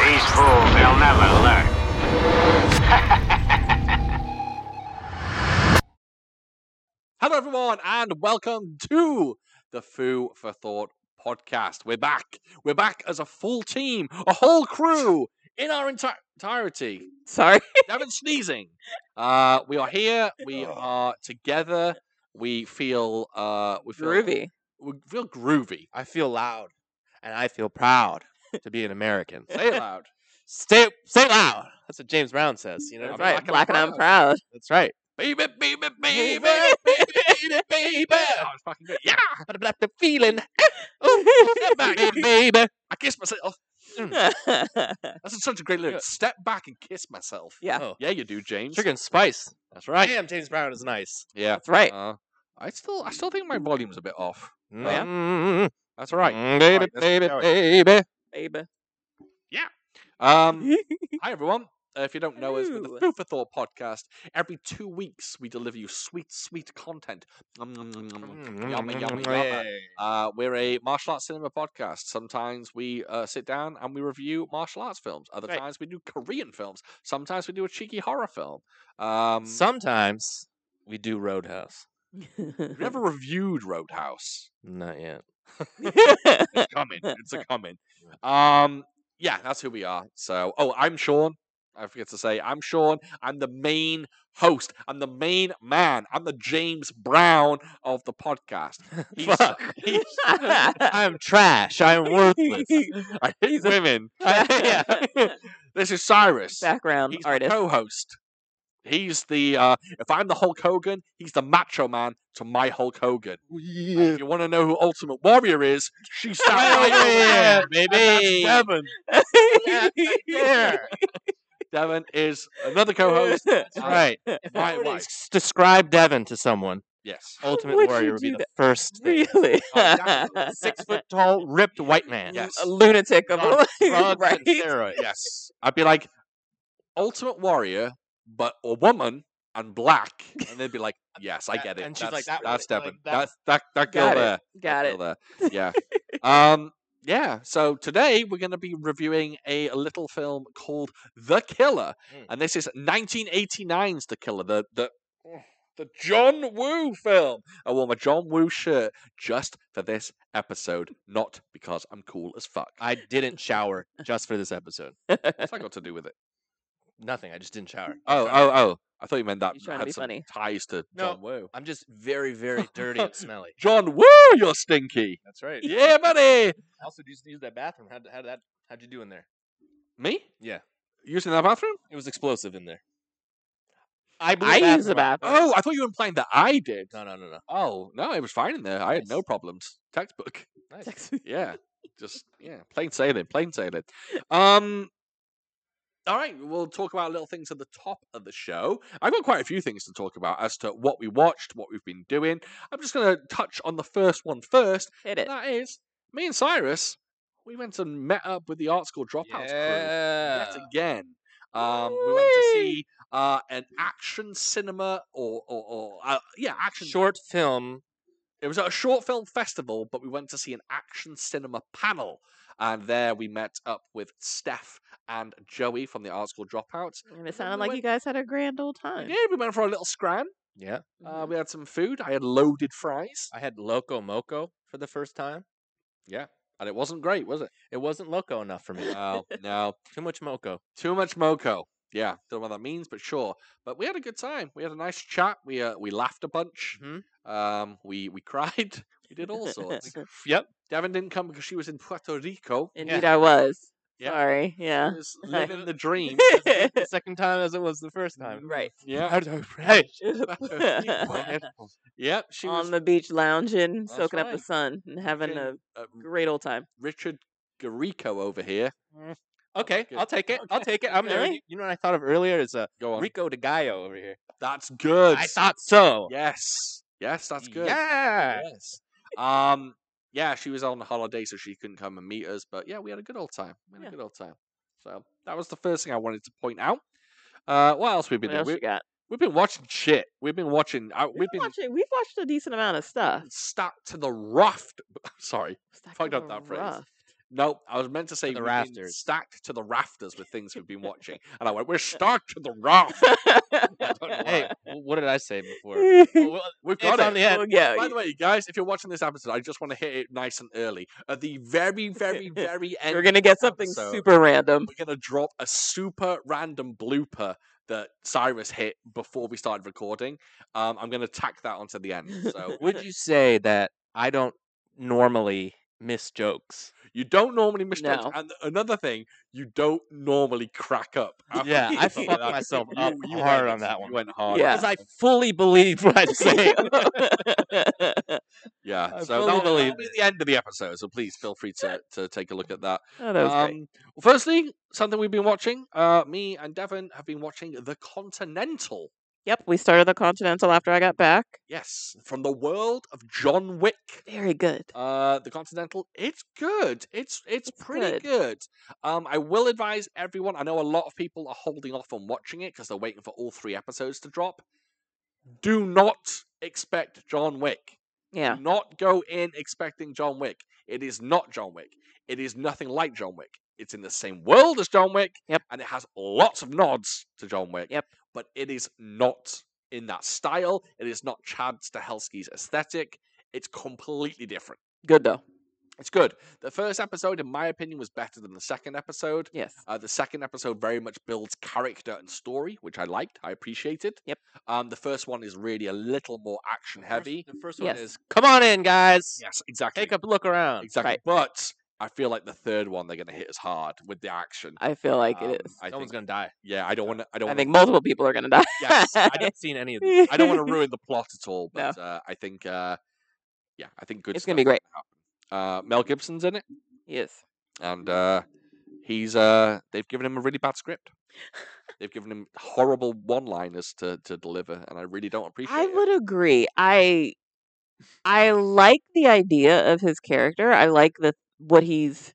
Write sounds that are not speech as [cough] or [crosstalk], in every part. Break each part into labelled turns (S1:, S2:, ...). S1: These fools, they'll never learn.
S2: Hello, everyone, and welcome to the Foo for Thought podcast. We're back. We're back as a full team, a whole crew in our enti- entirety.
S3: Sorry.
S2: Devin's sneezing. Uh, we are here. We are together. We feel uh, we feel
S3: Groovy.
S2: We feel groovy.
S4: I feel loud, and I feel proud to be
S3: [laughs]
S4: an American.
S2: Say it loud.
S4: Stay, say it loud. That's what James Brown says. You know,
S2: I'm black
S4: that's
S2: and
S4: right.
S2: I'm
S3: Black and I'm proud. [laughs]
S4: That's right.
S2: Baby, baby, baby,
S4: Baby,
S2: baby.
S4: baby, baby,
S2: Oh, it's fucking good. Yeah,
S4: but about the feeling.
S2: step back, baby. I kissed myself. That's such a great lyric.
S4: Yeah.
S2: Step back and kiss myself.
S3: [laughs] Yeah.
S4: Oh.
S2: yeah, you do, James.
S4: Sugar and spice.
S2: That's right.
S4: Damn, James Brown is nice.
S2: Yeah.
S3: That's right.
S2: Uh, I still, I still think my volume's a bit off.
S3: yeah?
S4: Mm,
S2: That's all right.
S4: Baby,
S2: Right, let's
S4: baby,
S2: go.
S4: baby. [laughs]
S3: Baby.
S2: Um, hi everyone. Uh, if you don't know us, we're the
S3: Hello.
S2: Food for Thought podcast. Every two weeks, we deliver you sweet, sweet content. Nom, nom, nom, nom, nom.
S4: Mm. Mm-hmm.
S2: Yummy, yummy, yummy.
S4: Hey.
S2: Uh, we're a martial arts cinema podcast. Sometimes we uh, sit down and we review martial arts films. Other
S4: Right.
S2: times we do Korean films. Sometimes we do a cheeky horror film. Um,
S4: Sometimes we [laughs] do Roadhouse.
S2: we've never reviewed Roadhouse.
S4: Not yet. [laughs]
S2: It's coming. It's a coming. Um, yeah, that's who we are. So, oh, I'm Sean. I forget to say, I'm Sean. I'm the main host. I'm the main man. I'm the James Brown of the
S4: [laughs]
S2: podcast. He's,
S4: Fuck.
S2: [laughs]
S4: [laughs]
S2: he's-
S4: I'm trash. I'm [laughs] worthless. I hate women. I- [laughs] yeah.
S2: [laughs] this is Cyrus.
S3: [laughs] Background
S2: He's the
S3: artist.
S2: co-host. He's the. Uh, if I'm the Hulk Hogan, he's the Macho Man to my Hulk Hogan. And
S4: Yeah.
S2: If you want to know who Ultimate Warrior is, she's
S4: [laughs]
S2: that guy over there.
S4: yeah, baby.
S2: [laughs] Devin.
S3: [laughs]
S4: Yeah. [laughs]
S2: Devin is another co-host.
S4: That's right.
S2: If I
S4: Nowadays,
S2: were-
S4: s- [laughs] Describe Devon to someone.
S2: Yes.
S4: Ultimate
S3: would you
S4: Warrior would be
S3: do
S4: the first thing.
S3: Really?
S4: [laughs]
S2: definitely.
S4: Oh, six foot tall, ripped white man. [laughs]
S2: Yes.
S3: [laughs] A lunatic of
S4: On
S3: a [laughs]
S4: Drugs
S3: right?
S4: and steroids.
S2: Yes. I'd be like Ultimate Warrior, but a woman and black, and they'd be like, "Yes, I
S4: That-
S2: get it."
S4: and she's
S2: that's,
S4: like, "That was
S2: that's
S4: it, like,
S2: Devin.
S4: that
S2: that's that that girl
S3: Got it,
S2: there.
S3: Got it.
S2: That girl there. Yeah. um. Yeah. So today we're going to be reviewing a little film called The Killer,
S4: Mm.
S2: and this is 1989's The Killer, the the the John Woo film. I wore my John Woo shirt just for this episode, not because I'm cool as fuck.
S4: I didn't shower just for this episode.
S2: What's that got to do with it?
S4: Nothing. I just didn't shower.
S2: Oh, oh, oh! I thought you meant that
S3: You're trying to
S2: had
S3: be
S2: some
S3: funny.
S2: ties to
S4: No.
S2: John Woo.
S4: I'm just very, very dirty and smelly.
S2: John Woo, you're stinky.
S4: That's right.
S2: Yeah, buddy.
S4: I also just used that bathroom. How how that? How'd you do in there?
S2: Me?
S4: Yeah.
S2: Using that bathroom?
S4: It was explosive in there. I blew
S3: I
S4: the
S3: use the
S4: bathroom up. [laughs]
S3: bathroom.
S2: Oh, I thought you were implying that I did.
S4: No, no, no, no.
S2: Oh no, it was fine in there. I had no
S4: Nice.
S2: problems. Textbook. [laughs]
S4: Nice.
S2: Yeah.
S4: [laughs]
S2: Just yeah, plain sailing, plain sailing. Um. All right, we'll talk about little things at the top of the show. I've got quite a few things to talk about as to what we watched, what we've been doing. I'm just going to touch on the first one first,
S3: Hit
S4: Eh.
S3: it.
S2: That is, me and Cyrus, we went and met up with the art school dropouts crew
S4: Yeah.
S2: yet again. Um, we went to
S3: Whee!
S2: see uh, an action cinema or, or, or uh, yeah, action.
S4: Short film
S2: It was at a short film festival, but we went to see an action cinema panel. And there we met up with Steph and Joey from the art school dropouts.
S3: And it
S2: we
S3: sounded like you
S2: went-
S3: guys had a grand old time.
S2: Yeah, we went for a little scram.
S4: Yeah.
S3: Mm-hmm.
S2: Uh, we had some food. I had loaded fries.
S4: I had Loco Moco for the first time.
S2: Yeah. And it wasn't great, was it?
S4: It wasn't loco enough for me.
S2: No, no.
S4: Too much moco.
S2: Too much moco. Yeah, don't know what that means, but sure. But we had a good time. We had a nice chat. We uh, we laughed a bunch.
S4: Mhm.
S2: Um, we we cried. [laughs] We did all sorts.
S4: Yep.
S2: Devin didn't come because she was in Puerto Rico.
S3: Indeed, I was.
S2: Yeah.
S3: Sorry.
S2: She [laughs]
S3: Yeah.
S2: was living the dream.
S4: The second time as it was the first
S3: [laughs]
S4: time.
S3: right.
S2: Yeah.
S4: How do I pray?
S2: [laughs] Yep. She was
S3: On the beach, lounging,
S2: That's
S3: soaking up
S2: right.
S3: the sun, and having a
S2: Fucking, uh,
S3: great old time.
S2: Richard Garico over here.
S4: Mm-hmm. Okay,
S2: Good.
S4: I'll take it. I'll take it. I'm there.
S3: Really?
S4: You- You know what I thought of earlier is a
S2: Go on.
S4: Rico de Gallo over here.
S2: That's good.
S4: I thought so.
S2: Yes. Yes, that's good.
S4: Yeah.
S2: Yes. Um. Yeah, she was on holiday, so she couldn't come and meet us. But yeah, we had a good old time. We had
S3: Yeah.
S2: a good old time. So that was the first thing I wanted to point out. Uh, what else we've been
S3: What
S2: doing?
S3: else
S2: We,
S3: you got?
S2: we've been watching shit. We've been watching. Uh,
S3: We've
S2: we've
S3: been
S2: been
S3: watching. We've watched a decent amount of stuff.
S2: stuck to the raft. [laughs] Sorry,
S3: Stack
S2: fucked
S3: of
S2: up
S3: the
S2: that phrase.
S3: rough.
S2: No, I was meant to say
S4: the
S2: we've been
S4: rafters.
S2: stacked to the rafters with things we've been watching, and I went,
S4: [laughs]
S2: "We're stacked to the rafters."
S3: [laughs]
S2: I don't know
S4: Hey,
S2: why.
S4: wh- what did I say [laughs] before?
S3: well,
S2: Well, well, we've got
S4: it's
S2: it.
S4: on the end.
S3: yeah.
S2: By the way, guys, if you're watching this episode, I just want to hit it nice and early. At the very,
S4: [laughs]
S2: very, very end,
S3: We're gonna get something
S2: episode. [laughs]
S3: super random.
S2: we're gonna drop a super random blooper that Cyrus hit before we started recording. Um, I'm gonna tack that onto the end.
S4: [laughs]
S2: So
S4: Would you say that I don't normally miss [laughs] jokes?
S2: you don't normally miss jokes.
S3: No.
S2: and another thing, you don't normally crack up. after [laughs]
S4: Yeah,
S2: you
S4: [laughs] I
S2: do
S4: fucked
S2: that.
S4: myself
S2: You-
S4: up
S2: you
S4: hard
S2: went-
S4: on that
S2: you
S4: one.
S2: went hard.
S3: Yeah.
S4: Because I fully believed what [laughs]
S3: [laughs]
S4: I'd say.
S3: Oh,
S2: Yeah,
S4: I
S2: so
S4: fully
S2: that'll, that'll
S4: believe
S2: be the end of the episode. So please feel free to, to take a look at that.
S3: Oh, that was great.
S2: Um, well, firstly, something we've been watching. Uh, me and Devon have been watching The Continental.
S3: Yep, we started the Continental after I got back.
S2: Yes, from the world of John Wick.
S3: Very good.
S2: Uh, the Continental. It's good. It's it's,
S3: It's
S2: pretty
S3: good.
S2: good. Um, I will advise everyone. I know a lot of people are holding off on watching it because they're waiting for all three episodes to drop. Do not expect John Wick.
S3: Yeah.
S2: Do not go in expecting John Wick. It is not John Wick. It is nothing like John Wick. It's in the same world as John Wick.
S3: Yep.
S2: And it has lots of nods to John Wick.
S3: Yep.
S2: But it is not in that style. It is not Chad Stahelski's aesthetic. It's completely different.
S3: Good though.
S2: It's good. The first episode, in my opinion, was better than the second episode.
S3: Yes.
S2: Uh, the second episode very much builds character and story, which I liked. I appreciated.
S3: Yep.
S2: Um, the first one is really a little more action heavy.
S4: The first
S3: one
S4: one
S3: Yes.
S4: is come on in, guys.
S2: Yes, exactly.
S4: Take a look around.
S2: Exactly.
S3: Um, Right.
S2: But I feel like the third one they're going to hit us hard with the action.
S3: I feel like
S2: Um,
S3: it is.
S2: I
S4: Someone's
S2: think,
S4: gonna [laughs] die.
S2: yeah, I don't want to. I don't.
S3: I
S2: wanna,
S3: think multiple people are gonna die.
S4: Yes, I haven't seen any of these.
S2: I don't want to ruin the plot at all. But uh, I think. Uh, yeah, I think good.
S3: [laughs] It's gonna be Mm-hmm.
S2: stuff's gonna happen. Uh, Mel Gibson's in it,
S3: Yes.
S2: and uh, he's. Uh, they've given him a really bad script. They've given him horrible one-liners to to deliver, and I really don't appreciate
S3: I
S2: it.
S3: would agree. I I like the idea of his character. I like the what he's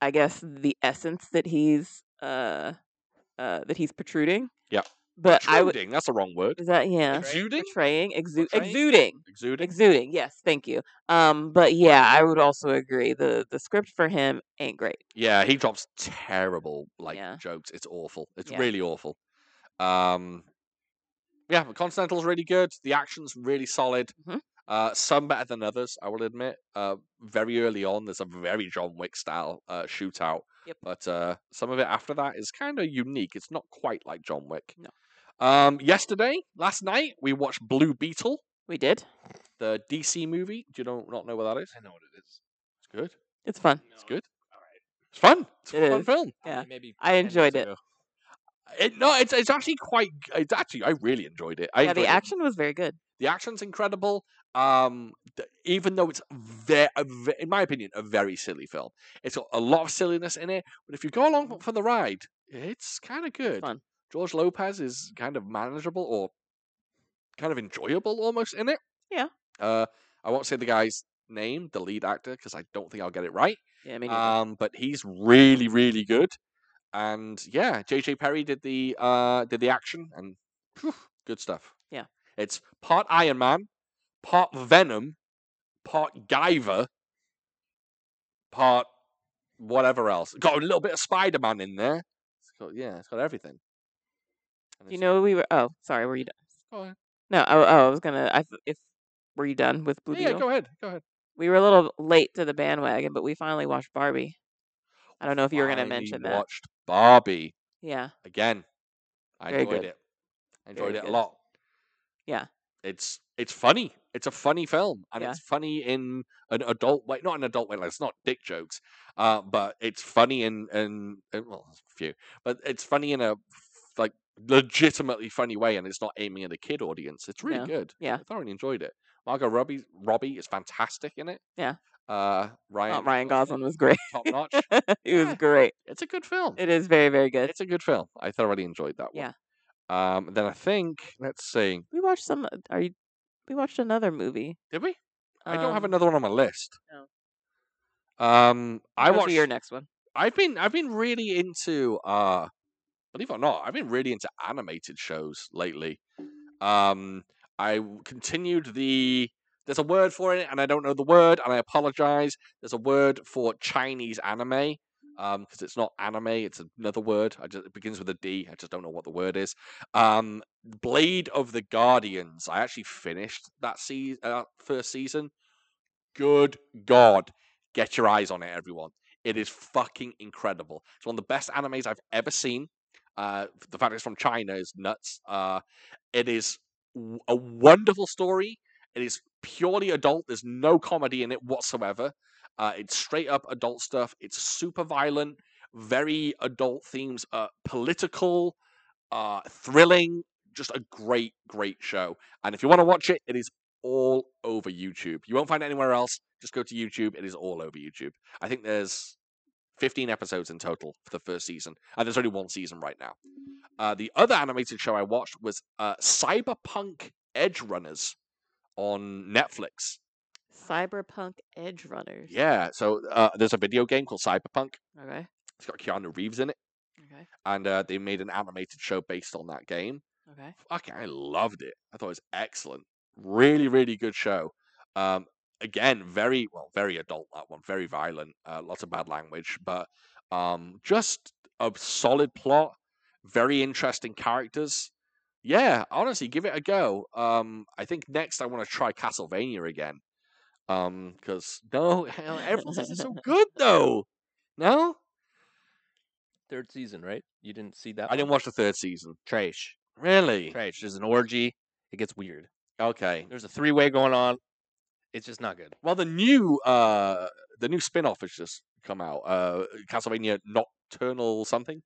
S3: I guess the essence that he's uh uh that he's protruding.
S2: Yep.
S3: But I would
S2: Extruding, That's the wrong word.
S3: is that yeah.
S2: Exuding.
S3: Portraying, exu-
S2: Portraying?
S3: exuding.
S2: Exuding.
S3: Exuding, yes, thank you. Um, but yeah, I would also agree. The the script for him ain't great.
S2: Yeah, he drops terrible like
S3: Yeah.
S2: jokes. It's awful. It's
S3: Yeah.
S2: really awful. Um, yeah, but Continental's really good. The action's really solid.
S3: Mhm.
S2: Uh, some better than others, I will admit. Uh, very early on, there's a very John Wick style uh, shootout.
S3: Yep.
S2: But uh, some of it after that is kind of unique. It's not quite like John Wick.
S3: No.
S2: Um, yesterday, last night, we watched Blue Beetle,
S3: We did.
S2: the DC movie. Do you know, not know what that is?
S4: I know what it is.
S2: It's good.
S3: It's fun.
S2: It's good. It's fun. It's a
S3: It
S2: fun
S3: is.
S2: film.
S3: Yeah.
S4: Maybe
S3: I
S4: 10 years
S3: enjoyed it.
S4: ago.
S2: It, no, it's it's actually quite. g- It's actually I really enjoyed it. I
S3: yeah, the
S2: enjoyed it.
S3: action was very good.
S2: the action's incredible. Um, th- even though it's very, in my opinion, a very silly film. It's got a lot of silliness in it, but if you go along for the ride, it's kind of good.
S3: Mm-hmm. fun.
S2: George Lopez is kind of manageable or kind of enjoyable almost in it.
S3: Yeah.
S2: Uh, I won't say the guy's name, the lead actor, because I don't think I'll get it right.
S3: Yeah, me neither.
S2: Um, but he's really, really good. And yeah, JJ Perry did the uh did the action and phew, good stuff.
S3: Yeah.
S2: It's part Iron Man, part Venom, part Guyver, part whatever else. Got a little bit of Spider Man in there. It's got yeah, it's got everything. And
S3: Do you
S2: it's-
S3: know we were? Oh, sorry. Were you done?
S2: Go ahead.
S3: No. Oh, oh I was gonna. I th- if were you done with Blue
S2: Yeah,
S3: Beetle?
S2: go ahead. Go ahead.
S3: we were a little late to the bandwagon, but we finally watched Barbie. I don't know if you were gonna
S2: Finally
S3: mention that.
S2: watched Barbie
S3: Yeah.
S2: again. I
S3: Very
S2: enjoyed
S3: good.
S2: it. I enjoyed
S3: Very
S2: it a
S3: good.
S2: lot.
S3: Yeah.
S2: It's it's funny. It's a funny film, and
S3: Yeah.
S2: it's funny in an adult way. Not an adult way. Like it's not dick jokes, uh, but it's funny in in, in well, there's a few, but it's funny in a like legitimately funny way, and it's not aiming at a kid audience. It's really
S3: No.
S2: good.
S3: Yeah.
S2: I thoroughly enjoyed it. Margot Robbie Robbie is fantastic in it.
S3: Yeah.
S2: Uh, Ryan
S3: Oh, Ryan Gosling was great. [laughs]
S2: top notch.
S3: he
S2: Yeah.
S3: was
S2: [laughs]
S3: great.
S2: It's a
S3: [laughs]
S2: good film
S3: It is very, very good.
S2: it's a good film. I thoroughly enjoyed that one. Yeah. Um, then I think let's see.
S3: We watched some. Are you? We watched another movie.
S2: Did we? I don't have
S3: um,
S2: another one on my list.
S3: no.
S2: Um, I
S3: go to
S2: watched.
S3: your next one.
S2: I've been I've been really into uh, believe it or not, I've been really into animated shows lately. Um, I w- continued the There's a word for it, and I don't know the word, and I apologize. There's a word for Chinese anime, um, because it's not anime; it's another word. I just it begins with a D. I just don't know what the word is. Um, Blade of the Guardians. I actually finished that season, uh, first season. Good God, get your eyes on it, everyone! It is fucking incredible. It's one of the best animes I've ever seen. Uh, the fact it's from China is nuts. Uh, it is w- a wonderful story. It is purely adult. There's no comedy in it whatsoever. Uh, it's straight up adult stuff. It's super violent, very adult themes, uh, political, uh, thrilling. Just a great, great show. And if you want to watch it, it is all over YouTube. You won't find it anywhere else. Just go to YouTube. It is all over YouTube. I think there's 15 episodes in total for the first season, and there's only one season right now. Uh, the other animated show I watched was uh, Cyberpunk Edge Runners on Netflix.
S3: Cyberpunk Edge Runners.
S2: Yeah, so uh, there's a video game called Cyberpunk.
S3: Okay.
S2: It's got Keanu Reeves in it,
S3: Okay.
S2: and uh, they made an animated show based on that game.
S3: Okay.
S2: fucking I loved it. I thought it was excellent. Really, really good show. Um, again, very well, very adult that one, very violent, uh, lots of bad language, but um, just a solid plot, very interesting characters. Yeah, honestly, give it a go. Um, I think next I want to try Castlevania again. Um,
S4: [laughs]
S2: because no, hell, everyone says it's so good though. No,
S4: Third season, right? You didn't see that?
S2: I didn't watch the third season.
S4: Trash.
S2: Really?
S4: Trash. There's an orgy. It gets weird.
S2: Okay.
S4: There's a three way going on. It's just not good.
S2: Well, the new uh the new spin-off has just come out, uh Castlevania Nocturnal something.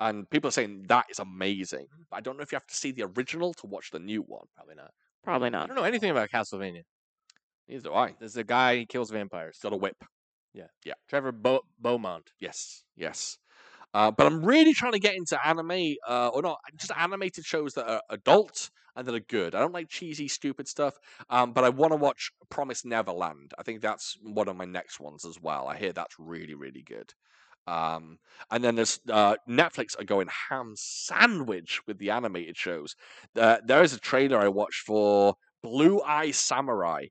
S2: And people are saying that is amazing. But I don't know if you have to see the original to watch the new one.
S4: Mm-hmm. Probably not.
S3: Probably
S4: I
S3: not.
S4: don't know anything about Castlevania.
S2: Neither do I.
S4: There's a guy he kills vampires.
S2: It's got a whip.
S4: Trevor Beau- Beaumont.
S2: Yes, yes. Uh, but I'm really trying to get into anime, uh, or not, just animated shows that are adult and that are good. I don't like cheesy, stupid stuff, um, but I want to watch Promise Neverland. I think that's one of my next ones as well. I hear that's really, really good. Um, and then there's uh, Netflix are going ham sandwich with the animated shows. Uh, there is a trailer I watched for Blue Eye Samurai.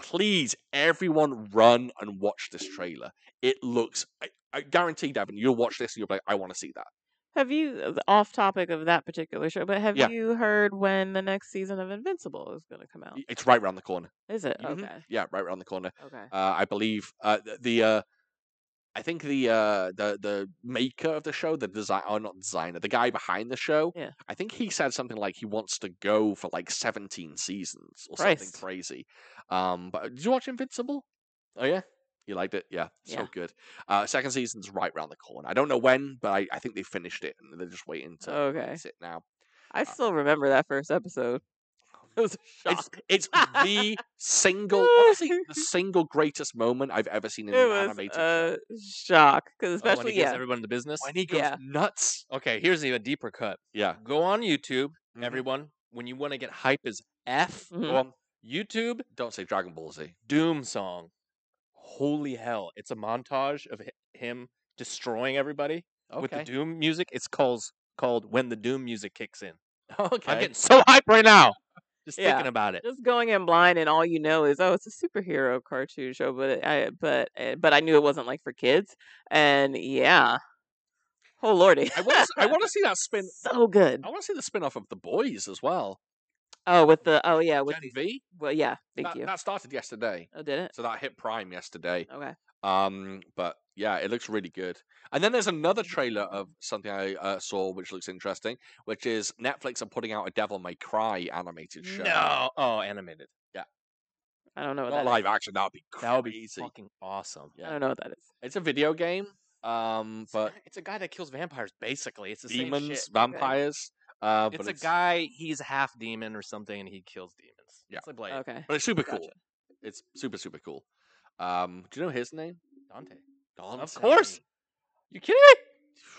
S2: Please, everyone, run and watch this trailer. It looks I guarantee, Devin, you'll watch this and you'll be like, I want to see that.
S3: Have you uh, off topic of that particular show? But have
S2: Yeah.
S3: you heard when the next season of Invincible is going to come out?
S2: Y- It's right around the corner.
S3: Is it
S2: Mhm.
S3: Oh, okay?
S2: Yeah, right around the corner.
S3: Okay.
S2: Uh, I believe uh, th- the uh, I think the uh, the the maker of the show, the design or not designer, the guy behind the show.
S3: Yeah.
S2: I think he said something like he wants to go for like seventeen seasons or
S3: Christ.
S2: something crazy. Um, but did you watch Invincible? Oh yeah. You liked it, yeah. So
S3: Yeah.
S2: good. Uh, second season's right around the corner. I don't know when, but I, I think they finished it and they're just waiting to
S3: Okay.
S2: release it now. uh
S3: I still remember that
S2: [laughs]
S3: first episode. It was a shock.
S2: It's, it's
S3: [laughs]
S2: the single, honestly, the single greatest moment I've ever seen in
S3: it
S2: an
S3: was uh,
S2: animated show.
S3: a shock because
S4: Oh, when
S3: especially
S4: he gives
S3: yeah
S4: everyone the business.
S2: When he goes
S3: yeah.
S2: nuts.
S4: Okay, here's even a deeper cut.
S2: Yeah.
S4: Go on YouTube,
S2: Mhm.
S4: everyone. When you want to get hype as F,
S3: Mhm.
S2: Go on.
S4: YouTube
S3: Mm-hmm.
S2: Don't say Dragon Ball Z.
S4: Doom song. Holy hell. It's a montage of hi- him destroying everybody with the Doom music. It's calls called When the Doom Music Kicks [laughs] In.
S2: Okay.
S4: I'm getting so hype right now. Just
S3: Yeah.
S4: thinking about it.
S3: just going in blind and all you know is oh it's a superhero cartoon show but it, I but uh, but I knew it wasn't like for kids and yeah oh lordy [laughs]
S2: I want to. I want to see that spin.
S3: so good
S2: I want to see the spin off of The Boys as well.
S3: oh with the oh yeah with
S2: Gen V.
S3: well yeah thank
S2: that,
S3: you
S2: that started yesterday,
S3: oh did it
S2: so that hit Prime yesterday.
S3: okay
S2: Um, but yeah, it looks really good. And then there's another
S3: Mm-hmm.
S2: trailer of something I uh, saw which looks interesting, which is Netflix are putting out a Devil May Cry animated show.
S4: No. Oh, animated.
S3: I don't know what
S2: Not
S3: that is.
S2: live action. That would be crazy.
S4: That would be fucking awesome.
S3: I don't know what that is
S2: It's a video game, um,
S4: It's a
S2: but
S4: guy- it's a guy that kills vampires, basically. It's [laughs] the same shit.
S2: demons, vampires. Uh, but
S4: it's a guy. He's half demon or something, and he kills demons.
S2: Yeah.
S4: It's like Blade.
S3: okay
S2: but it's super
S3: Gotcha.
S2: cool. It's super super cool. Um, do you know his name?
S4: Dante.
S2: Dante.
S4: course. You kidding me?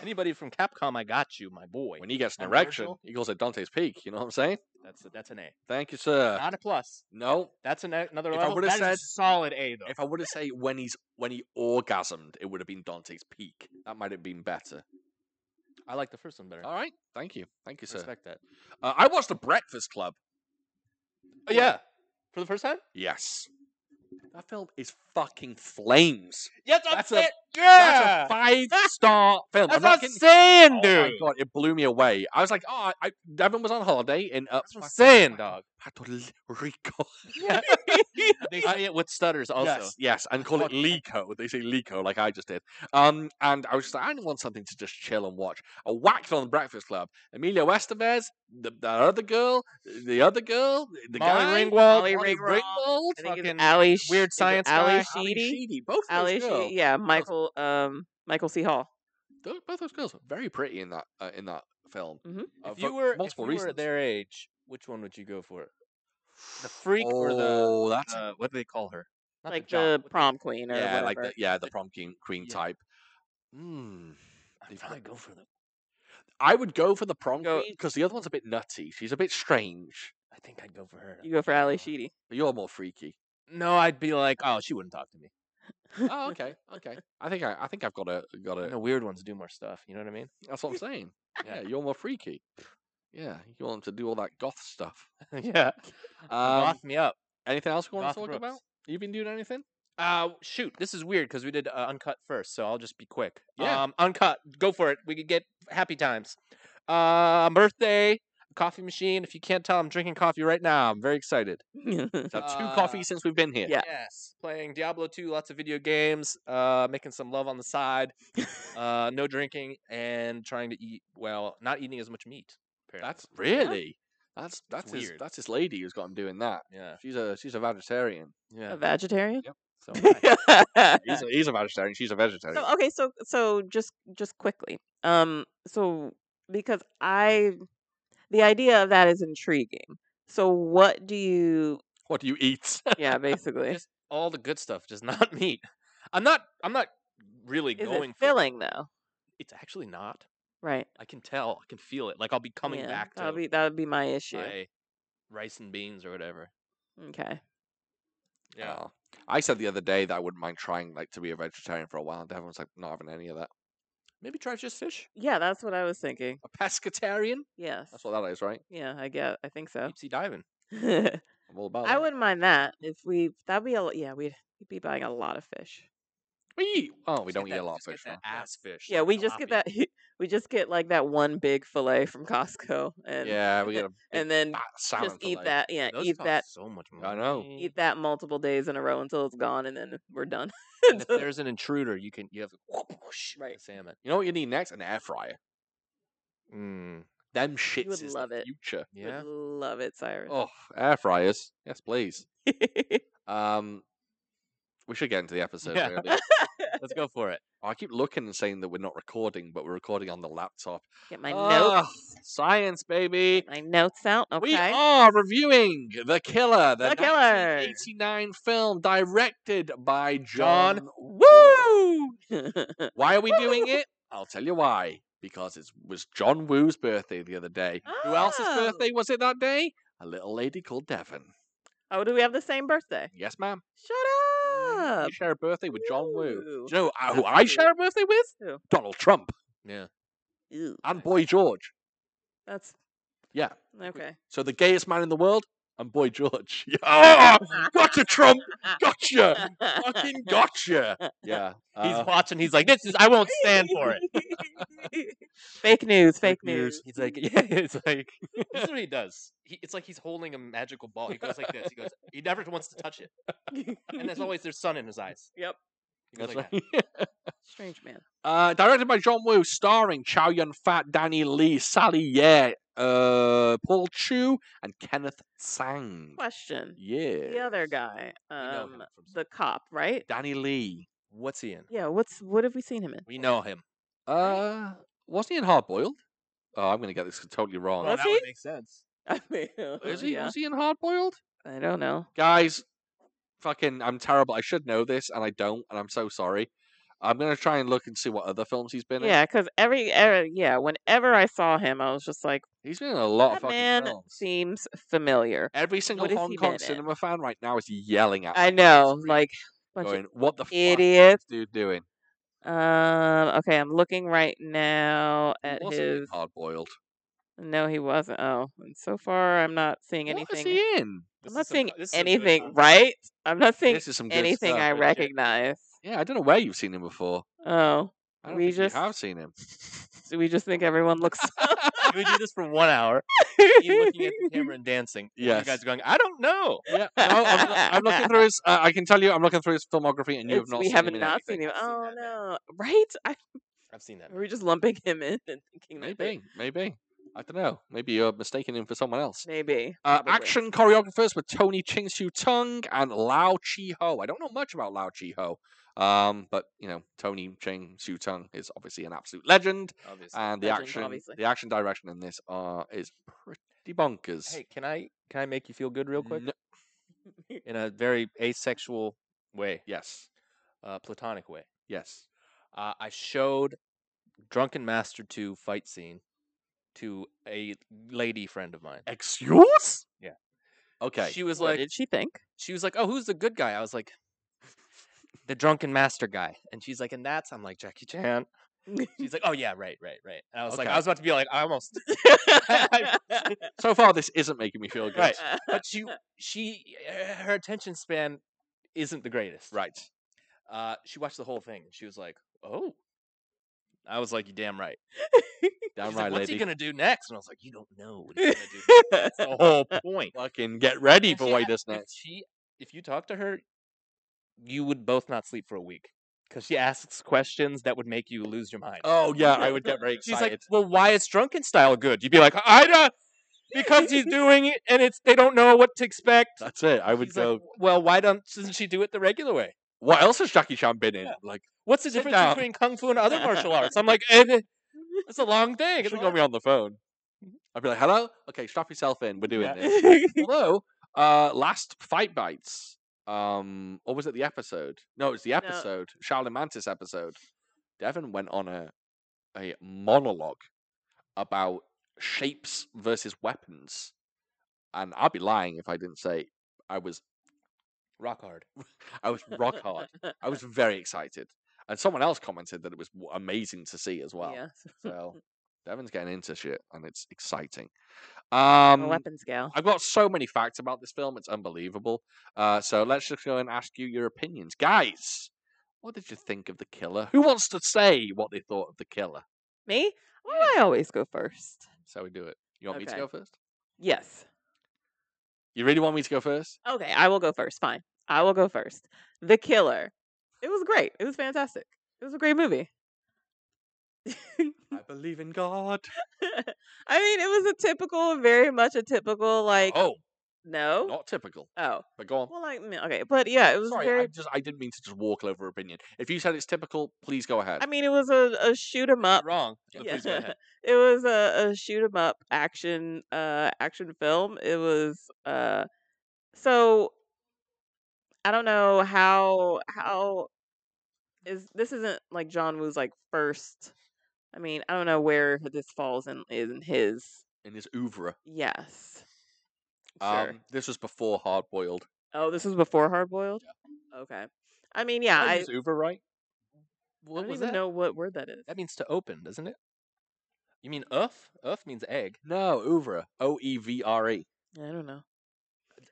S4: Anybody from Capcom? I got you, my boy.
S2: When he gets an
S4: And
S2: erection,
S4: Marshall?
S2: he calls it Dante's Peak. You know what I'm saying?
S4: That's a, that's an A.
S2: Thank you, sir.
S4: Not a plus.
S2: No,
S4: That's an, another
S2: If I
S4: level.
S2: would've
S4: That is a
S2: said-
S4: solid A though.
S2: if I were to say when he's when he orgasmed, it would have been Dante's Peak. That might have been better.
S4: I like the first one better.
S2: All right, thank you, thank you, sir.
S4: Respect that.
S2: Uh, I watched The Breakfast Club.
S4: Oh, yeah. for the first time?
S2: Yes. That film is fucking flames.
S4: Yes,
S2: I'm That's a-
S4: saying.
S2: saying- That's a five star film. I'm
S4: [laughs] That's
S2: not
S4: what I'm
S2: kidding.
S4: saying,
S2: Oh
S4: dude.
S2: my god, it blew me away. I was like, oh, I, I Devin was on holiday in uh,
S4: That's what I'm
S2: fucking
S4: saying, dog.
S2: Puerto Rico.
S4: They say it with stutters [laughs] also.
S2: Yes, yes, and call it Lico. They say Lico, like I just did. Um, and I was just like, I want something to just chill and watch. I whacked on the Breakfast Club. Emilio Estevez, the, the other girl, the other girl, the
S4: Molly
S2: guy,
S4: Ringwald,
S2: Molly
S3: Molly
S2: Ringwald,
S3: Ringwald, I think it's
S4: fucking
S3: Ali
S4: Weird Science
S3: Ali
S4: guy.
S2: Ali
S3: Sheedy.
S2: Sheedy, both of
S3: Ali
S2: those girls.
S3: Sheedy. Yeah, Michael. Um, Michael C. Hall.
S2: Those, both those girls are very pretty in that uh, in that film.
S3: Mhm.
S2: Uh,
S4: Mm-hmm. If
S2: for
S4: you were if
S2: multiple
S4: you were
S2: reasons.
S4: at their age, which one would you go for? The freak or the,
S2: oh, that's
S4: uh, what do they call her? Not
S3: like
S4: jock,
S3: the
S4: what do they-
S3: prom queen or
S2: yeah,
S3: whatever.
S2: like the, yeah, the prom king, queen
S4: Yeah.
S2: type. Hmm.
S4: I'd probably go for the.
S2: I would go for the prom
S3: Go-
S2: queen because the other one's a bit nutty. She's a bit strange.
S4: I think I'd go for her.
S3: You go for Ali Sheedy. [laughs]
S2: But you're more freaky.
S4: No, I'd be like, oh, she wouldn't talk to me. [laughs]
S2: oh, okay, okay. I think I, I think I've got a got
S4: The
S2: a.
S4: weird ones do more stuff. You know what I mean?
S2: That's what I'm saying.
S4: Yeah.
S2: Yeah, you're more freaky. Yeah, you want them to do all that goth stuff.
S4: [laughs] [laughs] yeah.
S2: Um,
S4: Moth me up.
S2: anything else we want
S4: goth
S2: to talk
S4: Brooks.
S2: about? You been doing anything?
S4: Uh, shoot, this is weird because we did uh, uncut first, so I'll just be quick.
S2: Yeah.
S4: Um, uncut. Go for it. We could get happy times. Uh, birthday, coffee machine. If you can't tell, I'm drinking coffee right now. I'm very excited.
S2: So two
S4: Uh,
S2: coffees since we've been here.
S3: yeah.
S4: Yes. Playing Diablo 2, lots of video games, uh, making some love on the side, uh, no drinking, and trying to eat, well, not eating as much meat. Apparently.
S2: That's really that's
S4: That's
S2: that's his
S4: weird.
S2: that's his lady who's got him doing that.
S4: yeah.
S2: She's a she's a vegetarian.
S4: Yeah.
S3: a vegetarian.
S4: So am I.
S3: [laughs]
S2: He's a, he's a vegetarian. She's a vegetarian.
S3: So uh, okay, so so just just quickly. Um so because I the idea of that is intriguing. So what do
S4: [laughs]
S3: you
S2: What do you eat? [laughs]
S3: Yeah, basically.
S4: just all the good stuff, just [laughs] not meat. I'm not. I'm not really
S3: is
S4: going
S3: it
S4: for
S3: filling though?
S4: It's actually not.
S3: Right.
S4: I can tell. I can feel it. Like I'll be coming
S3: Yeah,
S4: back to
S3: That'll be that would be my issue.
S4: my rice and beans or whatever.
S3: Okay.
S4: Yeah.
S2: Oh. I said the other day that I wouldn't mind trying like to be a vegetarian for a while, and everyone's like, not having any of that.
S4: Maybe try just fish.
S3: Yeah, that's what I was thinking.
S2: A pescatarian?
S3: Yes.
S2: That's what that is, right?
S3: yeah, I get I think so.
S4: Deep sea diving.
S3: [laughs] I
S2: I'm all about. that.
S3: wouldn't mind that if we that'd be a lo- yeah, we'd, we'd be buying a lot of fish.
S2: We eat. Oh, we
S4: Just
S2: don't
S4: get
S2: eat a
S4: that-
S2: lot of
S4: just get
S2: fish.
S4: that
S2: huh?
S4: ass fish.
S3: Yeah,
S4: like
S3: we just get
S4: tilapia.
S3: that we just get like that one big fillet from Costco and
S2: yeah, we get a
S3: and then
S2: fat salmon.
S3: just eat
S2: fillet.
S3: that yeah
S4: Those
S3: eat
S4: cost
S3: that
S4: so much money.
S2: I know.
S3: eat that multiple days in a row until it's gone and then we're done [laughs]
S4: [laughs] And if there's an intruder, you can you have whoosh, the
S3: Right.
S4: salmon.
S2: You know what you need next? An air fryer.
S4: Mm.
S2: Them shits
S3: would
S2: is
S3: love
S2: the
S3: it.
S2: future.
S4: Yeah.
S3: Would love it cyrus [laughs]
S2: Oh, air fryers. Yes, please. Um, we should get into the episode.
S4: Yeah.
S2: Really. Oh,
S4: Let's [laughs] go for it.
S2: I keep looking and saying that we're not recording, but we're recording on the laptop.
S3: get my
S2: Ah,
S3: notes
S2: Science, baby.
S3: my notes out okay
S2: We are reviewing The Killer, the,
S3: The Killer.
S2: 1989 film directed by
S4: John
S2: John
S3: [laughs]
S2: Woo.
S3: Oh,
S2: Why are we doing
S3: Woo!
S2: it? I'll tell you why. Because it was John Woo's birthday the other day. Who else's
S3: Oh.
S2: birthday was it that day? A little lady called Devon.
S3: oh do we have the same birthday
S2: Yes, ma'am.
S3: shut up
S2: You share a birthday with John Woo. Do
S3: Woo.
S2: you know uh, who I share a birthday with?
S3: [laughs] Who?
S2: Donald Trump
S4: Yeah.
S3: Oh, Ew,
S2: and Boy George.
S3: that's
S2: Yeah. [laughs]
S3: okay
S2: So the gayest man in the world and Boy George. [laughs]
S4: Ah!
S2: Yeah.
S3: [laughs]
S2: gotcha, Trump. Gotcha. Fucking [laughs] gotcha. Yeah.
S4: He's
S2: uh,
S4: watching. He's like, this is. I won't stand for [laughs] it.
S3: it fake news fake, news, [laughs]
S4: He's like,
S2: [laughs]
S4: yeah, it's like this is what he does. He, it's like he's holding a magical ball. He goes like this. He goes. He never wants to touch it, and there's always there's sun in his eyes.
S3: Yep.
S4: He goes
S2: that's
S4: like
S3: [laughs]
S2: right.
S3: strange man
S2: Uh, directed by John Woo, starring Chow Yun Fat, Danny Lee, Sally Ye, uh, Paul Chu, and Kenneth Tsang.
S3: question
S2: Yeah.
S3: the other guy
S4: that. We know
S3: um
S4: him from
S3: the cop right
S2: Danny Lee.
S4: What's he in?
S3: yeah what's what have we seen him in [laughs]
S4: We know him.
S2: Uh, wasn't he in Hard Boiled? Oh, I'm going to get this totally wrong.
S3: Was he?
S4: make sense.
S3: I mean, oh,
S2: Is he?
S3: yeah.
S2: Was he in Hard Boiled?
S3: I don't know.
S2: Guys, fucking, I'm terrible. I should know this, and I don't, and I'm so sorry. I'm going to try and look and see what other films he's been in.
S3: Yeah, because every, every yeah, whenever I saw him, I was just like,
S2: He's been in a lot of
S3: that
S2: fucking
S3: man
S2: films.
S3: seems familiar.
S2: Every single
S3: What has
S2: Hong
S3: he
S2: Kong
S3: been in?
S2: cinema fan right now is yelling at
S3: I
S2: me.
S3: know,
S2: Screaming,
S3: like bunch
S2: going, what the
S3: of
S2: fuck is
S3: idiots.
S2: this dude doing?
S3: Um, okay, I'm looking right now
S2: He
S3: at
S2: wasn't in
S3: his.
S2: hard boiled.
S3: No, he wasn't. Oh, and so far I'm not seeing
S2: What was
S3: anything.
S2: he in?
S3: I'm
S4: This is
S3: not
S4: some
S3: seeing
S4: co- this is some good
S3: anything,
S4: content.
S3: right? I'm not seeing
S2: This is some good
S3: anything
S2: stuff
S3: I
S2: right here.
S3: recognize.
S2: Yeah, I don't know where you've seen him before.
S3: Oh,
S2: I don't
S3: We
S2: think
S3: just-
S2: you have seen him.
S3: we just think everyone
S2: [laughs]
S3: looks. [laughs]
S4: Can we do this for one [laughs] hour? Me looking at the camera and dancing. and
S2: Yes.
S4: You guys are going, I don't know.
S3: [laughs]
S2: Yeah, no, I'm, loo- I'm looking through his. Uh, I can tell you, I'm looking through his filmography, and you have
S3: It's-
S2: not.
S3: we
S2: seen
S3: haven't
S2: him in
S3: not
S2: anything.
S3: seen him.
S4: I've seen
S3: Oh
S4: that
S3: no! Right? I,
S4: I've seen that.
S3: are we just lumping him in and thinking that they-
S2: Maybe, maybe. I don't know. Maybe you're mistaking him for someone else.
S3: Maybe.
S2: Uh,
S3: probably.
S2: action choreographers were Tony Ching Siu Tung and Lao Chi Ho. I don't know much about Lao Chi Ho, um, but you know Tony Ching Siu Tung is obviously an absolute legend,
S4: Obviously.
S2: and the
S3: Legend,
S2: action,
S3: obviously.
S2: the action direction in this uh, is pretty bonkers.
S4: Hey, can I can I make you feel good real quick?
S2: No-
S4: In a very asexual way,
S2: yes,
S4: uh, platonic way.
S2: yes.
S4: Uh, I showed Drunken Master 2 fight scene to a lady friend of mine.
S2: Excuse?
S4: Yeah.
S2: Okay.
S4: She was
S3: What
S4: like,
S3: did she think?
S2: [laughs]
S4: she was like, "Oh, who's the good guy?" I was like, "The drunken master guy." And she's like, "And that's," I'm like, "Jackie Chan."
S3: [laughs]
S4: She's like, "Oh yeah, right, right, right." And I was like,
S2: Okay.
S4: I was about to be like, I almost,
S2: so far, this isn't making me feel good.
S4: Right. but she, she, eh, her attention span isn't the greatest.
S2: Right.
S4: [laughs] Uh, she watched the whole thing. and She was like, "Oh." I was like, "You damn right."
S2: Damn
S4: She's
S2: right,
S4: like, What's
S2: lady.
S4: he gonna do next? And I was like, "You don't know what he's gonna do." [laughs] next. That's the whole point.
S2: [laughs] Fucking get
S4: [laughs]
S2: ready
S4: And
S2: for
S4: she
S2: why
S4: had-
S2: this
S4: if
S2: next.
S4: she, if you talk to her, you would both not sleep for a week because she asks questions that would make you lose your mind.
S2: Oh yeah, I would get very
S4: [laughs] She's
S2: excited.
S4: like, "Well, why is drunken style good?" You'd be like, "I don't." Because [laughs] he's doing it, and it's they don't know what to expect.
S2: That's it. I would
S4: She's like,
S2: go.
S4: well, why don't doesn't she do it the regular way?
S2: what else has Jackie Chan
S4: [laughs]
S2: been in? Like,
S4: What's the
S2: Sit
S4: difference
S2: down.
S4: between kung fu and other martial arts? [laughs] I'm like, "Eh, eh, it's a long thing.
S2: she
S4: It's a
S2: got
S4: long...
S2: me on the phone. I'd be like, "Hello, okay, strap yourself in. We're doing
S4: Yeah.
S2: this." Hello, uh, last fight bites. Um, or was it the episode? No, it's the episode. Charlotte Mantis episode. Devin went on a a monologue about shapes versus weapons, and I'd be lying if I didn't say I was
S4: rock hard."
S2: [laughs] I was rock
S3: [laughs]
S2: hard. I was very excited, and someone else commented that it was w- amazing to see as well.
S3: Yeah.
S2: So Devin's getting into shit, and it's exciting.
S3: a
S2: Um,
S3: weapons gal.
S2: I've got so many facts about this film; it's unbelievable. Uh, so let's just go and ask you your opinions, guys. What did you think of the killer? Who wants to say what they thought of the killer?
S3: Me? Oh, I always go first.
S2: So we do it. You want me to
S3: Okay.
S2: go first?
S3: Yes.
S2: You really want me to go first?
S3: Okay, I will go first. Fine. I will go first. The Killer. It was great. It was fantastic. It was a great movie. [laughs]
S2: I believe in God.
S3: I mean, it was a typical, very much a typical, like,
S2: oh,
S3: no.
S2: [laughs] not typical.
S3: Oh.
S2: But go on.
S3: Well, like, mm, okay. But yeah, it was
S2: Sorry,
S3: very.
S2: I just I didn't mean to just walk over opinion. If you said it's typical, please go ahead.
S3: I mean, it was a, a shoot 'em up.
S4: Wrong. [laughs] but
S3: Yeah.
S4: please go ahead.
S3: it was a, a shoot 'em up action uh action film. It was uh so I don't know how how is this isn't like John Woo's like first I mean, I don't know where this falls in in his
S2: in his oeuvre.
S3: yes. Sure.
S2: Um, this was before Hard Boiled.
S3: oh, this was before Hard Boiled? Okay. I mean, yeah, I,
S2: his oeuvre, right?
S3: I
S4: What
S3: don't
S4: was
S3: even
S4: that?
S3: know what word that is.
S4: That means to open, doesn't it? You mean uff? Uff means egg.
S2: No, oeuvre. O e v r e.
S3: I don't know.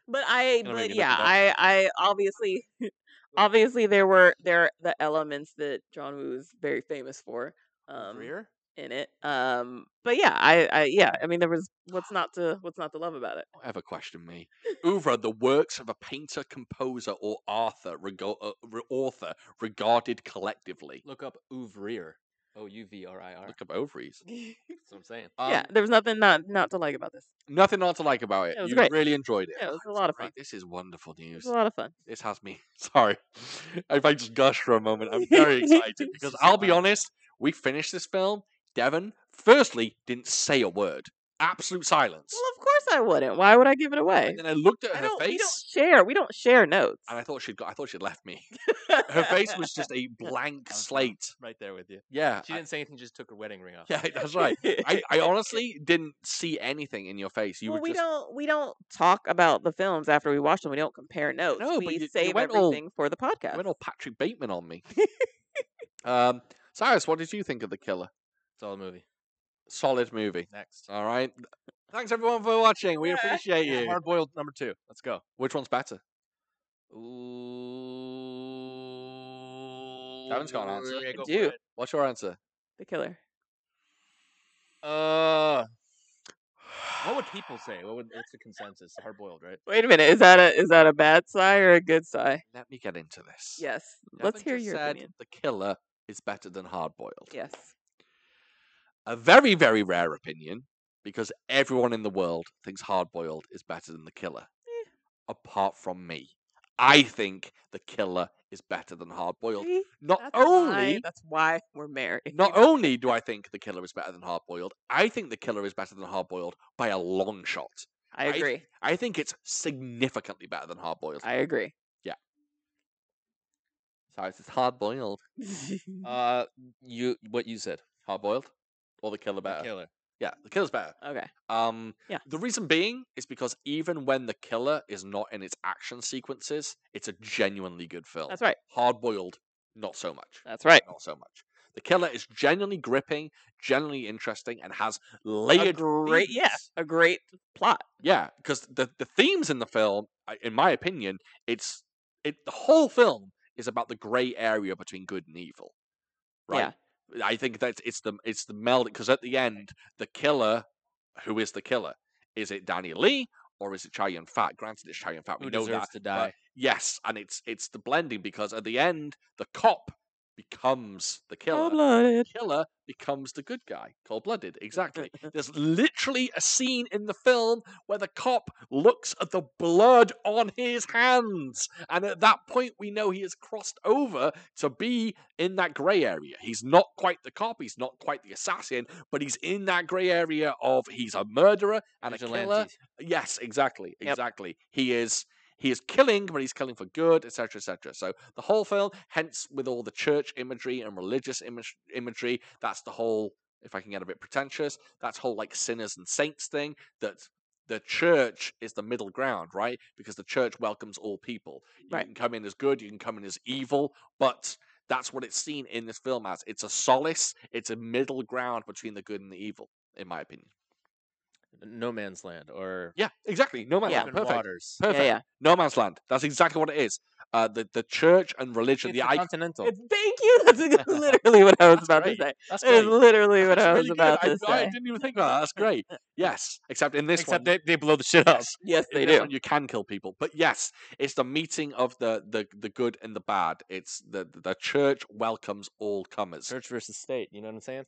S3: But I,
S2: don't think
S3: but
S2: you looked it
S3: yeah,
S2: up.
S3: I, I obviously, [laughs] obviously there were there are the elements that John Woo is very famous for
S2: Oh,
S3: um,
S4: Rear?
S3: in it. Um, but yeah, I, I, yeah, I mean there was what's not to what's not to love about it.
S2: Don't ever question me. Oeuvre, the works of a painter, composer, or author, rego- uh, re- author regarded collectively.
S4: Look up ouvrir. O U V R I R.
S2: Look up ovaries.
S4: [laughs] That's what I'm saying.
S3: yeah,
S2: Um,
S3: there was nothing not not to like about this.
S2: Nothing not to like about it.
S3: It was
S2: you
S3: great.
S2: really enjoyed it.
S3: Yeah, it was a
S2: Oh,
S3: lot of
S2: great.
S3: fun.
S2: This is wonderful
S3: It
S2: news.
S3: was a lot of fun.
S2: This has me. [laughs] Sorry. If I just gush for a moment,
S3: [laughs]
S2: I'm very excited because
S4: just so
S2: I'll be
S4: loud.
S2: honest, we finished this film. Devon, firstly, didn't say a word. Absolute silence.
S3: Well, of course I wouldn't. Why would I give it away?
S2: And then I looked at
S3: I
S2: her
S3: don't. We don't
S2: face
S3: share. We don't share notes. [laughs]
S2: and I thought she'd got I thought she'd left me. Her face was just a blank
S4: I was
S2: slate.
S4: Right there with you.
S2: Yeah.
S4: She
S2: I- [laughs]
S4: didn't say anything, just took her wedding ring off.
S2: yeah,
S4: [laughs]
S2: that's
S3: [laughs]
S2: right. I, I honestly didn't see anything in your face. You
S3: well,
S2: were
S3: we
S2: just
S3: don't we don't talk about the films after we watch them. We don't compare notes.
S2: No, but
S3: we
S2: you- you
S3: save
S2: went all-
S3: everything for the podcast.
S2: you went all Patrick Bateman
S3: [laughs]
S2: on me. um Cyrus, what did you think of the killer?
S4: Solid movie.
S2: Solid movie.
S4: Next.
S2: All right. Thanks everyone for watching. We
S3: Yeah.
S2: appreciate you.
S4: Hard boiled number two. Let's go.
S2: Which one's better?
S4: Ooh.
S2: Kevin's got an answer.
S4: [laughs] Yeah, go for
S3: Do.
S4: it.
S2: What's your answer?
S3: The killer.
S4: Uh, what [sighs] would people say? What would, what's the consensus? Hard boiled, right?
S3: Wait a minute. Is that a is that a bad sigh or a good sigh?
S2: Let me get into this.
S3: Yes.
S2: Devin
S3: Let's hear
S2: just
S3: your
S2: said
S3: opinion.
S2: The killer is better than hard boiled.
S3: Yes.
S2: A very, very rare opinion because everyone in the world thinks hard boiled is better than the killer.
S3: Eh.
S2: Apart from me. I think the killer is better than hard boiled.
S3: See?
S2: Not
S3: That's
S2: only
S3: [laughs] why, that's why we're married.
S2: Not only do I think the killer is better than hard boiled, I think the killer is better than hard boiled by a long shot.
S3: [laughs] I
S2: I th-
S3: agree.
S2: I think it's significantly better than hard boiled.
S3: I agree. [laughs]
S2: Sorry, it's hard boiled.
S4: Uh, you what you said?
S2: Hard boiled? Or the killer
S4: The
S2: better?
S4: Killer.
S2: Yeah, the killer's better.
S3: okay.
S2: Um,
S3: Yeah.
S2: The reason being is because even when the killer is not in its action sequences, it's a genuinely good film.
S3: That's right.
S2: Hard boiled, not so much.
S3: That's right.
S2: Not so much. The killer is genuinely gripping, genuinely interesting, and has layered
S3: great- yeah.
S2: themes.
S3: A great plot.
S2: Yeah, because the the themes in the film, I- in my opinion, it's it the whole film is about the gray area between good and evil, right? I think that it's the it's the meld because at the end, the killer, who is the killer? Is it Danny Lee or is it Chow Yun Fat? Granted, it's Chow Yun Fat. We
S4: Who
S2: know
S4: deserves
S2: that.
S4: to die?
S2: Yes, and it's it's the blending because at the end, the cop becomes the killer.
S3: blooded.
S2: Killer becomes the good guy, cold blooded. Exactly. There's literally a scene in the film where the cop looks at the blood on his hands. And at that point, we know he has crossed over to be in that grey area. He's not quite the cop, he's not quite the assassin, but he's in that grey area of he's a murderer and a killer.
S4: Vigilantes.
S2: Yes, exactly,
S3: Yep.
S2: exactly. He is he is killing, but he's killing for good, etc., etc. So the whole film, hence with all the church imagery and religious image, imagery, that's the whole. If I can get a bit pretentious, that's whole like sinners and saints thing. That the church is the middle ground, right? Because the church welcomes all people. You
S3: Right.
S2: can come in as good, you can come in as evil, but that's what it's seen in this film as. It's a solace. It's a middle ground between the good and the evil, in my opinion.
S4: No man's land or
S2: Yeah, exactly. No man's
S3: Yeah.
S2: land.
S4: open
S2: Perfect.
S4: waters.
S2: Perfect.
S3: Yeah, yeah.
S2: No man's land. That's exactly what it is. Uh, the the church and religion.
S4: It's
S2: the
S4: a
S2: I-
S4: continental.
S3: It's- thank you. [laughs] That's ex- literally what I was
S2: That's
S3: about
S2: great.
S3: to say.
S4: That's
S3: That is
S4: great.
S3: literally what
S2: That's
S3: I was
S2: really good.
S3: about
S2: I,
S3: to
S2: I
S3: say.
S2: didn't even think about that. That's great. [laughs] Yes, except in this one,
S4: Except they, they blow the shit up.
S2: Yes.
S3: Yes,
S2: in
S3: they
S2: this
S3: do.
S2: one you can kill people, but yes, it's the meeting of the the, the good and the bad. It's the the church welcomes all comers.
S4: Church versus state. You know what I'm saying?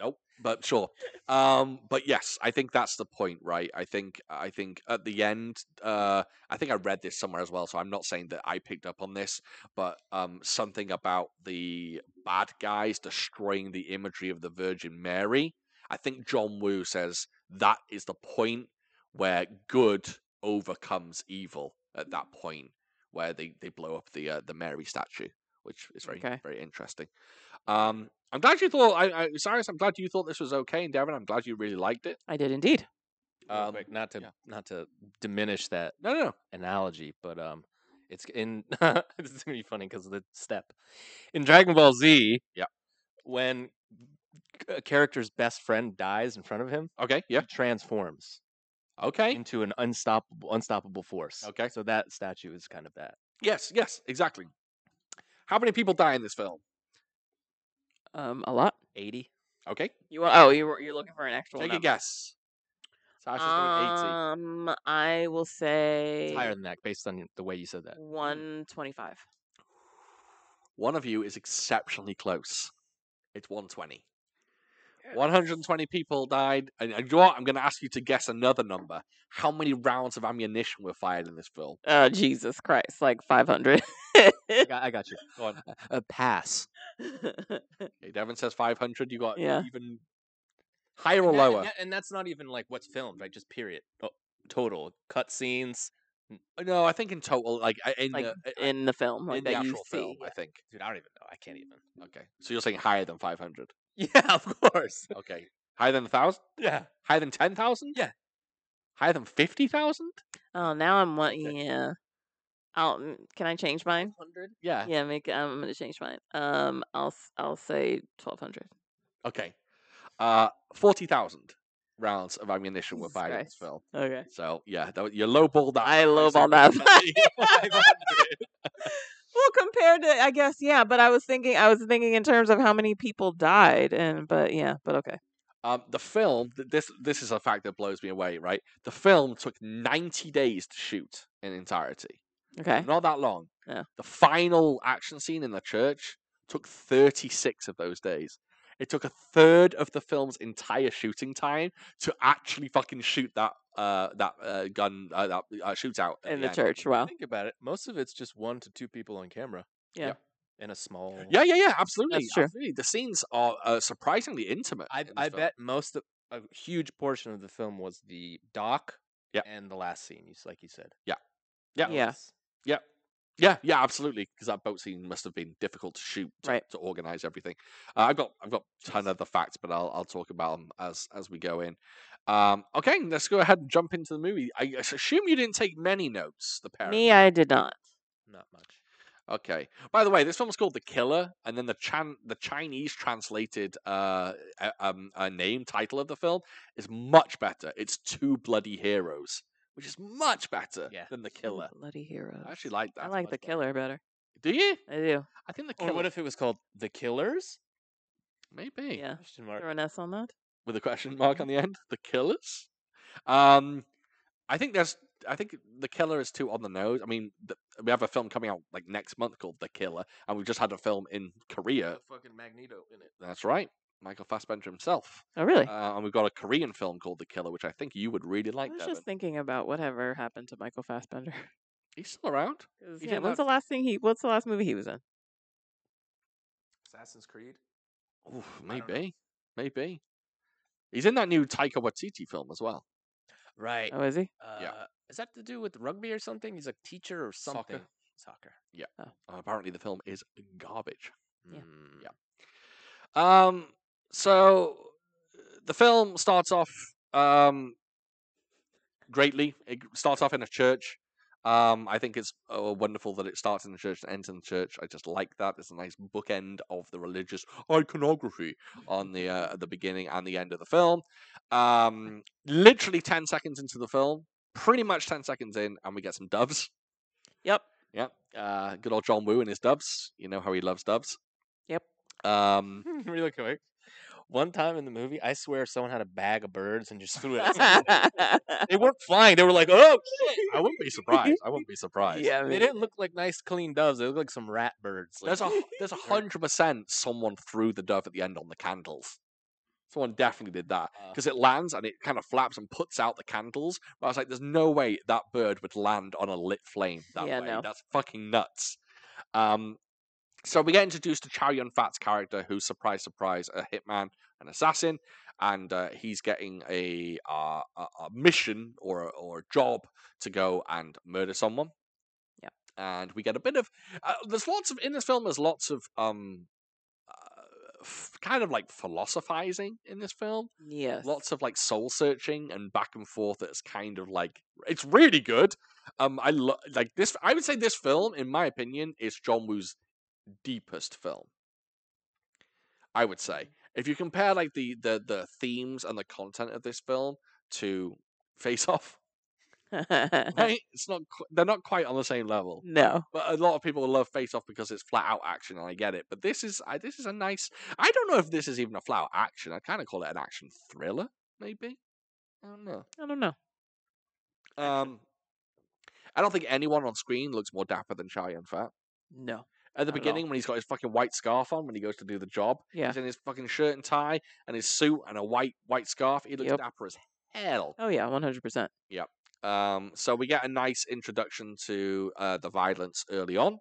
S2: Nope, but sure. Um, but yes, I think that's the point, right? I think I think at the end, uh, I think I read this somewhere as well, so I'm not saying that I picked up on this, but um, something about the bad guys destroying the imagery of the Virgin Mary. I think John Woo says that is the point where good overcomes evil. At that point, where they, they blow up the uh, the Mary statue, which is very
S3: Okay.
S2: very interesting. Um, I'm glad you thought. I, I, Cyrus, I'm glad you thought this was okay, and Devin, I'm glad you really liked it.
S3: [laughs] I did indeed.
S4: Real
S2: Um,
S4: quick, not to
S2: yeah.
S4: not to diminish that
S2: No, no, no.
S4: analogy, but um, it's in [laughs] this is gonna be funny because of the step in Dragon Ball Z.
S2: Yeah.
S4: when a character's best friend dies in front of him,
S2: Okay, yeah,
S4: he transforms
S2: okay,
S4: into an unstoppable unstoppable force.
S2: Okay.
S4: so that statue is kind of that.
S2: yes, yes, exactly. How many people die in this film?
S3: Um, a lot.
S4: Eighty.
S2: Okay,
S3: You want? Oh, you were, you're looking for an actual
S2: take a
S3: number.
S2: guess. Cyrus is
S4: Ah,
S2: going
S3: Um, I will say
S4: It's higher than that based on the way you said
S2: Mm.
S4: that.
S3: one twenty-five.
S2: 80. One of you is exceptionally close. It's 120. 120 people died, and, and you know what? I'm going to ask you to guess another number. How many rounds of ammunition were fired in this film?
S3: Oh Jesus Christ! Like five hundred. [laughs]
S4: I got, I got you.
S2: Go
S4: [laughs]
S2: on.
S4: A pass.
S2: Okay, Devin says 500. You got
S3: Yeah.
S2: even higher or
S4: and that- and
S2: lower?
S4: that- and that's not even like what's filmed, right? Just period. Oh, total cut scenes.
S2: No, I think in total, like I- in
S3: Like,
S2: the, I- I-
S3: in the film, like
S2: in the
S3: that you
S2: actual
S3: see.
S2: film, I think.
S4: Dude, I don't even know. I can't even. [laughs]
S2: Okay, so you're saying higher than 500?
S4: Yeah, of course.
S2: Okay, higher than a thousand?
S4: Yeah.
S2: Higher than 10,000?
S4: Yeah.
S2: Higher than 50,000?
S3: Oh, now I'm what?
S2: Okay.
S3: Yeah. I'll, mm, can I change mine?
S4: Hundred.
S2: Yeah.
S3: Yeah, make. I'm gonna change mine. Um, I'll s- I'll say twelve hundred.
S2: Okay. Uh, forty thousand rounds of ammunition were
S3: Jesus
S2: fired in this
S3: Christ.
S2: film.
S3: Okay.
S2: So yeah, that, was- you lowballed that.
S3: I
S2: by
S3: lowballed
S2: [laughs]
S3: that. [laughs]
S2: 7,500.
S3: Well, compared to, I guess, yeah. But I was thinking, I was thinking in terms of how many people died, and but yeah, but okay.
S2: um, the film. th- This this is a fact that blows me away. Right, the film took ninety days to shoot in entirety.
S3: Okay.
S2: Not that long.
S3: Eh? Yeah.
S2: The final action scene in the church took 36 of those days. It took a third of the film's entire shooting time to actually fucking shoot that uh, that uh, gun uh, that uh, shootout at
S3: In the
S2: end.
S3: church. Wow.
S4: Think about it. Most of it's just one to two people on camera.
S3: Yeah.
S4: In a small.
S2: Yeah, yeah, yeah, absolutely.
S3: That's true.
S2: absolutely. The scenes are uh, surprisingly intimate.
S4: I
S2: in this
S4: I
S2: film.
S4: bet most of a huge portion of the film was the doc.
S2: Yeah.
S4: And the last scene, you s- like you said.
S2: Yeah.
S3: Yeah. Yeah.
S4: Yes.
S2: Yeah, yeah, absolutely. Because that boat scene must have been difficult to shoot to,
S3: Right.
S2: to organize everything. Uh, I've got I've got ton of the facts, but I'll I'll talk about them as as we go in. Um, okay, let's go ahead and jump into the movie. I I assume you didn't take many notes, the parents.
S3: Me, uh I did not.
S4: Not much.
S2: Okay. By the way, this film's called The Killer, and then the Chan the Chinese translated uh uh, um uh, name title of the film is much better. It's Two Bloody Heroes, which is much better
S4: Yeah.
S2: than The
S3: Two [laughs]
S2: Killer.
S3: Bloody hero.
S2: I actually like that.
S3: I like
S2: much
S3: the
S2: better.
S3: killer better.
S2: Do you?
S3: I do.
S2: I think the
S4: Or
S2: killer.
S4: what if it was called The Killers?
S2: Maybe.
S3: Yeah.
S4: Question mark.
S3: Throw an S on that.
S2: With a question mark on the end. The killers. Um I think there's I think the killer is too on the nose. I mean, the, we have a film coming out like next month called The Killer, and we've just had a film in Korea.
S4: fucking Magneto in it.
S2: That's right, Michael Fassbender himself.
S3: Oh, really?
S2: Uh, and we've got a Korean film called The Killer, which I think you would really
S3: I
S2: like.
S3: was
S2: Devin.
S3: just thinking about whatever happened to Michael Fassbender. [laughs] 'Cause,
S2: He's still around. He
S3: yeah,
S2: did
S3: when's
S2: that-
S3: the last thing he? What's the last movie he was in?
S4: Assassin's Creed.
S2: Oof,
S4: I don't know.
S2: maybe, maybe. He's in that new Taika Waititi film as well.
S4: Right.
S3: Oh, is he?
S4: Uh,
S2: yeah.
S4: Is that to do with rugby or something? He's a teacher or
S2: Soccer.
S4: something. Soccer.
S2: And apparently, the film is garbage.
S3: Yeah.
S4: Mm.
S2: Yeah. Um, so uh, the film starts off um, greatly. It g- starts off in a church. Um, I think it's uh, wonderful that it starts in the church and ends in the church. I just like that. It's a nice bookend of the religious iconography on the uh, at the beginning and the end of the film. Um, literally ten seconds into the film, pretty much ten seconds in, and we get some doves.
S3: Yep.
S2: Yep. Uh, good old John Woo and his doves. You know how he loves doves.
S3: Yep.
S2: Um,
S4: [laughs] Really quick. One time in the movie, I swear someone had a bag of birds and just
S3: [laughs]
S4: threw it. [laughs] outside.
S3: yeah,
S4: they weren't flying. They were like, oh, [laughs]
S2: I wouldn't be surprised. I [laughs] wouldn't be surprised.
S4: they didn't look like nice, clean doves. They looked like some rat birds. Like,
S2: There's
S4: [laughs]
S2: a there's [laughs] a hundred percent someone threw the dove at the end on the candles. Someone definitely did that
S4: uh,
S2: because it lands and it kind of flaps and puts out the candles. But I was like, there's no way that bird would land on a lit flame that
S3: Yeah,
S2: way.
S3: no.
S2: That's fucking nuts. Um, so we get introduced to Chow Yun Fat's character, who's surprise, surprise, a hitman, an assassin, and uh, he's getting a, uh, a a mission or a- or a job to go and murder someone.
S3: Yep.
S2: And we get a bit of uh, there's lots of in this film. There's lots of um, uh, f- kind of like philosophizing in this film.
S3: Yes. [laughs]
S2: Lots of like soul searching and back and forth. That's kind of like it's really good. Um, I lo- like this. I would say this film, in my opinion, is John Woo's deepest film. I would say if you compare like the the the themes and the content of this film to Face Off, [laughs]
S3: Uh-huh.
S2: right? It's not qu- they're not quite on the same level.
S3: no.
S2: But a lot of people love Face Off because it's flat out action, and I get it. But this is I, this is a nice. I don't know if this is even a flat out action. I kind of call it an action thriller, maybe. I don't know.
S3: I don't know.
S2: Um, I don't think anyone on screen looks more dapper than Chow Yun Fat.
S3: No.
S2: At the
S3: Not at all.
S2: beginning, when he's got his fucking white scarf on when he goes to do the job,
S3: Yeah.
S2: he's in his fucking shirt and tie and his suit and a white white scarf. He looks
S3: Yep.
S2: dapper as hell.
S3: Oh yeah, one hundred percent.
S2: Um, so we get a nice introduction to uh, the violence early on.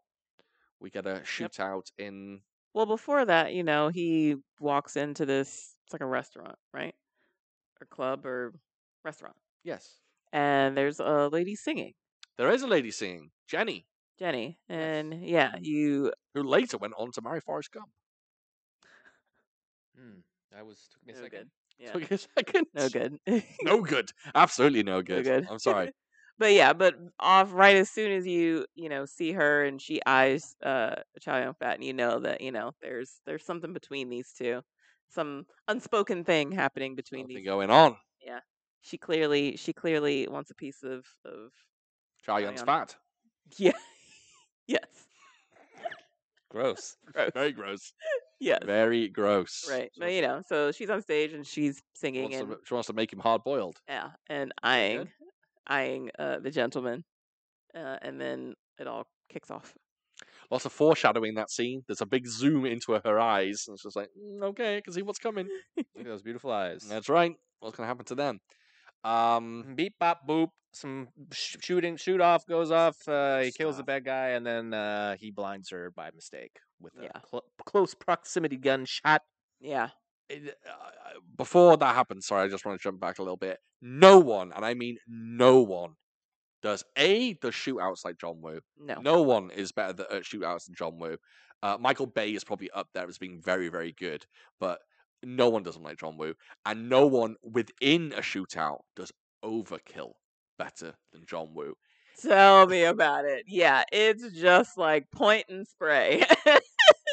S2: We get a shootout in
S3: Well, before that, you know, he walks into this. It's like a restaurant, right? Or club or restaurant,
S2: yes,
S3: and there's a lady singing,
S2: there is a lady singing Jenny,
S3: Jenny,
S2: Yes. Mm-hmm.
S3: and yeah, you.
S2: who later went on to marry Forrest Gump. [laughs]
S4: hmm, I was took me a
S3: No
S4: second.
S3: good. Yeah.
S2: Took you a second.
S3: No good.
S2: [laughs]
S3: [laughs]
S2: No good. Absolutely no good.
S3: good.
S2: I'm
S3: [laughs]
S2: sorry.
S3: but yeah, but off right as soon as you you know see her and she eyes uh Chow Yun Fat, and you know that you know there's there's something between these two, some unspoken thing happening between
S2: Something
S3: these.
S2: going on.
S3: She clearly she clearly wants a piece of of [laughs]
S2: Chow Yun's
S3: on.
S2: fat.
S3: yeah. [laughs] yes.
S2: [laughs] Gross.
S3: Gross.
S2: Very gross.
S3: [laughs] Yes.
S2: Very gross.
S3: Right.
S2: She
S3: But
S2: wants-
S3: you know, so she's on stage and she's
S2: she
S3: singing
S2: wants,
S3: and
S2: to, she wants to make him hard boiled.
S3: yeah, and
S2: Okay.
S3: eyeing eyeing uh the gentleman. Uh and then it all kicks off.
S2: Lots of foreshadowing in that scene. There's a big zoom into her eyes, and it's just like, "Mm, okay, I can see what's coming.
S4: Look at those beautiful eyes.
S2: That's right. What's gonna happen to them? Um,
S4: Mm, Beep bop boop. Some sh- shooting shoot off goes off. Uh, he kills the
S2: stuff.
S4: bad guy and then uh, he blinds her by mistake with a
S3: Yeah.
S4: clo close proximity gunshot.
S3: Yeah.
S2: it- uh, before that happens, sorry, I just want to jump back a little bit. No one, and I mean no one, does a does shootouts like John Woo.
S3: No.
S2: No one is better th- at shootouts than John Woo. Uh, Michael Bay is probably up there as being very, very good, but no one does them like John Woo, and no one within a shootout does overkill better than John Woo.
S3: [laughs] Tell me about it. Yeah, it's just like point and spray. [laughs]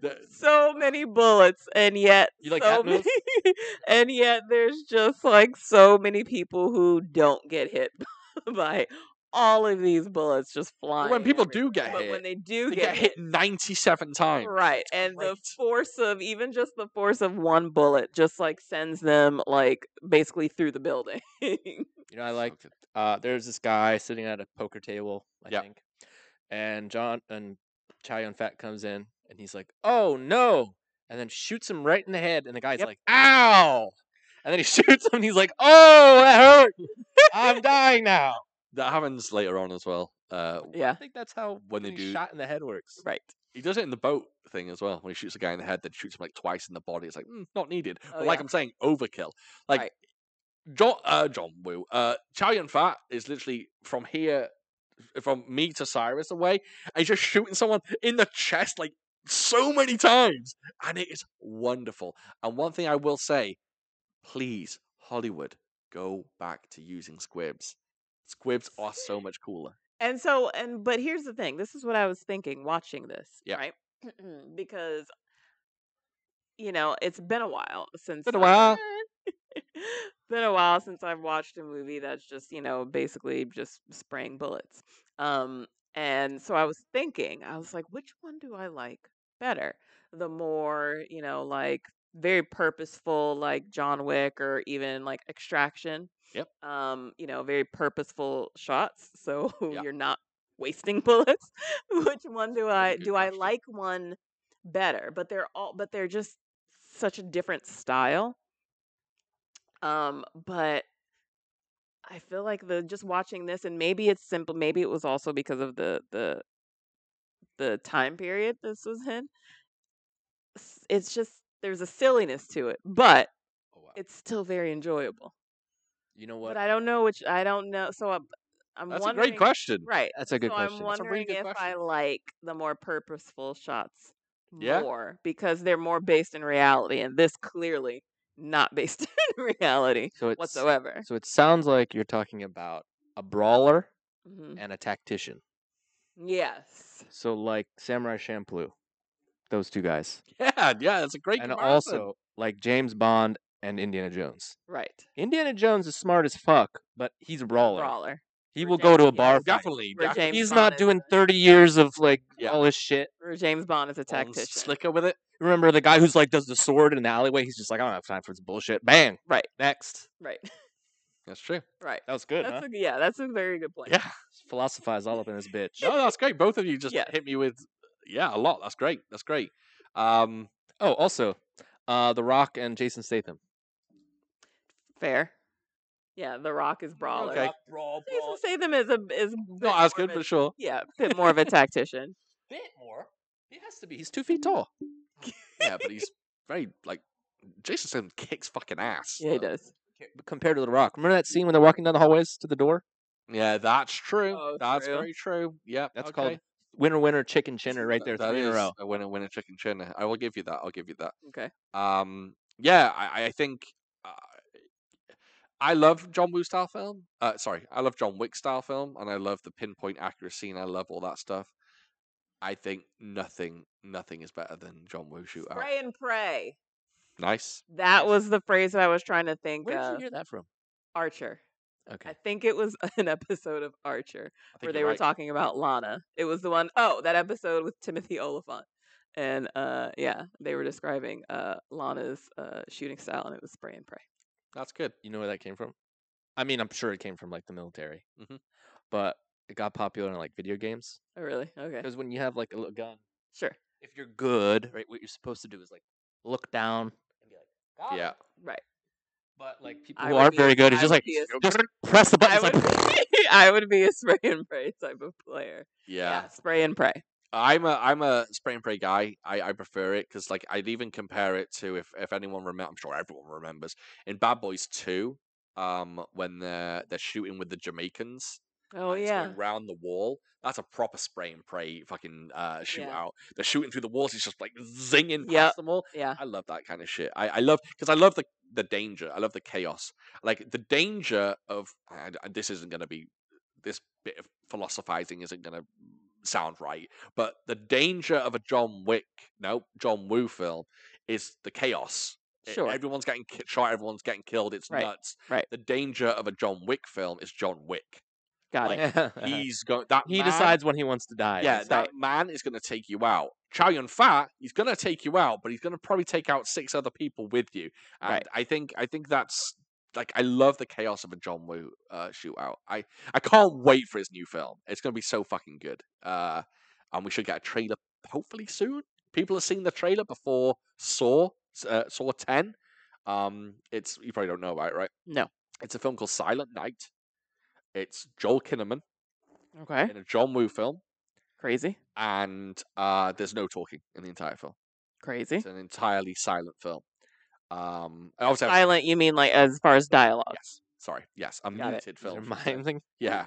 S2: The-
S3: so many bullets and yet
S4: You like
S3: so
S4: hat moves?
S3: many- [laughs] and yet there's just like so many people who don't get hit [laughs] by all of these bullets just flying.
S2: when people
S3: everywhere.
S2: do get
S3: but
S2: hit,
S3: when they do
S2: they
S3: get,
S2: get hit ninety-seven times.
S3: right, and the
S2: great.
S3: force of even just the force of one bullet just like sends them like basically through the building. [laughs]
S4: You know, I
S2: So
S4: like
S2: good.
S4: uh, there's this guy sitting at a poker table, I
S2: Yep.
S4: think, and John and Chow Yun Fat comes in and he's like, "Oh no!" and then shoots him right in the head, and the guy's
S2: Yep.
S4: like, "Ow!" and then he [laughs] shoots him, and he's like, "Oh, that
S2: [laughs]
S4: hurt! I'm dying now."
S2: that happens later on as well. Uh,
S4: I
S3: yeah,
S4: think that's how
S2: When they
S4: getting
S2: do-
S4: shot in the head works.
S3: right.
S2: He does it in the boat thing as well. When he shoots a guy in the head, then shoots him like twice in the body. It's like "Mm, not needed.
S3: Oh,
S2: but like
S3: yeah.
S2: I'm saying, overkill. Like
S3: Right.
S2: John, uh, John Woo, uh, Chow Yun Fat is literally from here, from me to Cyrus away. And he's just shooting someone in the chest like so many times, and it is wonderful. And one thing I will say, please, Hollywood, go back to using squibs. Squibs are so much cooler. [laughs]
S3: And so, and but here's the thing. This is what I was thinking watching this,
S2: Yeah.
S3: right? [clears throat] because you know it's been a while since
S2: Been a
S3: I've-
S2: while.
S3: [laughs] been a while since I've watched a movie that's just you know basically just spraying bullets. Um, and so I was thinking, I was like, which one do I like better? The more you
S2: Mm-hmm.
S3: know, like very purposeful, like John Wick, or even like Extraction.
S2: Yep.
S3: Um, you know, very purposeful shots, [laughs] so
S2: Yeah.
S3: you're not wasting [laughs] bullets. which one do I
S2: Really good
S3: do I
S2: question.
S3: like one better? But they're all, but they're just such a different style. Um, but I feel like the just watching this, and maybe it's simple. Maybe it was also because of the the the time period this was in. s- It's just there's a silliness to it, but
S2: Oh, wow.
S3: it's still very enjoyable.
S4: You know what?
S3: But I don't know which I don't know. So I'm, I'm
S2: That's a
S3: wondering,
S2: great question.
S3: right?
S4: That's a good
S3: so
S4: question.
S3: I'm
S2: That's a really
S3: wondering
S2: good
S3: if I
S2: question.
S3: like the more purposeful shots
S2: Yeah.
S3: more because they're more
S4: Mm-hmm.
S3: based in reality, and this clearly not based [laughs] in reality
S4: so it's
S3: whatsoever.
S4: so it sounds like you're talking about a brawler
S3: Mhm.
S4: and a tactician.
S3: Yes.
S4: So like Samurai Champloo, those two guys,
S2: Yeah, yeah, that's a great
S4: and
S2: comparison.
S4: also like James Bond and Indiana Jones.
S3: Right.
S4: Indiana Jones is smart as fuck, but he's a brawler.
S3: Brawler.
S4: He
S3: For
S4: will go to a
S3: James-
S4: bar.
S3: yes.
S4: Fight.
S2: definitely,
S3: Where
S2: definitely
S3: James
S4: He's
S3: Bond
S4: not
S3: is
S4: doing
S3: a-
S4: thirty years of like
S2: Yeah.
S4: all this shit.
S3: Where James Bond is a
S2: on
S3: tactician.
S2: slicker with it.
S4: Remember the guy who's like does the sword in the alleyway? He's just like, I don't have time for this bullshit. Bang.
S3: Right.
S4: Next.
S3: Right.
S2: That's true.
S3: Right.
S4: That was good,
S3: That's
S4: huh?
S3: a, yeah, that's a very good point.
S2: Yeah,
S4: Philosophize all up in this bitch.
S2: no, that's great. Both of you just
S3: Yes.
S2: hit me with yeah a lot. That's great. That's great. Um,
S4: Oh, also, uh, The Rock and Jason Statham.
S3: Fair. Yeah, The Rock is brawler.
S2: okay,
S3: Jason Statham is a is a bit
S2: not as
S3: more
S2: good,
S3: of a-
S2: but sure.
S3: yeah, a bit more of a tactician.
S4: Bit more. He has to be. He's two feet tall.
S2: Yeah, but he's very like Jason Statham kicks fucking ass.
S3: Yeah, he
S2: so-
S3: does.
S4: Compared to The Rock. Remember that scene when they're walking down the hallways to the door?
S2: Yeah, that's true.
S3: Oh,
S2: that's
S3: true.
S2: very true. Yeah,
S4: That's
S2: okay.
S4: called winner, winner, chicken chinner right there.
S2: That
S4: three in a
S2: is
S4: row.
S2: a winner, winner, chicken chin. I will give you that. I'll give you that.
S3: Okay.
S2: Um, yeah, I, I think uh, I love John Woo style film. Uh, sorry, I love John Wick style film, and I love the pinpoint accuracy, and I love all that stuff. I think nothing, nothing is better than John Woo shootout.
S3: Spray and pray.
S2: Nice.
S3: That was the phrase that I was trying to think
S4: Where did you
S3: of.
S4: hear that from?
S3: Archer.
S4: Okay.
S3: I think it was [laughs] an episode of Archer
S2: I think
S3: where they
S2: you're
S3: were
S2: right.
S3: talking about Lana. It was the one oh, that episode with Timothy Oliphant. And uh yeah, they were describing uh Lana's uh shooting style and it was spray and pray.
S2: That's good.
S4: You know where that came from? I mean, I'm sure it came from like the military,
S3: Mm-hmm.
S2: Mhm.
S4: but it got popular in like video games
S3: Oh really? Okay.
S4: because when you have like a little gun,
S3: Sure.
S4: if you're good, right, what you're supposed to do is like look down and be like, "Got
S2: Yeah.
S4: it."
S3: Right.
S4: But like people
S3: I
S4: who
S3: would
S4: aren't
S3: be-
S4: very good,
S3: I
S4: it's just
S3: would
S4: like
S3: be a-
S4: just press the button.
S3: I
S4: It's
S3: would,
S4: like
S3: I would be [laughs] a spray and pray type of player.
S2: Yeah.
S3: Spray and pray.
S2: I'm a I'm a spray and pray guy. I, I prefer it because like I'd even compare it to if if anyone remember I'm sure everyone remembers in Bad Boys Two, um when they're they're shooting with the Jamaicans.
S3: Oh
S2: and it's
S3: yeah.
S2: going round the wall. That's a proper spray and pray fucking uh, shootout.
S3: Yeah.
S2: They're shooting through the walls. It's just like zinging
S3: Yep.
S2: past them all.
S3: Yeah.
S2: I love that kind of shit. I, I love because I love the the danger. I love the chaos. Like the danger of I d- this isn't going to be this bit of philosophizing isn't going to sound right, but the danger of a John Wick no John Woo film is the chaos. E-
S3: Sure.
S2: Everyone's getting ki- shot. Everyone's getting killed. It's
S3: Right,
S2: nuts.
S3: right.
S2: The danger of a John Wick film is John Wick.
S3: Got
S2: like,
S3: it.
S4: [laughs]
S3: [laughs]
S2: He's going. That
S4: he
S2: man-
S4: decides when he wants to die.
S2: Yeah,
S4: It's
S2: that
S4: like,
S2: man is going to take you out. Chow Yun Fat, he's going to take you out, but he's going to probably take out six other people with you. And
S3: Right.
S2: I think I think that's like I love the chaos of a John Woo uh, shootout. I I can't wait for his new film. It's going to be so fucking good. Uh, and we should get a trailer hopefully soon. People have seen the trailer before Saw s- uh, Saw Ten. Um, it's you probably don't know about it, right?
S3: No.
S2: It's a film called Silent Night. It's Joel Kinnaman
S4: Eh?
S3: Okay.
S2: in a John Woo film,
S3: Crazy.
S2: and uh, there's no talking in the entire film.
S3: Crazy.
S2: It's an entirely silent film. Um, I obviously have-
S3: Silent you mean like as far as dialogue.
S2: yes, sorry, yes, a
S3: Got it.
S2: muted
S4: is there
S2: film. should I say.
S4: miming?
S3: [laughs]
S2: Yeah.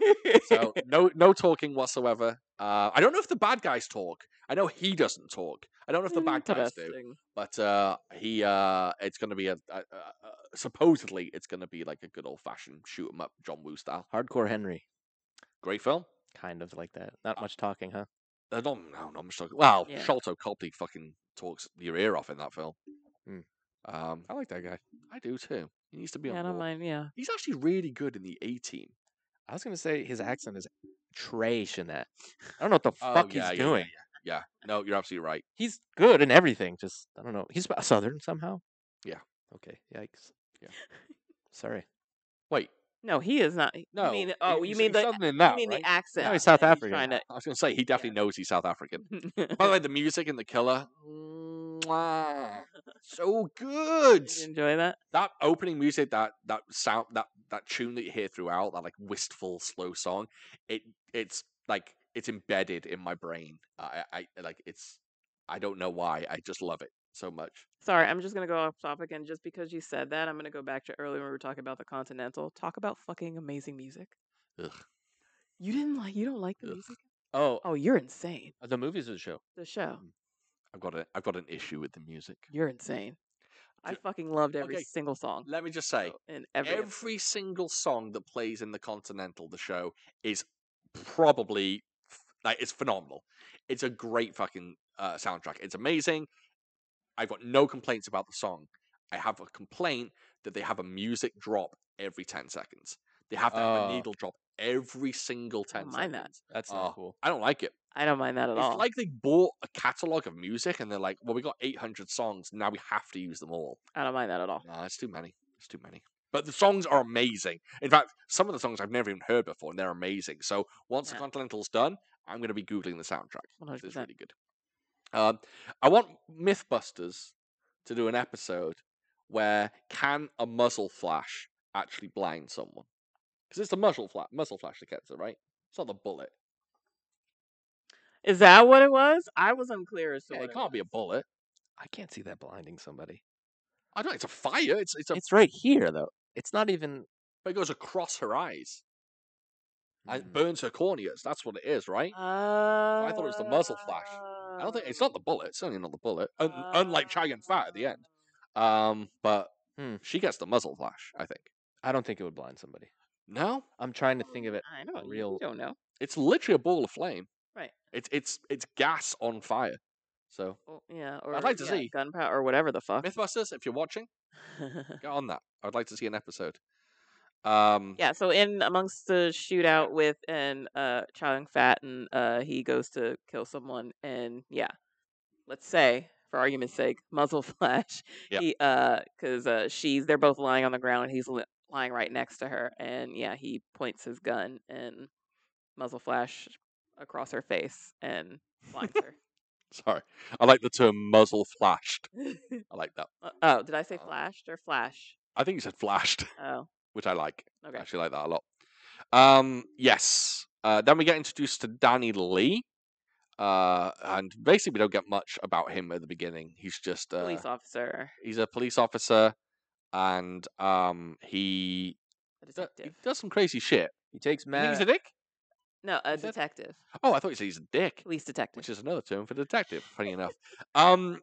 S2: So no, no talking whatsoever. Uh, I don't know if the bad guys talk. I know he doesn't talk. I don't know if
S3: Mm,
S2: the bad guys do.
S3: Interesting.
S2: But uh, he, uh, it's going to be a, a, a, a- supposedly it's going to be like a good old fashioned shoot 'em up John Woo style.
S4: Hardcore Henry,
S2: Great film.
S4: kind of like that. Not much talking, huh?
S2: I don't know. No, I'm just talking. Well,
S3: Yeah.
S2: Sholto Copley fucking talks your ear off in that film.
S3: Hmm.
S4: Mm.
S2: Um, I like that guy. I do too. He needs to be
S3: Yeah, I
S2: on
S3: don't
S2: board.
S3: mind, yeah.
S2: He's actually really good in the A Team.
S4: I was gonna say his accent is trash in that. I don't know what the
S2: Oh,
S4: fuck
S2: yeah, yeah,
S4: he's
S2: yeah,
S4: doing.
S2: Yeah. No, you're absolutely right.
S4: He's good in everything. Just I don't know. He's about southern somehow.
S2: Yeah.
S4: Okay. Yikes. [laughs]
S2: Yeah.
S4: Sorry.
S2: Wait,
S3: No, he is not.
S2: no.
S3: You mean, oh,
S2: he's-
S3: you mean
S2: he's
S3: the
S2: Southern in that,
S3: you mean
S2: right?
S3: the accent?
S4: No, he's
S3: that [laughs]
S4: South African.
S3: trying to-
S2: I was gonna say he definitely knows he's South African.
S3: [laughs]
S2: By the
S3: Did
S2: way, the music and the
S3: [laughs]
S2: killer, mwah, so good.
S3: you enjoy that?
S2: that opening music, that that sound, that that tune that you hear throughout, that like wistful slow song, it it's like it's embedded in my brain. I, I I- like it's. I don't know why. I just love it so much.
S3: Sorry, I'm just gonna go off topic, and just because you said that, I'm gonna go back to earlier when we were talking about the Continental. Talk about fucking amazing music.
S2: Ugh.
S3: You didn't like, you don't like the
S2: Ugh.
S3: music?
S4: Oh,
S3: Oh, you're insane.
S4: the movies of the show.
S3: The show,
S2: I've got a I've got an issue with the music.
S3: you're insane. I
S2: Ju-
S3: fucking loved every
S2: okay,
S3: single song
S2: Let me just say,
S3: in every.
S2: every,
S3: episode.
S2: single song that plays in the Continental, the show is probably f- like it's phenomenal. It's a great fucking uh, soundtrack. It's amazing. I've got no complaints about the song. I have a complaint that they have a music drop every ten seconds. They have to have a
S4: Oh.
S2: needle drop every single ten.
S3: don't mind that.
S2: seconds.
S4: That's
S2: not
S4: cool.
S2: I don't like it.
S3: I don't mind that at
S2: It's
S3: all.
S2: like they bought a catalog of music and they're like, "Well, we got 800 songs. Now we have to use them all."
S3: I don't mind that at all.
S2: No, it's too many. It's too many. But the songs are amazing. In fact, some of the songs I've never even heard before, and they're amazing. So once
S3: Yeah.
S2: the Continental's done, I'm going to be googling the soundtrack. 'cause It's
S3: 100%.
S2: really good. Um, I want MythBusters to do an episode where can a muzzle flash actually blind someone? Because it's the muzzle flash, muzzle flash that gets it, right? It's not the bullet.
S3: Is that what it was? I was unclear as to
S2: Yeah,
S3: what
S2: it can't be a bullet.
S4: I can't see that blinding somebody.
S2: I don't. It's a fire. It's it's a.
S4: It's right here though. It's not even.
S2: but it goes across her eyes and
S4: Mm.
S2: it burns her corneas. That's what it is, right?
S3: Oh.
S2: I thought it was the muzzle flash. I
S3: Um,
S2: don't think it's not the bullet. It's certainly not the bullet. Un-
S3: uh,
S2: unlike Chai and Fat at the end, um, but
S4: Hmm.
S2: she gets the muzzle flash. I think.
S4: I don't think it would blind somebody.
S2: No,
S4: I'm trying to think of it.
S3: I know.
S4: real-
S3: You don't know.
S2: it's literally a ball of flame.
S3: Right.
S2: It's it's it's gas on fire. So
S3: Well, yeah, or
S2: I'd like to
S3: yeah,
S2: see.
S3: gunpowder or whatever the fuck.
S2: Mythbusters, if you're watching,
S3: [laughs]
S2: get on that. I'd like to see an episode. Um,
S3: yeah, so in amongst the shootout with and uh Chowing Fat and uh he goes to kill someone and yeah. Let's say, for argument's sake, [laughs] muzzle flash.
S2: Yeah.
S3: He uh cuz uh she's they're both lying on the ground and he's li- lying right next to her and yeah, he points his gun and muzzle flash across her face and
S2: [laughs]
S3: blinds her. [laughs]
S2: Sorry, I like the term muzzle flashed. I like that.
S3: Uh, oh, did I say
S2: Uh,
S3: flashed or flash?
S2: I think you said flashed, [laughs]
S3: Oh,
S2: which I like.
S3: okay.
S2: I actually like that a lot. Um, yes. Uh, then we get introduced to Danny Lee. Uh, and basically, we don't get much about him at the beginning. He's just uh,
S3: Police officer,
S2: he's a police officer, and um, he,
S3: a
S2: d- he
S3: detective.
S2: does some crazy shit.
S4: He takes
S2: You think
S4: Matt. [laughs]
S2: he's a dick?
S3: No, a
S2: is that-
S3: detective.
S2: Oh, I thought you said he's a dick.
S3: Police detective.
S2: which is another term for detective. Funny
S3: [laughs]
S2: enough. Um,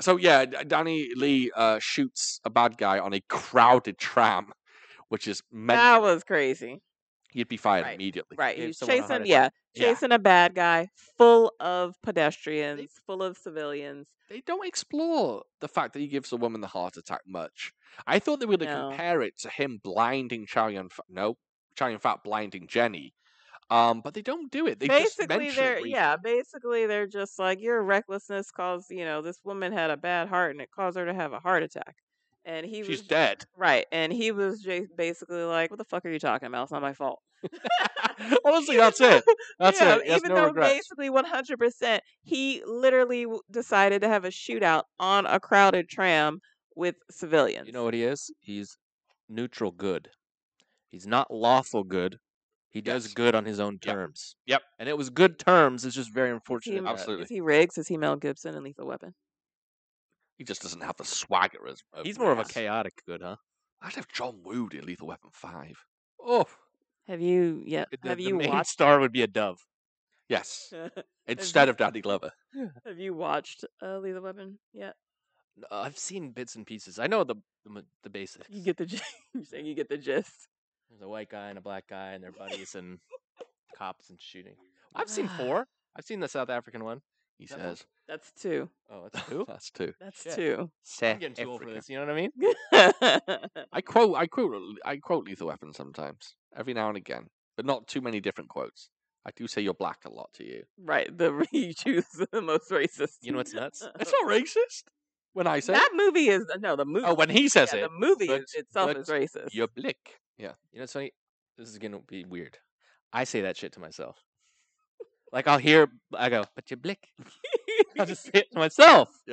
S2: so yeah, D- Danny Lee uh, shoots a bad guy on a crowded tram, which is meant
S3: That was crazy.
S2: he'd be fired
S3: right,
S2: immediately.
S3: Right.
S4: gave
S3: He's
S4: someone a
S3: chasing,
S4: heart
S3: yeah,
S2: Yeah.
S3: chasing a bad guy full of pedestrians, full of civilians.
S2: They don't explore the fact that he gives a woman the heart attack much. I thought they were going to
S3: No.
S2: compare it to him blinding Chow Yun Fat. No, Chow Yun Fat blinding Jenny. Um, but they don't do it. They just
S3: basically,
S2: mention it
S3: they're
S2: briefly.
S3: yeah. Basically, they're just like your recklessness caused. You know, this woman had a bad heart, and it caused her to have a heart attack. And he
S2: She's
S3: was
S2: dead.
S3: right, and he was j- basically like, "What the fuck are you talking about? It's not my fault."
S2: Honestly, that's
S3: [laughs]
S2: it. That's
S3: Yeah,
S2: it. He has
S3: even
S2: no
S3: though
S2: regrets.
S3: basically 100%, he literally w- decided to have a shootout on a crowded tram with civilians.
S4: You know what he is? He's neutral good. He's not lawful good. He does
S2: Yes.
S4: good on his own
S2: Yep.
S4: terms.
S2: Yep.
S4: And it was good terms. It's just very
S3: Is he,
S4: unfortunate. that-
S2: Absolutely.
S3: is he Riggs? Is he Mel Gibson in Lethal Weapon?
S2: He just doesn't have the swagger as of
S4: He's more of a
S2: Riggs.
S4: chaotic good, huh?
S2: I'd have John Woo in Lethal Weapon Five. Oh
S3: Have you yet?
S4: The,
S3: Have
S4: the
S3: you
S4: main [laughs]
S3: watched? [laughs]
S4: star would be a dove. [laughs]
S2: yes,
S3: have
S2: instead of Danny Glover.
S3: you watched uh, Lethal Weapon yet?
S4: N- uh, I've seen bits and pieces. I know the the, ma- the basics.
S3: You get the gist. [laughs] You're saying you get the gist.
S4: There's a white guy and a black guy and their buddies and cops and shooting. I've seen four. I've seen the South African one.
S2: He
S4: That one?
S2: says
S3: That's two.
S4: Oh, [laughs] that's two.
S2: that's two.
S3: That's
S4: Shit. Eh,
S3: two. [laughs]
S4: I'm getting too old for this. You know what I mean?
S2: I quote, I quote, I quote Lethal Weapon sometimes, every now and again, but not too many different quotes. I do say you're black a lot to you.
S3: right. The [laughs] you choose the most racist.
S4: You know what's [laughs] nuts?
S3: [laughs]
S2: It's not racist when I say.
S3: that movie is no the movie.
S2: Oh, when he says
S3: yeah,
S2: it,
S3: the movie
S2: but-
S3: is- itself
S2: but
S3: is racist.
S2: you're blick. Yeah,
S4: You know what's funny? This is gonna be weird. I say that shit to myself. Like I'll hear, I go, but you blick. I'll just [laughs] say it to myself.
S3: [laughs]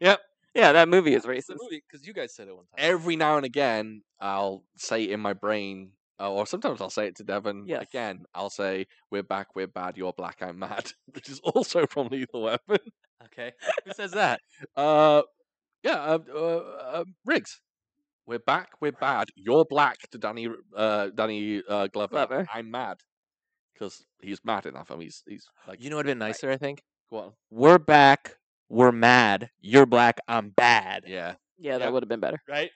S3: yeah, that movie is
S4: It's
S3: racist.
S4: the movie because you guys said it one time.
S2: every now and again, I'll say in my brain, uh, or sometimes I'll say it to Devon
S3: Yes.
S2: again. I'll say, "We're back, we're bad, you're black, I'm mad," [laughs] which is also from Lethal Weapon.
S4: okay, who says that?
S2: Uh, yeah, uh, uh, uh, Riggs, we're back, we're bad, you're black to Danny R- uh, Danny uh, Glover.
S3: Glover.
S2: I'm mad because he's mad enough. I mean, he's he's like,
S4: You know what'd been nicer, I think.
S2: go on.
S4: We're back. We're mad. You're black. I'm bad.
S2: Yeah,
S3: Yeah,
S2: Yeah.
S3: that would have been better.
S4: Right?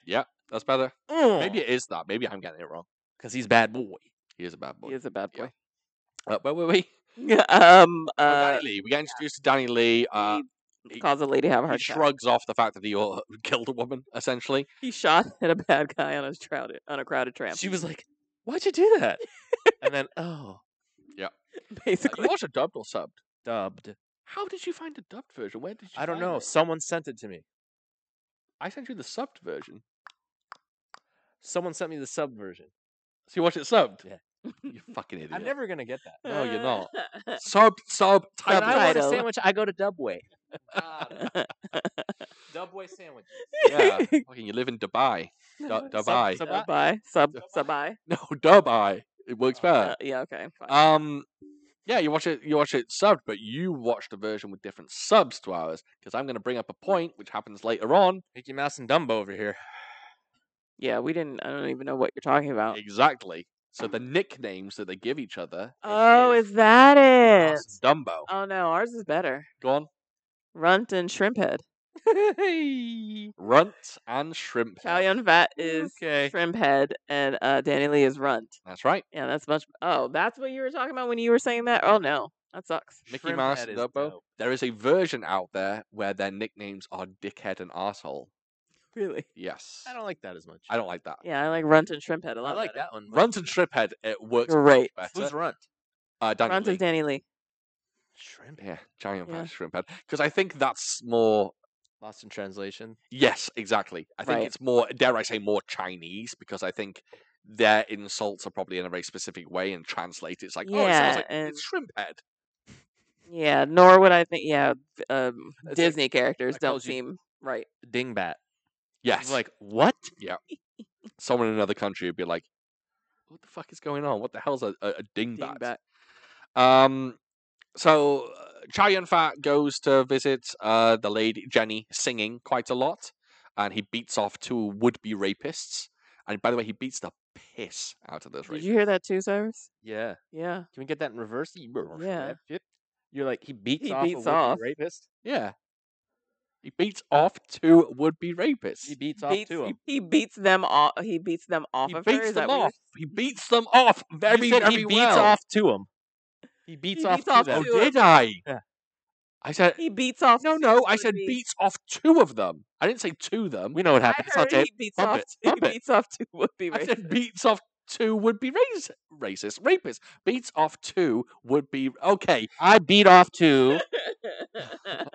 S2: that's better. Maybe
S4: Maybe
S2: it is that. Maybe I'm getting it wrong.
S4: because he's bad boy.
S2: He is a bad
S3: He
S2: boy.
S3: is a bad
S2: Yeah.
S3: boy.
S2: Uh, where
S4: [laughs]
S2: were we?
S3: [laughs] um,
S2: Oh,
S3: uh,
S2: Danny Lee. We get introduced to Danny Lee. Uh,
S3: he
S2: he-
S3: caused a lady to have a
S2: he
S3: heart attack.
S2: shrugs off the fact that he uh, [laughs] killed a woman, essentially.
S3: He shot [laughs] at a bad guy on a crowded on a crowded tram.
S4: She was like, "Why'd you do that?" and [laughs] then, oh,
S3: [laughs] basically.
S2: you watched a dubbed or subbed?
S4: dubbed.
S2: How did you find a dubbed version? Where did you?
S4: I don't
S2: find
S4: know.
S2: it?
S4: Someone sent it to me.
S2: I sent you the subbed version.
S4: Someone sent me the sub version.
S2: So you watched it subbed?
S4: Yeah.
S2: [laughs] You fucking idiot.
S4: I'm never gonna get that.
S2: No, you're
S3: [laughs]
S2: not.
S3: not.
S2: Sub, sub,
S4: When
S2: tab.
S4: I want a
S3: Subtitle.
S4: sandwich, I go to Dubway. Ah, [laughs]
S3: [laughs]
S4: Dubway sandwich.
S2: [laughs] yeah. Fucking, you live in Dubai. [laughs] Du-
S4: [laughs]
S2: Dubai.
S4: sub-
S3: Sabai, sub
S2: Dubai.
S3: Sabai.
S2: no, Dubai. It works
S4: Oh,
S2: better.
S3: Uh, yeah, okay. fine.
S2: Um, yeah, you watch it. You watch it subbed, but you watched a version with different subs to ours because I'm going to bring up a point which happens later on.
S4: Mickey Mouse and Dumbo over here.
S3: yeah, we didn't. I don't even know what you're talking
S2: Oh.
S3: about.
S2: Exactly. So the nicknames that they give each other.
S3: Oh, is that it?
S2: Mouse and Dumbo.
S3: Oh no, ours is better.
S2: Go on.
S3: Runt and Shrimphead.
S2: Runt and Shrimp.
S3: Chow Yun Fat is
S4: okay.
S3: Shrimphead, and uh, Danny Lee is Runt.
S2: That's right.
S3: Yeah, that's much. Oh, that's what you were talking about when you were saying that. Oh no, That sucks. [laughs]
S2: Mickey
S4: Shrimp
S2: Mouse
S4: head
S2: and
S4: is
S2: Dumbo.
S4: dope.
S2: There is a version out there where their nicknames are Dickhead and Arsehole.
S3: Really?
S2: Yes.
S4: I don't like that as much.
S2: I don't like that.
S3: Yeah, I like Runt and Shrimp Head a
S4: I
S3: lot.
S4: like
S3: better.
S4: that one. but-
S2: Runs and Striphead, it works
S3: Great.
S2: much better.
S4: Who's runt?
S2: Uh, Daniel
S3: Runt
S2: Lee.
S3: and Danny Lee.
S4: Shrimp.
S2: Yeah, giant
S3: Yeah.
S2: patch shrimp head. Because I think that's more.
S4: Lost in translation.
S2: Yes, exactly. I think
S3: Right.
S2: it's more. Dare I say more Chinese? Because I think their insults are probably in a very specific way and translate. It's like, oh, it sounds
S3: Yeah,
S2: like
S3: and-
S2: it's shrimp head.
S3: Yeah, nor would I think. Yeah, v- um,
S4: like,
S3: Disney characters
S4: I
S3: don't
S4: called you-
S3: seem right.
S4: Dingbat.
S2: Yes.
S4: Like what?
S2: someone in another country would be like, "What the fuck is going on? What the hell's a, a, a dingbat?"
S3: Dingbat.
S2: Um, so uh, Chow Yun Fat goes to visit uh the lady Jenny singing quite a lot, and he beats off two would-be rapists. And by the way, he beats the piss out of those
S3: Did
S2: rapists.
S3: you hear that too, Cyrus?
S4: Yeah.
S3: Yeah.
S4: Can we get that in reverse?
S3: Yeah.
S4: You're like he beats
S3: He
S4: off
S3: beats
S4: a would-be
S3: off.
S4: rapist.
S2: Yeah, he beats off two would-be rapists.
S4: He
S2: He,
S4: beats off
S3: Beats-
S4: to
S3: he,
S4: him.
S3: he beats them off. He beats them off of her.
S2: beats
S3: Is that
S2: them
S3: what you're-
S2: off. He beats them off very,
S4: you said
S2: very
S4: he beats
S2: well.
S4: off to him. He beats
S3: He
S4: off
S3: beats
S4: to
S3: off
S2: Oh,
S4: them.
S3: to-
S2: did I?
S4: Yeah.
S2: I said
S3: He beats off.
S2: No,
S3: two
S2: no, I
S3: would
S2: said
S3: be-
S2: beats off two of them. I didn't say to them.
S4: We know what
S3: I
S4: happened. It's on
S3: heard
S4: tape.
S3: he beats
S4: Bump
S3: off.
S4: it,
S3: [laughs] He
S4: bump it.
S3: beats off two would-be
S2: I
S3: [laughs]
S2: said [laughs]
S3: rapists.
S2: beats off two would be race, racist rapists. Beats off two would be okay.
S4: I beat off [laughs] to.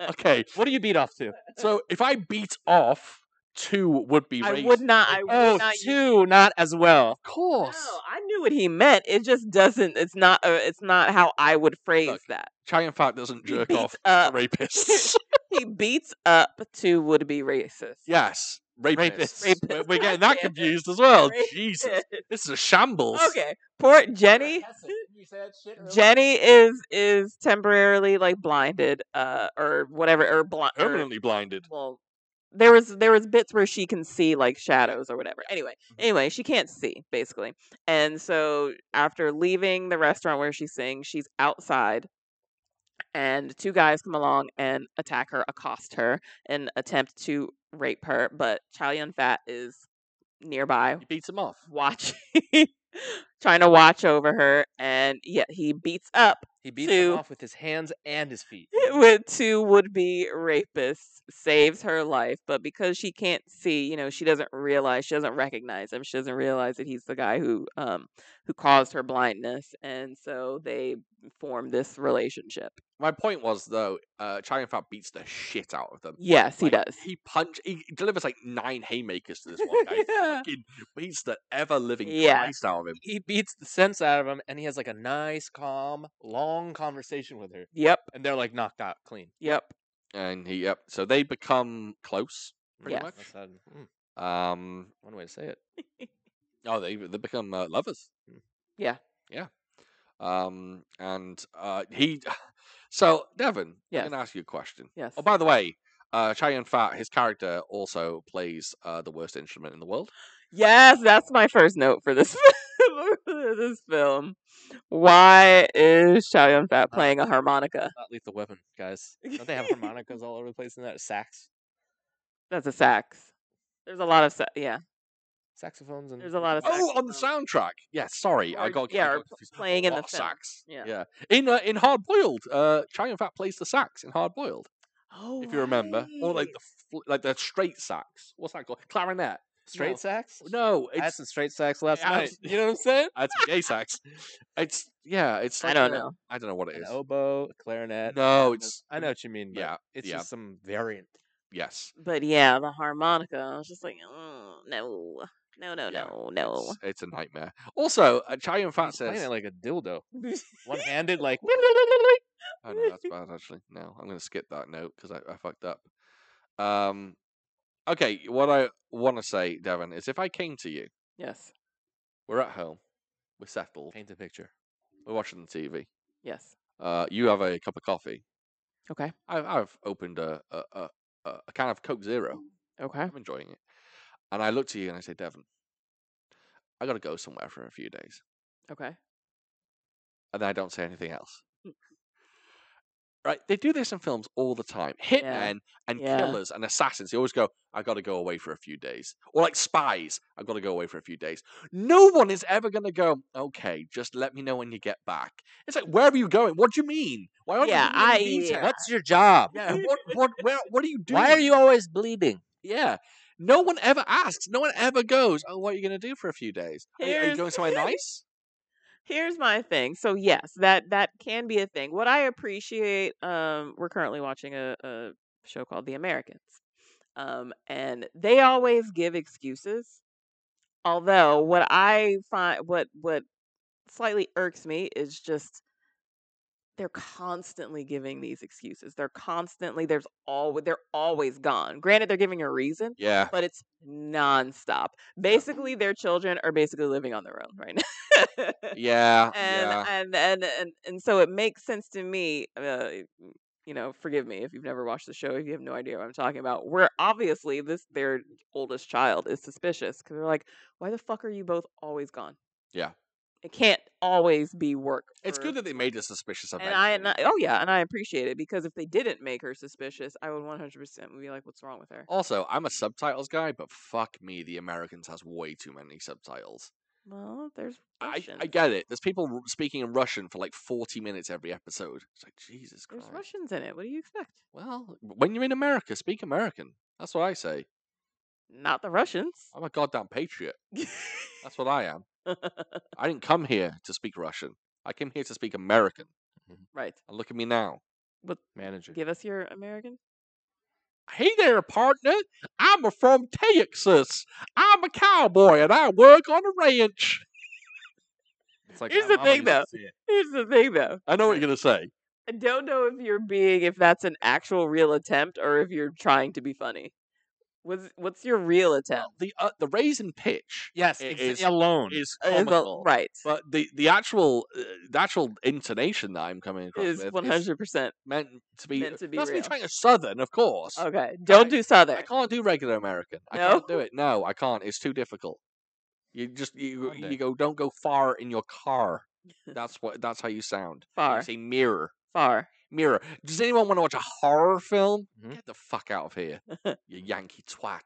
S2: Okay,
S4: What do you beat off to?
S2: so if I beat off two would be
S3: I
S2: racist,
S3: would not. I would
S4: Oh,
S3: not. use-
S4: two, not as well.
S2: Of course,
S3: No, I knew what he meant. It just doesn't. It's not. Uh, it's not how I would phrase
S2: Look,
S3: that.
S2: Chai and Fat doesn't jerk
S3: beats
S2: off
S3: up.
S2: rapists.
S3: He beats up two would-be racists.
S2: yes, rapists.
S4: Rapists.
S2: We're- We're,
S3: Rapists.
S2: getting that confused as well.
S3: Rapists.
S2: Jesus, this is a shambles.
S3: Okay, poor Jenny. Jenny is is temporarily like blinded, uh, or whatever, or blind.
S2: Permanently blinded.
S3: Well, there was there was bits where she can see like shadows or whatever. Anyway,
S2: Mm-hmm.
S3: anyway, she can't see basically, and so after leaving the restaurant where she's sings, she's outside, and two guys come along and attack her, accost her, and attempt to rape her. But Chow Yun Fat is nearby
S2: He beats him off.
S3: watching, [laughs] trying to watch over her, and yeah, he beats up [laughs]
S4: He beats them
S3: Two.
S4: off with his hands and his feet.
S3: with two would-be rapists, saves her life, but because she can't see, you know, she doesn't realize, she doesn't recognize him, she doesn't realize that he's the guy who, um, who caused her blindness, and so they form this relationship.
S2: My point was though, uh, Chai and Fat beats the shit out of them.
S3: Yes, he
S2: Like,
S3: does.
S2: He punch. He delivers like nine haymakers to this one
S3: [laughs]
S2: guy.
S4: Yeah.
S2: Fucking beats the ever living
S3: Yeah.
S2: Christ out of him.
S4: He beats the sense out of him, and he has like a nice, calm, long conversation with her,
S3: Yep,
S4: and they're like knocked out clean.
S3: yep.
S2: And he yep. So they become close, pretty
S3: Yes.
S4: That's how- mm,
S2: much. Um.
S4: one way to say it.
S2: Oh, they they become uh, lovers.
S3: Yeah.
S2: Yeah. Um. And uh, he. [sighs] So Devin, I'm
S3: Yes.
S2: gonna ask you a question.
S3: Yes.
S2: Oh, by the way, uh, Chai Yun Fat, his character also plays uh, the worst instrument in the world.
S3: Yes, that's my first note for this [laughs] for this film. Why is Chow Yun Fat playing a harmonica?
S4: Not lethal weapon, guys. Don't [laughs] they have harmonicas all over the place in that? Sax,
S3: That's a sax. There's a lot of sa- yeah.
S4: saxophones, and
S3: There's a lot of
S2: Oh, on the
S3: saxophone.
S2: soundtrack. Yeah, sorry, I
S3: Or-
S2: got
S3: yeah,
S2: I
S3: or
S2: got
S3: pl-
S2: confused.
S3: playing in the
S2: Lot of
S3: film.
S2: sax.
S3: Yeah.
S2: yeah. In uh, in Hard Boiled, uh, Chai in fact plays the sax in Hard Boiled,
S3: Oh,
S2: if you remember, or like
S3: right.
S2: the fl- like the straight sax. What's that called? Clarinet.
S4: straight
S2: No.
S4: sax.
S2: No,
S4: I had
S2: it's
S4: some straight sax last
S2: Yeah, I
S4: night.
S2: was-
S4: [laughs] You know what I'm saying?
S2: that's a gay sax. It's yeah, it's.
S3: I
S2: like
S3: don't
S2: a-
S3: know.
S2: I don't know what it
S4: An
S2: is.
S4: oboe, a clarinet.
S2: No,
S4: I
S2: it's
S4: know- I know what you mean. But
S2: yeah,
S4: it's
S2: yeah.
S4: just some variant.
S2: yes.
S3: But yeah, the harmonica. I was just like, oh, no, no, no,
S2: Yeah,
S3: no, no.
S2: It's, it's a nightmare. Also, uh, Chai in fact
S4: He's playing
S2: says.
S4: it like a [laughs] dildo, one-handed, like.
S2: Oh no, that's bad actually. No, I'm gonna skip that note because I, I fucked up. Um, okay, what I want to say, Devon, is if I came to you,
S3: [laughs] Yes,
S2: we're at home, we're settled,
S4: Paint a picture.
S2: we're watching the TV.
S3: yes.
S2: Uh, you have a cup of coffee.
S3: Okay,
S2: I've I've opened a a a, a a can of Coke Zero.
S3: okay.
S2: I'm enjoying it, and I look to you and I say, Devon, I gotta go somewhere for a few days,
S3: Okay. Mm.
S2: and then I don't say anything else. right? They do this in films all the time. Hitmen and
S3: Yeah.
S2: killers and assassins, they always go, I got to go away for a few days. Or like spies, I've got to go away for a few days. No one is ever going to go, okay, just let me know when you get back. It's like, where are you going? What do you mean? Why aren't
S3: Yeah, I-
S2: you in the meeting?
S4: What's your job?
S2: Yeah,
S3: [laughs]
S2: what, what, where, what are you doing?
S4: Why are you always bleeding?
S2: Yeah. No one ever asks. No one ever goes, oh, what are you going to do for a few days? Are you, are you
S3: Here's-
S2: going somewhere
S3: [laughs]
S2: nice?
S3: here's my thing so yes that that can be a thing what i appreciate um we're currently watching a, a show called the americans um and they always give excuses although what i find what what slightly irks me is just they're constantly giving these excuses they're constantly there's all they're always gone granted they're giving a reason
S2: Yeah.
S3: but it's nonstop. Basically, their children are basically living on their own right [laughs] now.
S2: Yeah.
S3: and,
S2: yeah.
S3: and and and and so it makes sense to me. Uh, you know, forgive me if you've never watched the show, if you have no idea what I'm talking about. Where obviously this their oldest child is suspicious because they're like, why the fuck are you both always gone?
S2: Yeah.
S3: it can't always be work.
S2: It's
S3: for-
S2: good that they made us suspicious of
S3: and I, and I oh yeah, and I appreciate it because if they didn't make her suspicious, I would 100% be like, what's wrong with her?
S2: Also, I'm a subtitles guy, but fuck me, the Americans has way too many subtitles.
S3: Well, there's
S2: I, I
S3: Russians.
S2: get it. There's people r- speaking in Russian for like 40 minutes every episode. It's like Jesus
S3: There's
S2: Christ.
S3: Russians in it. What do you expect?
S2: Well, when you're in America, speak American. That's what I say.
S3: Not the Russians.
S2: I'm a goddamn patriot. That's what I am. I didn't come here to speak Russian. I came here to speak American.
S3: [laughs] right.
S2: And look at me now.
S4: Manager.
S3: Give us your American.
S2: Hey there, partner. I'm a- from Texas. I'm a cowboy and I work on a ranch.
S4: It's like
S3: Here's
S4: my
S3: the
S4: mama
S3: thing,
S4: used to
S3: though.
S4: say it.
S3: Here's the thing, though.
S2: I know what you're going to say.
S3: I don't know if you're being, if that's an actual real attempt, or if you're trying to be funny. What's what's your real attempt?
S2: The, uh, the raise in pitch
S4: Yes,
S2: It
S4: exa-
S2: is-
S4: alone.
S2: is
S3: Uh, is a-
S2: comical.
S3: right.
S2: But the the actual uh, the actual intonation that I'm coming across
S3: Is
S2: with
S3: one hundred percent
S2: meant to be
S3: meant to be
S2: that's me
S3: real.
S2: trying a southern, of course.
S3: okay. Don't do
S2: I
S3: southern.
S2: can't do regular American. I
S3: No?
S2: can't do it. No, I can't. It's too difficult. You just you
S4: One day.
S2: you go don't go far in your
S3: [laughs]
S2: car. That's what that's how you sound. You
S3: Far,
S2: say mirror.
S3: far.
S2: Mirror. Does anyone want to watch a horror film?
S3: Mm-hmm.
S4: Mhm.
S2: Get the fuck out of
S3: [laughs]
S2: here. you Yankee twat.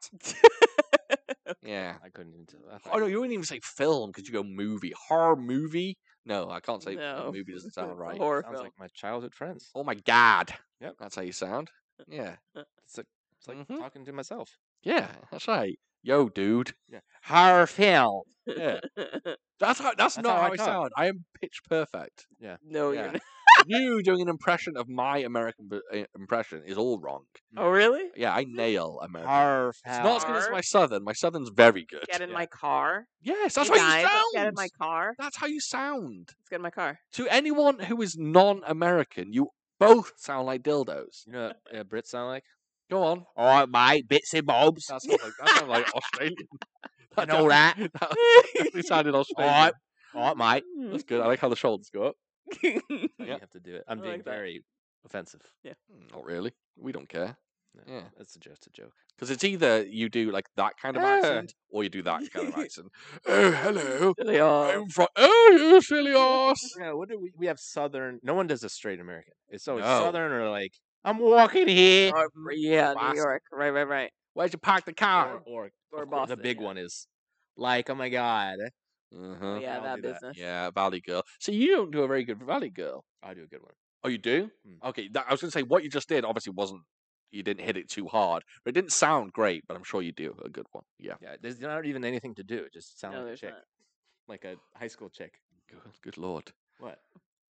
S2: yeah.
S4: I couldn't even tell. I
S2: Oh
S4: thought-
S2: no, you wouldn't even say film because you go movie. Horror movie? No, I can't say
S3: No.
S2: movie
S3: [laughs]
S2: doesn't
S3: It's a
S2: sound right.
S3: horror
S4: Sounds
S3: film.
S4: like my childhood friends.
S2: Oh my god.
S4: Yep.
S2: That's how you sound. Yeah.
S4: It's like, it's like
S2: Mhm.
S4: talking to myself.
S2: Yeah, that's right. Yo, dude.
S4: Horror film.
S2: Yeah. That's how that's,
S4: That's
S2: not
S4: how
S2: how,
S4: I
S2: I
S4: talk.
S2: sound. I am pitch
S3: [laughs]
S2: perfect.
S3: no,
S2: Yeah.
S3: you're not.
S2: you doing an impression of my American b- uh, impression is all wrong.
S3: Oh, really?
S2: Yeah, I nail
S4: Uh,
S2: American.
S4: Horror
S2: It's
S4: film.
S2: not as good as
S3: Har.
S2: my southern. My southern's very good.
S3: Get in
S4: Yeah.
S3: my car.
S2: Yes, that's
S3: you
S2: how
S3: guys,
S2: you sound.
S3: Let's get in my car.
S2: That's how you sound.
S3: Let's get in my car.
S2: To anyone who is non-American, you both sound like dildos.
S4: You know what uh, Brits sound like?
S2: Go on.
S4: All right, mate, bits and bobs.
S2: That sounds like, that sounds like Australian. [laughs]
S4: and [laughs] all
S2: definitely-
S4: that.
S2: That [laughs]
S4: [laughs]
S2: definitely sounded Australian.
S4: Alright. All right, mate.
S3: Hmm.
S2: That's good. I like how the shoulders [laughs] go up.
S3: [laughs]
S4: You
S2: Yep.
S4: have to do it. I'm
S3: I
S4: being
S3: like that.
S4: very offensive.
S2: Mm, Not really. We don't care.
S4: No,
S2: Yeah.
S4: It's a- just a joke.
S2: Because it's either you do like that kind of
S4: Yeah.
S2: accent or you do that [laughs] kind of accent. Oh, hello.
S3: They are.
S2: I'm from. Oh, you silly ass.
S4: Yeah, what do we? We have Southern. No one does a straight American. It's always
S2: No.
S4: Southern or like I'm walking here.
S3: Or- or- yeah,
S2: Boston.
S3: New York. Right, right, right.
S2: Where'd you park the
S4: Or,
S2: car?
S4: Uh-huh. or,
S3: Or
S4: of course,
S3: Boston.
S4: The big
S3: yeah.
S4: one is like, oh my god,
S2: Uh-huh.
S3: Yeah,
S4: I'll
S3: that
S4: do that.
S3: business.
S2: Yeah, Valley Girl. So you don't do a very good Valley Girl.
S4: I do a good one.
S2: Oh, you do?
S4: Mm.
S2: Okay. That, I was going to say what you just did obviously wasn't. You didn't hit it too hard, but it didn't sound great. But I'm sure you do a good one. Yeah.
S4: Yeah, there's not even anything to do. It just sound
S3: No,
S4: like a
S3: there's
S4: chick,
S3: not.
S4: like a high school chick.
S2: Good, good lord,
S4: What?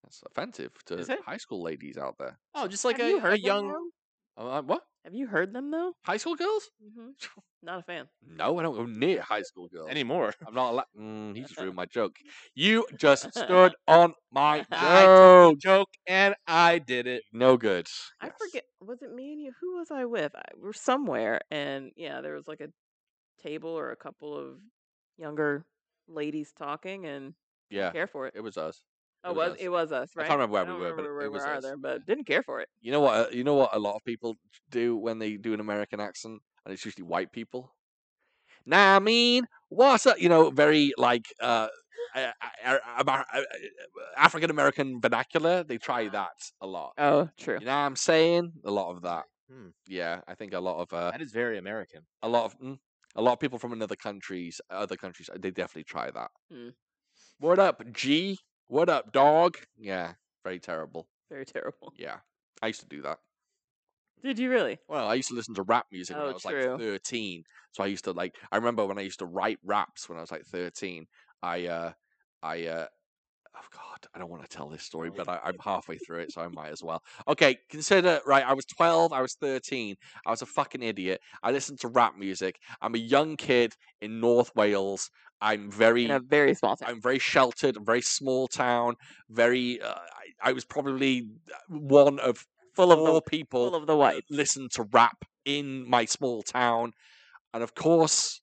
S2: that's offensive to
S4: Is it?
S2: high school ladies out there.
S4: Oh, just like
S3: Have
S4: a,
S3: you
S4: a
S3: heard them,
S4: young.
S3: though?
S2: Uh, what?
S3: Have you heard them though?
S2: High school girls?
S3: Mm-hmm. Not a fan.
S2: No, I don't go near high school girls.
S4: Anymore. [laughs]
S2: I'm not allowed. Mm, he just ruined my [laughs] joke. You just [laughs] stood on my
S4: I
S2: joke.
S4: Joke, and I did it.
S2: No good.
S3: I
S2: Yes.
S3: forget. Was it me and you? Who was I with? I, we're somewhere, and yeah, there was like a table or a couple of younger ladies talking, and
S2: Yeah,
S3: care for it.
S2: it was us.
S3: Oh,
S2: was
S3: was
S2: us.
S3: it was us?
S2: I
S3: Right.
S2: can't remember where
S3: I don't
S2: we were, but
S3: remember
S2: it
S3: where
S2: was
S3: we were
S2: us.
S3: either, but didn't care for it.
S2: You know what? uh, You know what? A lot of people do when they do an American accent, and it's usually white people. Nah, I mean, what's up? You know, very like uh uh, uh, Amar- uh, African American vernacular, they try that a lot.
S3: Oh, true.
S2: You know what I'm saying? A lot of that.
S4: Hmm.
S2: Yeah, I think a lot of uh,
S4: That is very American.
S2: a lot of mm, a lot of people from another countries, other countries, uh, they definitely try that.
S3: Mm.
S2: What up, G? What up, dog? Yeah, very terrible.
S3: Very terrible.
S2: Yeah, I used to do that.
S3: [laughs] Did you really?
S2: Well, I used to listen to rap music when
S3: Oh,
S2: I was
S3: true.
S2: like 13. So I used to like I remember when I used to write raps when I was like 13. I uh I uh oh god, I don't want to tell this story,
S3: Oh,
S2: but I, I'm halfway through it, so I might as well. Okay, consider right, I was 12, I was 13, I was a fucking idiot. I listened to rap music. I'm a young kid in North Wales. I'm very
S3: In a very small town.
S2: I'm very sheltered, very small town, very. Uh, I, I was probably uh, one of
S3: Full of the-
S2: four people
S3: Full of the
S2: uh,
S3: whites.
S2: listen to rap in my small town. And of course,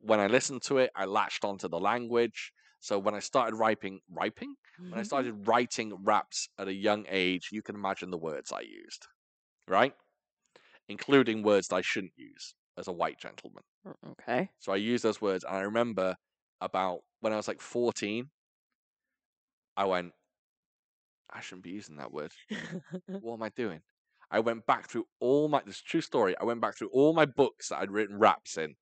S2: when I listened to it, I latched onto the language. So when I started writing, writing, when I
S3: Mm-hmm.
S2: started writing raps at a young age, you can imagine the words I used, right? Including words that I shouldn't use as a white gentleman. [laughs]
S3: [laughs] okay.
S2: So I used those words, and I remember about when I was like 14, I went, I shouldn't be using that word what am I doing? I went back through all my this is a true story. I went back through all my books that I'd written raps in.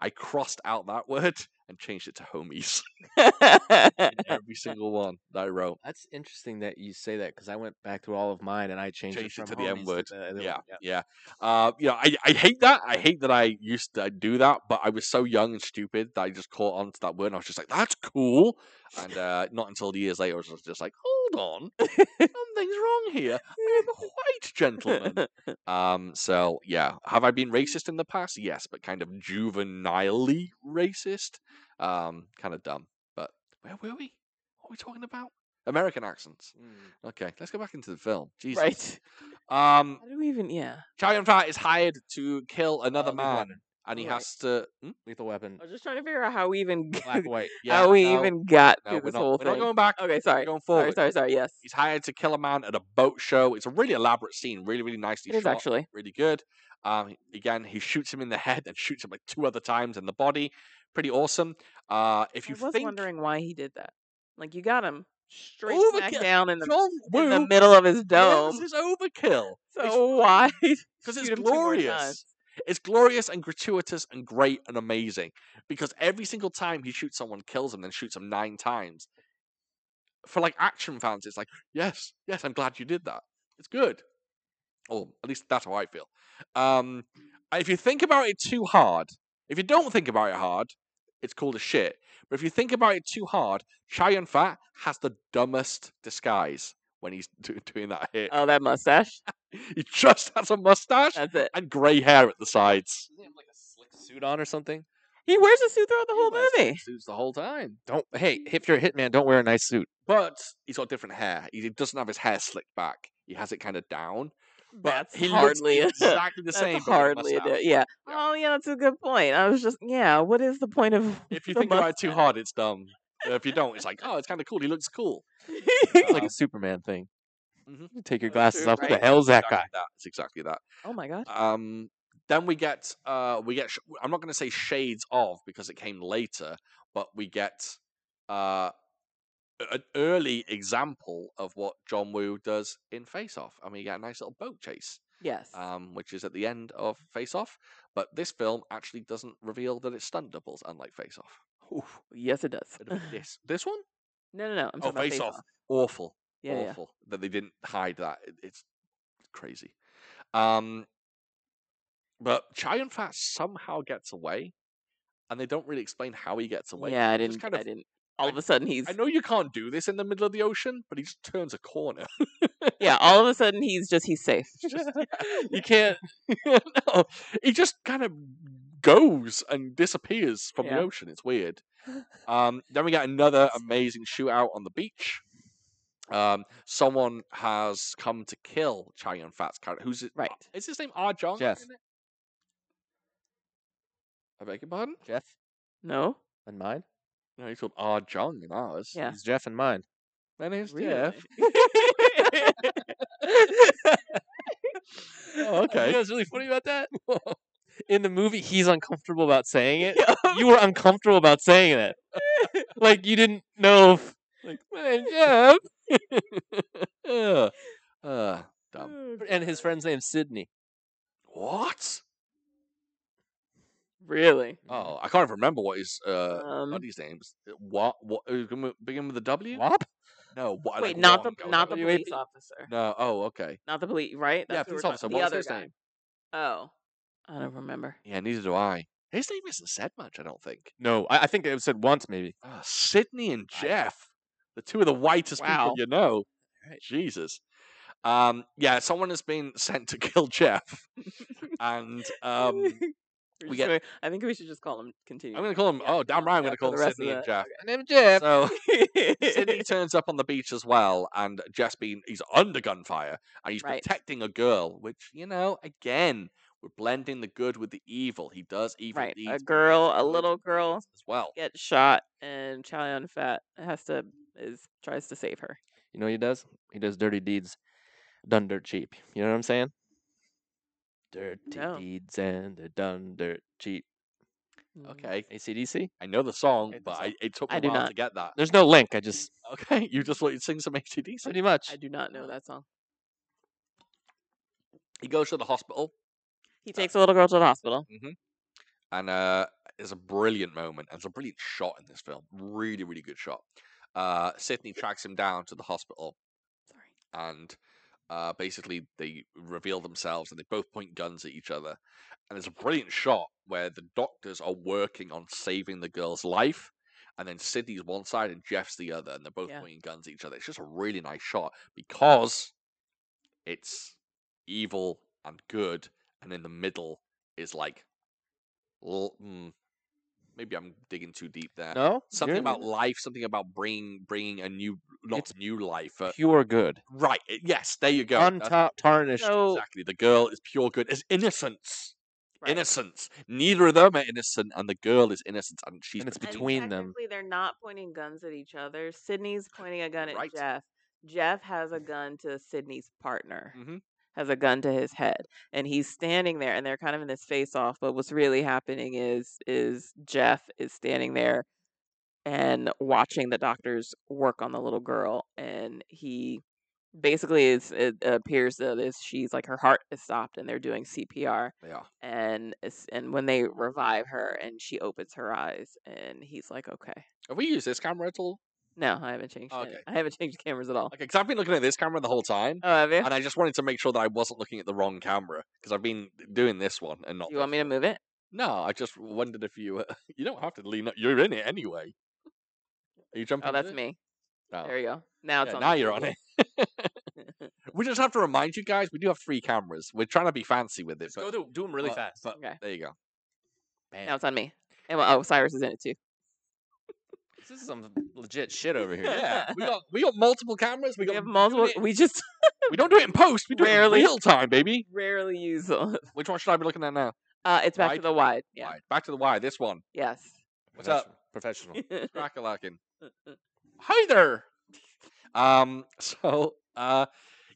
S2: I crossed out that [laughs] word and changed it to homies
S3: [laughs]
S2: in every single one that I wrote.
S4: That's interesting that you say that because I went back through all of mine and I changed,
S2: Changed it
S4: it,
S2: to
S4: from
S2: the
S4: homies
S2: N-word.
S4: the other
S2: Yeah,
S4: one,
S2: yeah. Uh, you know, I, I hate that. I hate that I used to do that, but I was so young and stupid that I just caught on to that word and I was just like, that's cool. And uh, not until years later, I was just like, hold on, [laughs] something's wrong here. I am a white gentleman. Um, so yeah, have I been racist in the past? Yes, but kind of juvenilely racist. Um, kind of dumb. But where were we? What were we talking about? American accents.
S4: yeah. Mm.
S2: Okay, let's go back into the
S3: [laughs]
S2: film. Jesus.
S3: right.
S2: Um,
S3: [laughs] How do we even? Yeah.
S2: Chow Yun Fat is hired to kill another
S4: Uh, Lethal
S2: man,
S4: Weapon. Oh,
S2: and he
S3: Oh, Right.
S2: has to. Hmm?
S4: Lethal Weapon.
S3: I was just trying to figure out [laughs] how we even
S4: Black white.
S2: Yeah,
S3: how we
S2: no,
S3: even got
S2: no,
S3: through
S2: we're
S3: this
S2: not,
S3: whole
S2: we're
S3: thing.
S2: not going back.
S3: okay,
S2: We're
S3: sorry.
S2: going
S3: Sorry,
S2: forward.
S3: sorry, sorry. Yes,
S2: He's hired to kill a man at a boat show. It's a really elaborate scene, really, really nicely
S3: it is
S2: shot.
S3: actually.
S2: really good. Um, again, he shoots him in the head and shoots him like two other times in the body. Pretty awesome. Uh, if you
S3: I was
S2: think
S3: wondering why he did that. Like you got him straight
S2: Overkill.
S3: smack down in the
S2: John Oh, Woo
S3: in the middle of his
S2: yes,
S3: dome.
S2: is overkill
S3: so
S2: [laughs]
S3: why?
S2: because it's
S3: [laughs] Shoot him two more
S2: glorious.
S3: times.
S2: It's glorious and gratuitous and great and amazing because every single time he shoots someone, kills him, then shoots him nine times. For like action fans, it's like yes, yes, I'm glad you did that. It's good, or at least that's how I feel. Um, if you think about it too hard, if you don't think about it hard, it's called a shit. But if you think about it too hard, Chow Yun Fat has the dumbest disguise when he's [laughs] do- doing that hit.
S3: Oh, that
S2: [laughs]
S3: mustache.
S2: he just has a mustache
S3: That's it.
S2: and grey hair at the sides.
S4: Doesn't he have like a slick suit on or something?
S3: He wears a suit throughout the
S2: He
S3: whole
S2: wears
S3: [laughs] movie.
S2: Suits the whole time.
S4: Don't. Hey, if you're a hitman, don't wear a nice suit.
S2: But he's got different hair. He doesn't have his hair slicked back. He has it kind of down. But
S3: That's
S2: he
S3: hardly
S2: [laughs]
S3: a- [laughs]
S2: looks exactly the
S3: That's
S2: same. but with a
S3: hardly a
S2: mustache.
S3: di- yeah.
S2: Yeah.
S3: Oh yeah, that's a good point. I was just yeah. What is the point of?
S2: If you
S3: the
S2: think about it too
S3: mustache?
S2: hard, it's dumb. Uh, If you don't, it's like, oh, it's kind of cool. He looks [laughs] cool.
S4: It's like [laughs]
S2: Um,
S4: a Superman thing.
S2: Mhm.
S4: You Take
S3: Oh,
S4: your glasses
S3: true,
S4: off. Who
S3: right?
S4: the hell's that
S2: exactly
S4: guy?
S2: that. It's exactly that.
S3: [laughs]
S2: [laughs]
S3: oh my god.
S2: Um, then we get uh, we get. Sh- I'm not going to say shades of because it came later, but we get uh, a- an early example of what John Woo does in Face Off, and we get a nice little boat chase,
S3: Yes.
S2: um, which is at the end of Face Off. But this film actually doesn't reveal that it's stunt doubles, unlike Face Off. Oof,
S3: yes, it does.
S2: it'd have been this this one,
S3: No, no, no. I'm
S2: Oh,
S3: talking about
S2: Face
S3: face
S2: Off. Oh,
S3: off.
S2: awful,
S3: Yeah, yeah.
S2: awful that they didn't hide that. It- It's crazy. Um, but Chai and Fat somehow gets away, and they don't really explain how he gets away.
S3: Yeah, I
S2: It's
S3: didn't.
S2: Kind of,
S3: I didn't. All
S2: I-
S3: of a sudden, he's
S2: I know you can't do this in the middle of the ocean, but he just turns a corner.
S3: [laughs] yeah. All of a sudden, he's just he's safe.
S2: [laughs]
S4: You can't.
S2: no, he just kind of goes and disappears from
S3: Yeah.
S2: the ocean. It's
S3: [laughs]
S2: weird. Um, then we get another amazing shootout on the beach. Um, someone has come to kill Chai Yun Fat's character. Who's it?
S3: Right.
S2: Is his name Ah Jong?
S4: Jeff.
S2: in it? I beg your pardon?
S4: Jeff
S3: No,
S4: and mine.
S2: No, he's called Ah Jong in ours.
S3: Yeah.
S4: He's Jeff and [laughs] mine.
S2: And his
S3: really.
S2: Jeff.
S4: Oh,
S2: okay.
S4: [laughs] You know what's really funny about [laughs] that? [laughs] In the movie, he's uncomfortable about saying it. You were uncomfortable about saying it. like you didn't know if like [laughs] yeah.
S2: Ugh. Ugh, dumb.
S4: And his friend's name's Sydney.
S2: What?
S3: Mm. Really?
S2: Oh, I can't even remember what his uh,
S3: Um,
S2: buddy's names. What? What? uh, begin with- Begin with a W?
S4: Wop?
S2: No. What,
S3: wait,
S2: like
S3: not the
S2: Wong or
S3: not the
S2: something.
S4: WAP.
S3: police officer.
S2: No. Oh, okay.
S3: Not the police, right?
S2: yeah,
S3: who we're
S2: police
S3: talking-
S2: officer.
S3: the
S2: What was
S3: other
S2: his
S3: guy.
S2: name?
S3: Oh, I don't remember.
S2: Yeah, neither do I. His name isn't said much, I don't think.
S4: No, I, I think it said once maybe.
S2: Ah, Sydney and Jeff, the two of the whitest
S4: Wow.
S2: people you know.
S4: Right.
S2: Jesus. Um, yeah, someone has been sent to [laughs] kill Jeff, and [laughs] um,
S3: [laughs]
S2: I'm
S3: We're
S2: we
S3: just
S2: get-
S3: gonna- I think we should just call him. Continue.
S2: going to call him.
S3: Yeah,
S2: oh, damn right, I'm
S3: yeah,
S2: going to
S3: for
S2: call
S3: the
S2: him
S3: rest of
S2: Sydney and
S3: the-
S2: Jeff.
S4: My name's Jeff.
S3: [laughs]
S2: So Sydney turns up on the beach as well, and Jeff's been he's under gunfire, and he's
S3: Right.
S2: protecting a girl, which you know, again, we're blending the good with the evil. He does evil
S3: right,
S2: deeds
S3: a
S2: but he does
S3: girl, a
S2: good
S3: little girl,
S2: as well.
S3: gets shot, and Chalion Fat has to is tries to save her.
S4: You know what he does? He does dirty deeds done dirt cheap. You know what I'm saying? Dirty
S3: No.
S4: deeds and they're done dirt cheap.
S2: Okay,
S4: ACDC?
S2: I know the song,
S4: It's a
S2: but
S4: song.
S2: I, it took me
S3: Mm-hmm. I
S2: a
S3: do
S2: while
S3: not.
S2: to get that.
S4: There's no link. I just
S2: [laughs] Okay, you just want you to sing some ACDC.
S4: pretty much.
S3: I do not
S2: Uh,
S3: know that song.
S2: He goes to the hospital, uh,
S3: He takes a little girl to the hospital.
S2: and uh, it's a brilliant moment. And it's a brilliant shot in this film. Really, really good shot. Uh, Sydney tracks him down to the hospital,
S3: Sorry.
S2: and uh, basically they reveal themselves, and they both point guns at each other. And there's a brilliant shot where the doctors are working on saving the girl's life. And then Sydney's one side and Jeff's the other, and they're both
S3: Yeah.
S2: pointing guns at each other. It's just a really nice shot because it's evil and good, and in the middle is like, l- mm, maybe I'm digging too deep there.
S4: No?
S2: Something
S4: You're-
S2: about life, something about bringing bringing a new, not
S4: It's
S2: new life, uh, but
S4: pure good.
S2: right. it- Yes, there you go. that's
S4: Untop tarnished.
S3: So
S2: Exactly. The girl is pure good. It's innocence.
S3: Right.
S2: Innocence. Neither of them are innocent, and the girl is innocent, and she's
S4: And it's
S2: the
S3: And
S4: between them.
S3: technically They're not pointing guns at each other. Sydney's pointing a gun at
S2: Right.
S3: Jeff. Jeff has a gun to Sydney's partner,
S4: Mm-hmm.
S2: Mhm.
S3: has a gun to his head, and he's standing there, and they're kind of in this face off. But what's really happening is is Jeff is standing there and watching the doctors work on the little girl, and he basically is it appears that is she's like her heart is stopped, and they're doing CPR,
S2: Yeah.
S3: and it's- and when they revive her and she opens her eyes and he's like okay
S2: Have we used this camera at all?
S3: no i haven't changed it.
S2: Okay.
S3: i haven't changed cameras at all
S2: Okay, because I've been looking at this camera the whole time,
S3: oh have you
S2: and I just wanted to make sure that I wasn't looking at the wrong camera because I've been doing this one and not. this
S3: you want me to
S2: [laughs] one.
S3: move it
S2: No, I just wondered if you. Uh, [laughs] you don't have to lean. up- You're in it anyway. Are you jumping?
S3: oh that's
S2: to it?
S3: me
S2: Oh.
S3: there you go now it's
S2: Yeah,
S3: on
S2: now
S3: the
S2: you're on [laughs]
S3: table.
S2: it. [laughs]
S3: [laughs]
S2: we just have to remind you guys we do have three cameras. We're trying to be fancy with it.
S4: Just
S2: But,
S4: go do, do them really
S2: but-
S4: fast.
S2: but
S3: Okay.
S2: there you go. Man.
S3: now it's on me and well, oh cyrus is in it too
S4: This is some legit shit over
S2: [laughs]
S4: here.
S2: yeah, we got we got multiple cameras. We
S3: we
S2: got
S3: have multiple
S2: it- [laughs]
S3: we just
S2: we don't do it in post. We do
S3: Rarely.
S2: it in real time, baby.
S3: rarely use them
S2: Which one should I be looking at now? Uh,
S3: uh it's back to
S2: Wide?
S3: the wide yeah
S2: Wide. Back to the wire. This one.
S3: yes
S2: What's up?
S4: Professional.
S3: [laughs]
S2: uh, Crackalakin. Hi there. uh. [laughs] Um. So. Uh.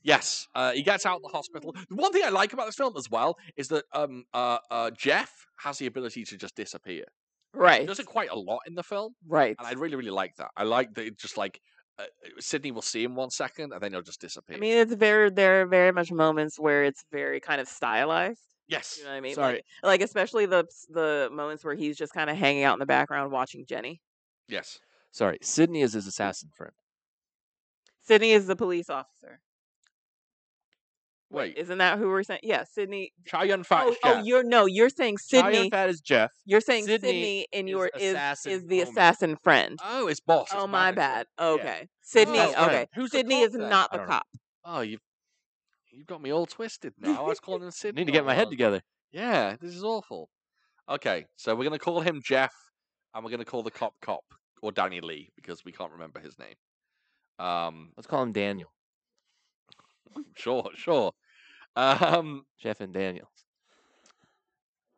S2: Yes. Uh. He gets out of the hospital. The One thing I like about this film as well is that um uh, uh Jeff has the ability to just disappear. He
S3: right
S2: does it quite a lot in the film.
S3: right
S2: And I really, really like that. I like that it just like uh, uh, Sydney will see him one second and then he'll just disappear.
S3: i mean it's very there are very much moments where it's very kind of stylized
S2: yes.
S3: You know what I mean?
S4: Sorry.
S3: Like, like especially the the moments where he's just kind of hanging out in the background watching Jenny.
S2: Yes.
S4: Sorry. Sydney is his assassin friend.
S3: Sydney is the police officer.
S2: Wait.
S3: Isn't that who we're saying? Yeah, Sydney.
S2: Try and fat
S3: oh, oh, you're no, you're saying Sydney.
S4: Fat is Jeff.
S3: You're saying Sydney,
S4: Sydney
S3: in
S4: is
S3: your is
S4: assassin
S3: is the
S4: woman.
S3: assassin friend.
S2: Oh, it's boss.
S3: oh
S2: it's
S3: my
S2: manager.
S3: bad. Okay,
S2: Who's
S3: Sydney.
S2: that
S4: Oh,
S3: okay,
S2: friend? Who's the
S3: Sydney
S2: cop
S3: is
S2: then?
S3: not
S4: I
S3: the
S4: don't know.
S3: cop.
S2: Oh, you you've got me all twisted [laughs] now. I was calling him
S4: I
S2: Sydney.
S4: need to get
S2: all
S4: my head
S2: along.
S4: together.
S2: Yeah, this is awful. Okay, so we're gonna call him Jeff, and we're gonna call the cop cop or Danny Lee because we can't remember his name. Um, [laughs]
S4: Let's call him Daniel.
S2: sure, sure. Um,
S4: Jeff and Daniel.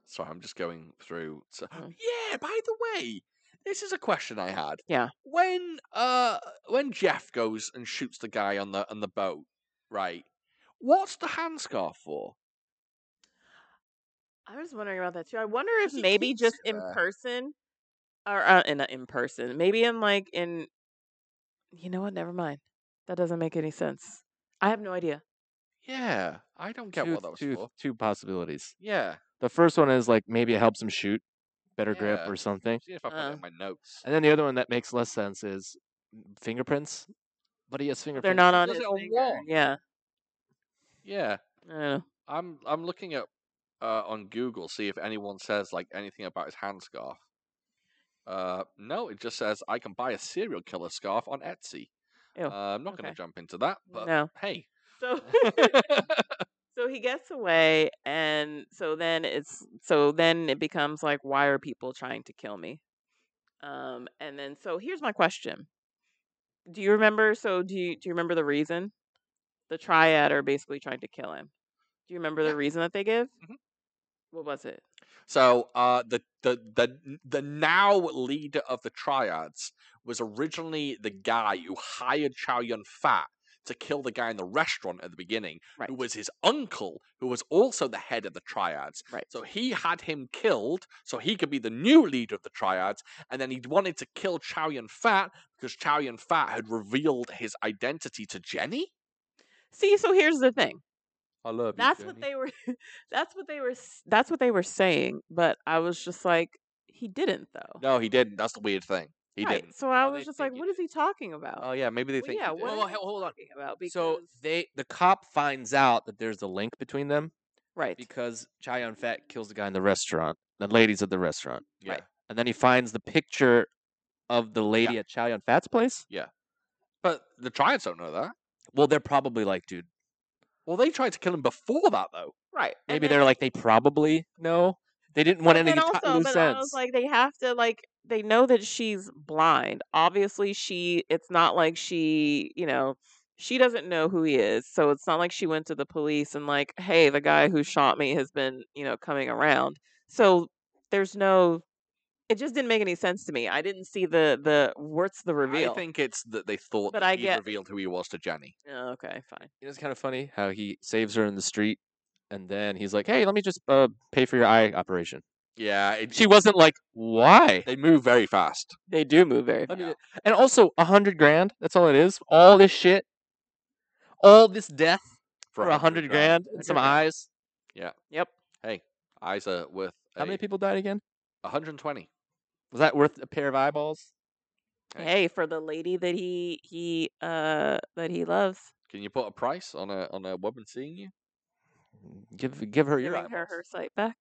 S2: sorry, I'm just going through. So,
S3: Mm.
S2: yeah. By the way, this is a question I had.
S3: Yeah.
S2: When uh, when Jeff goes and shoots the guy on the on the boat, right? What's the handscarf for?
S3: I was wondering about that too. I wonder if
S2: She
S3: maybe
S2: keeps
S3: just
S2: it
S3: in
S2: there.
S3: person or uh, in not in person. Maybe in like in. You know what? Never mind. That doesn't make any sense. I have no idea.
S2: Yeah, I don't get
S4: two,
S2: what that was
S4: two,
S2: for.
S4: two possibilities.
S2: Yeah,
S4: The first one is like maybe it helps him shoot better grip
S2: Yeah.
S4: or something.
S2: see if I put
S3: Uh.
S2: it in my notes.
S4: And then the other one that makes less sense is fingerprints. But he has
S3: But
S4: fingerprints.
S3: they're not on
S2: Does
S3: his
S2: it on
S3: finger.
S2: what?
S3: Yeah.
S2: Yeah,
S3: I don't know.
S2: I'm I'm looking at uh, on Google see if anyone says like anything about his hand scarf. Uh, no, it just says I can buy a serial killer scarf on Etsy.
S3: Ew,
S2: Uh, I'm not going to
S3: okay.
S2: jump into that, but
S3: No. [laughs]
S2: hey, [laughs]
S3: So so he gets away and so then it's so then it becomes like why are people trying to kill me? Um and then so here's my question. Do you remember so do you do you remember the reason? The triad are basically trying to kill him. Do you remember
S2: Yeah.
S3: the reason that they give?
S2: Mhm.
S3: What was it?
S2: So uh, the, the the the now leader of the triads was originally the guy who hired Chow Yun Fat to kill the guy in the restaurant at the beginning,
S3: Right.
S2: who was his uncle, who was also the head of the triads.
S3: Right.
S2: So he had him killed so he could be the new leader of the triads, and then he wanted to kill Chow Yun Fat because Chow Yun Fat had revealed his identity to Jenny.
S3: See, so here's the thing.
S2: I love
S3: that's what they were [laughs] that's what they were s- that's what they were saying but i was just like he didn't though
S2: No, he didn't. That's the weird thing. He
S3: right
S2: didn't.
S3: so i
S4: Oh,
S3: was
S4: they
S3: just
S4: think
S3: like
S4: he
S3: what is he talking about
S2: Oh yeah, maybe they
S3: Well,
S2: think.
S3: yeah
S2: he did.
S3: what
S4: Well,
S3: is
S4: hel-
S3: he
S4: hold on.
S3: talking about because
S4: So they the cop finds out that there's a link between them
S3: right
S4: because Chayon Fat kills the guy in the restaurant, the ladies at the restaurant.
S2: Yeah.
S3: Right.
S4: And then he finds the picture of the lady at Chayon Fat's place.
S2: But the Triads don't know that.
S4: Well, they're probably like, dude,
S2: Well, they tried to kill him before that, though.
S3: right and
S4: maybe
S3: then-
S4: they're like "Oh, they probably know. They didn't want
S3: but
S4: anything
S3: then
S4: to tie
S3: also
S4: loose
S3: but i was
S4: ends.
S3: like they have to like they know that she's blind obviously she it's not like she you know she doesn't know who he is so it's not like she went to the police and like hey the guy who shot me has been you know coming around so there's no it just didn't make any sense to me i didn't see the the what's the reveal
S2: I think it's that they thought
S3: But
S2: that
S3: I
S2: he
S3: get-
S2: revealed who he was to Jenny.
S3: Oh, okay fine
S4: You know, it's kind of funny how he saves her in the street, and then he's like, "Hey, let me just uh, pay for your eye operation."
S2: Yeah, it,
S4: She wasn't like, "Why?"
S2: they move very fast.
S3: they do move very
S4: Let me
S2: Yeah.
S4: ju- and also a hundred grand. That's all it is. All this shit, all this death for a hundred grand, and some
S3: grand.
S4: eyes.
S3: yep
S2: Eyes are worth
S4: How many people died again?
S2: 120.
S4: Was that worth a pair of eyeballs?
S2: Hey.
S3: hey for the lady that he he uh that he loves
S2: Can you put a price on a on a woman seeing you?
S4: Give give her your
S3: giving her
S4: eyeballs.
S3: her sight back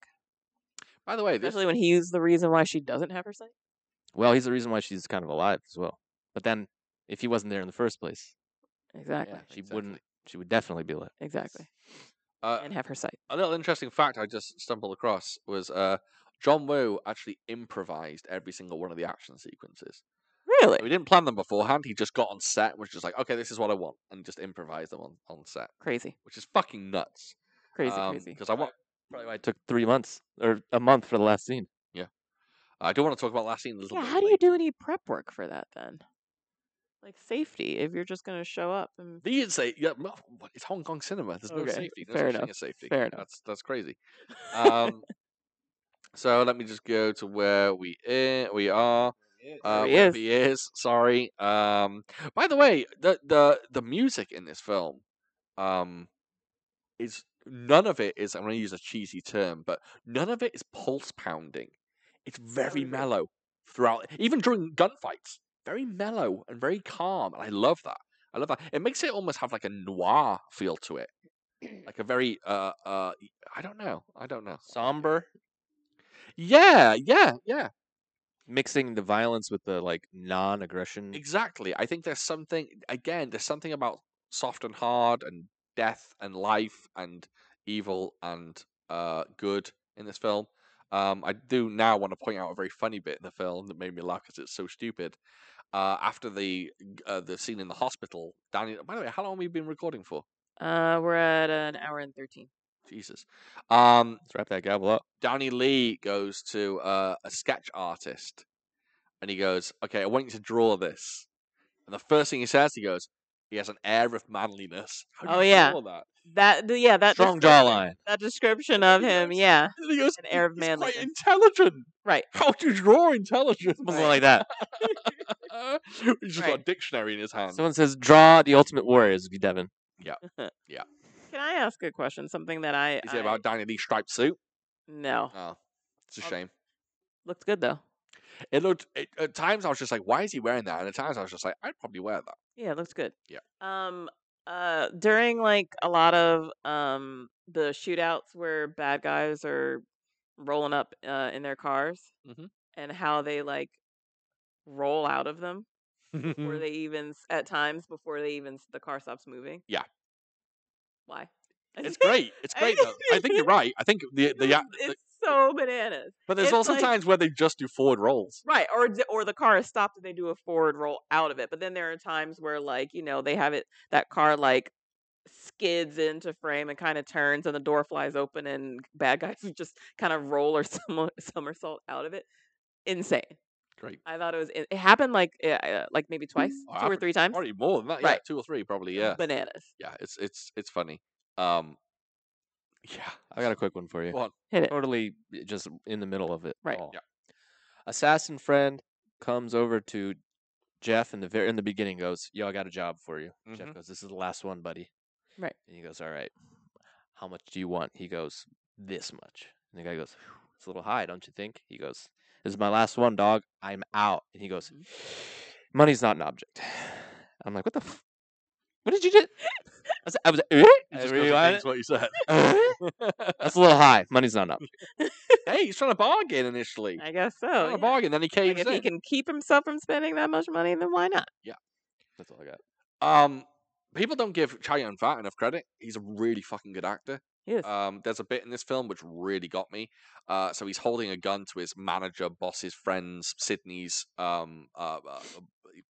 S2: By the way, this
S3: especially when he used the reason why she doesn't have her sight
S4: Well, he's the reason why she's kind of alive as well. But then, if he wasn't there in the first place,
S3: exactly
S2: Yeah,
S4: she
S2: exactly.
S4: wouldn't. She would definitely be alive.
S3: exactly
S2: Uh,
S3: and have her sight
S2: a little interesting fact I just stumbled across was uh, John Woo actually improvised every single one of the action sequences.
S3: really
S2: So he didn't plan them beforehand. He just got on set, and was just like, okay, this is what I want, and just improvised them on, on set,
S3: crazy
S2: which is fucking nuts.
S3: crazy
S2: Um,
S3: crazy
S2: Because I want
S4: Probably why it took three months or a month for the last scene.
S2: I do want to talk about last scene a little
S3: yeah
S2: bit.
S3: how do you
S2: later.
S3: do any prep work for that then like safety if you're just gonna show up and
S2: These say yeah, mo- what- it's Hong Kong cinema. There's no
S3: Mm-hmm. Okay,
S2: safety. No
S3: fair
S2: such thing
S3: enough,
S2: as safety.
S3: fair enough.
S2: That's that's crazy.
S3: [laughs]
S2: Um, so let me just go to where we i- we are. Uh,
S3: There he
S2: where
S3: is.
S2: he is. Sorry. Um, by the way, the the the music in this film, um, is none of it is. I'm going to use a cheesy term, but none of it is pulse pounding. It's very
S3: None of it.
S2: mellow throughout, even during gunfights. Very mellow and very calm, and I love that. I love that. It makes it almost have like a noir feel to it, like a very uh uh. I don't know. I don't know.
S4: Somber,
S2: Yeah, yeah, yeah.
S4: mixing the violence with the like non-aggression.
S2: Exactly. I think there's something again, there's something about soft and hard and death and life and evil and uh good in this film. Um I do now want to point out a very funny bit in the film that made me laugh because it's so stupid. Uh after the g- uh, the scene in the hospital, Danny by the way, how long have we been recording for?
S3: uh we're at an hour and 13
S2: Jesus. Um
S4: Let's wrap that gavel up.
S2: Danny Lee goes to uh, a sketch artist and he goes, Okay, I want you to draw this. And the first thing he says, he goes, He has an air of manliness. How do
S3: Oh,
S2: you
S3: yeah.
S2: draw that?
S3: That th- yeah, that
S4: Strong
S3: description-
S4: jawline.
S3: That description of him,
S2: Yes.
S3: yeah.
S2: He goes,
S3: An air of
S2: "He's quite
S3: manliness."
S2: intelligent.
S3: Right.
S2: How do you draw intelligent?
S4: Something like that.
S2: "Uh?" He's just got a
S3: Right.
S2: dictionary in his hand.
S4: Someone says, "Draw the Ultimate Warriors," Devin.
S3: Can I ask a question? Something that I,
S2: Uh Is
S3: I-
S2: it about Diana Lee's striped suit?
S3: no
S2: Oh, it's a
S3: Um,
S2: shame.
S3: looks good though.
S2: It looked it, at times I was just like, why is he wearing that? And at times I was just like, I'd probably wear
S3: [laughs]
S2: that.
S3: Yeah, it looks good.
S2: Yeah.
S3: Um. Uh. During like a lot of um the shootouts where bad guys
S2: Mm-hmm.
S3: are rolling up uh, in their cars
S2: Mhm.
S3: and how they like roll out of them
S2: Mm-hmm.
S3: before they even s- at times before they even s- the car stops moving.
S2: Yeah.
S3: Why? [laughs]
S2: It's great. It's
S3: I-
S2: great though. I think you're right. I
S3: [laughs]
S2: think the the,
S3: it's,
S2: yeah,
S3: it's so bananas.
S2: but there's
S3: it's
S2: also
S3: like-
S2: times where they just do forward rolls.
S3: Right, or d- or the car is stopped and they do a forward roll out of it. But then there are times where like, you know, they have it that car like skids into frame and kind of turns and the door flies open and bad guys [laughs] just kind of roll or [laughs] somer- somersault out of it. Insane.
S2: Great.
S3: I thought it was it happened like uh, like maybe twice,
S2: Oh,
S3: two or
S2: happened
S3: three times.
S2: Probably more than that. Yeah,
S3: Right. Mm.
S2: two or three probably. Yeah.
S3: Bananas.
S2: Yeah. It's it's it's funny. Um. Yeah. [laughs]
S4: I got a quick one for you.
S2: Go on.
S3: Hit it.
S4: Totally eh, just in the middle of it.
S3: Right.
S4: all.
S2: Yeah.
S4: Assassin friend comes over to Jeff in the very in the beginning goes, "Yo, I got a job for you." Jeff
S2: Mhm.
S4: goes, "This is the last one, buddy."
S3: Right.
S4: And he goes, "All right. How much do you want?" He goes, "This much." And the guy goes, "Phew, "It's a little high, don't you think?" He goes, "This is my last one, dog. I'm out." And he goes, [sighs] "Money's not an object." I'm like, "What the? F- what did you do?" I was, I was "Eh?"
S2: He
S4: I
S2: just goes and
S4: rewound
S2: thinks what you
S3: [laughs]
S2: said.
S4: it. "Eh?" That's a little high. Money's not an object.
S2: hey, he's trying to bargain initially.
S3: I guess so.
S2: trying
S3: yeah.
S2: to bargain, then he
S3: Like,
S2: caves
S3: if
S2: in.
S3: he can keep himself from spending that much money, then why not?
S4: That's all I
S3: [laughs]
S4: got.
S2: Um, people don't give Chow Yun Fat enough credit. He's a really fucking good actor.
S3: Yes.
S2: Um, there's a bit in this film which really got me. Uh, so he's holding a gun to his manager, boss's friends, Sydney's. Um, uh, uh,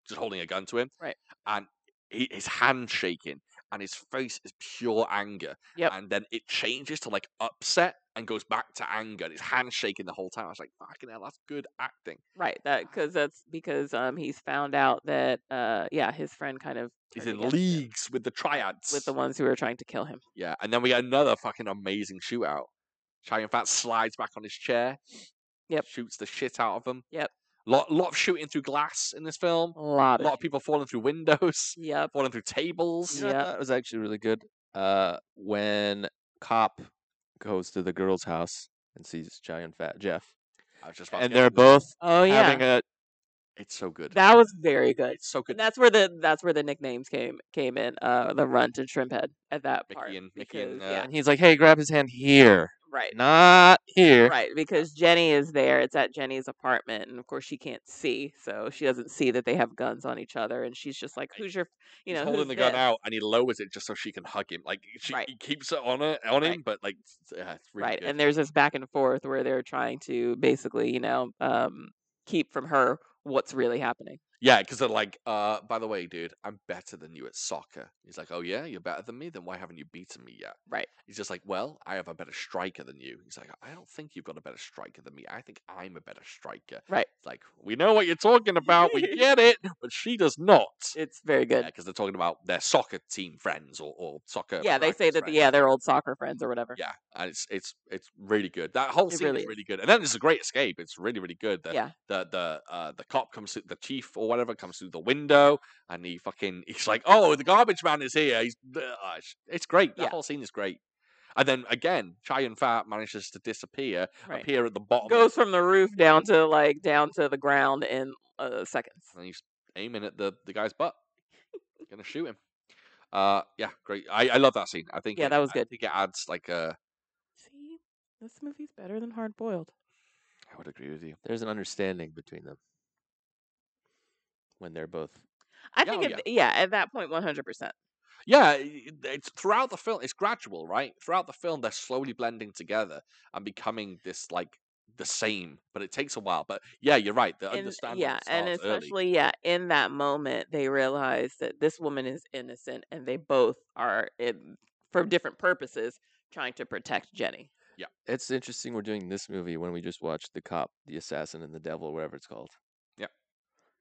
S2: just holding a gun to him.
S3: Right.
S2: And he, his hand shaking, and his face is pure anger.
S3: Yep.
S2: And then it changes to like upset and goes back to anger. And his hand shaking the whole time. I was like, fucking hell, that's good acting.
S3: Right, that because that's because um he's found out that uh yeah his friend kind of
S2: He's
S3: turned
S2: in
S3: against him
S2: leagues with the triads.
S3: with the ones who are trying to kill him.
S2: Yeah, and then we get another fucking amazing shootout. Chow Yun Fat slides back on his chair.
S3: Yep.
S2: Shoots the shit out of them.
S3: Yep.
S2: Lot lot of shooting through glass in this film.
S3: A lot
S2: A
S3: of
S2: lot of people falling through windows, [laughs]
S3: [laughs] yep
S2: falling through tables.
S4: You know, I
S3: Yep.
S4: thought it was actually really good. Uh, when cop goes to the girl's house and sees giant fat Jeff,
S2: I was just about to
S4: and
S2: get
S4: they're
S2: to this.
S4: both
S3: oh yeah
S4: having a
S2: It's so good.
S3: that was very good.
S2: It's so good.
S3: And that's where the that's where the nicknames came came in uh the runt and shrimp head at that
S2: Mickey
S3: part
S2: and- Mickey and,
S3: because-
S2: uh,
S3: yeah
S4: and he's like, "Hey, grab his hand here,
S3: right
S4: not here."
S3: right because Jenny is there it's at Jenny's apartment and of course she can't see so she doesn't see that they have guns on each other and she's just like who's your you
S2: He's
S3: know
S2: holding
S3: who's
S2: the gun
S3: this?
S2: out and he lowers it just so she can hug him. Like she
S3: Right.
S2: he keeps it on her, on
S3: Right.
S2: him, but like it's- yeah, it's really
S3: right
S2: good.
S3: and there's this back and forth where they're trying to basically you know um keep from her what's really happening
S2: Yeah, because they're like, uh, by the way, dude, I'm better than you at soccer. He's like, oh yeah, you're better than me. Then why haven't you beaten me yet?
S3: Right.
S2: He's just like, well, I have a better striker than you. He's like, I don't think you've got a better striker than me. I think I'm a better striker.
S3: Right.
S2: It's like we know what you're talking about. We
S3: [laughs]
S2: get it, but she does not.
S3: it's very
S2: Yeah,
S3: good
S2: because they're talking about their soccer team friends or, or soccer.
S3: yeah, they say
S2: practice
S3: that the,
S2: friends.
S3: yeah they're old soccer friends or whatever
S2: Yeah, and it's it's it's really good. That whole
S3: It
S2: scene
S3: really
S2: is
S3: is.
S2: really good, and then it's a great escape. It's really really good. The,
S3: Yeah.
S2: the the uh, the cop comes through, the chief or whatever comes through the window, and he fucking [laughs] he's like, "Oh, the garbage man is here." He's uh, it's- it's great. That
S3: Yeah.
S2: whole scene is great. And then again, Chai and Fat manages to disappear,
S3: Right.
S2: appear at the bottom,
S3: goes from the roof
S2: [laughs]
S3: down to like down to the ground in uh, seconds
S2: and he's aiming at the the guy's butt, gonna shoot him. Uh, yeah, great. I, I love that scene. I think
S3: Yeah,
S2: it-
S3: that was
S2: I
S3: good.
S2: think it adds like uh,
S3: see this movie's better than hard boiled
S2: I would agree with you.
S4: There's an understanding between them when they're both.
S3: i
S2: Yeah,
S3: think
S2: oh,
S3: at, th- yeah at that point 100%
S2: Yeah, i- it's throughout the film. It's gradual, right? Throughout the film, they're slowly blending together and becoming this like the same. But it takes a while. But yeah, you're right. The
S3: and
S2: understanding
S3: yeah and
S2: starts early.
S3: especially yeah in that moment they realize that this woman is innocent and they both are in, for different purposes trying to protect jenny
S4: It's interesting we're doing this movie when we just watched the cop, the assassin, and the devil, whatever it's called.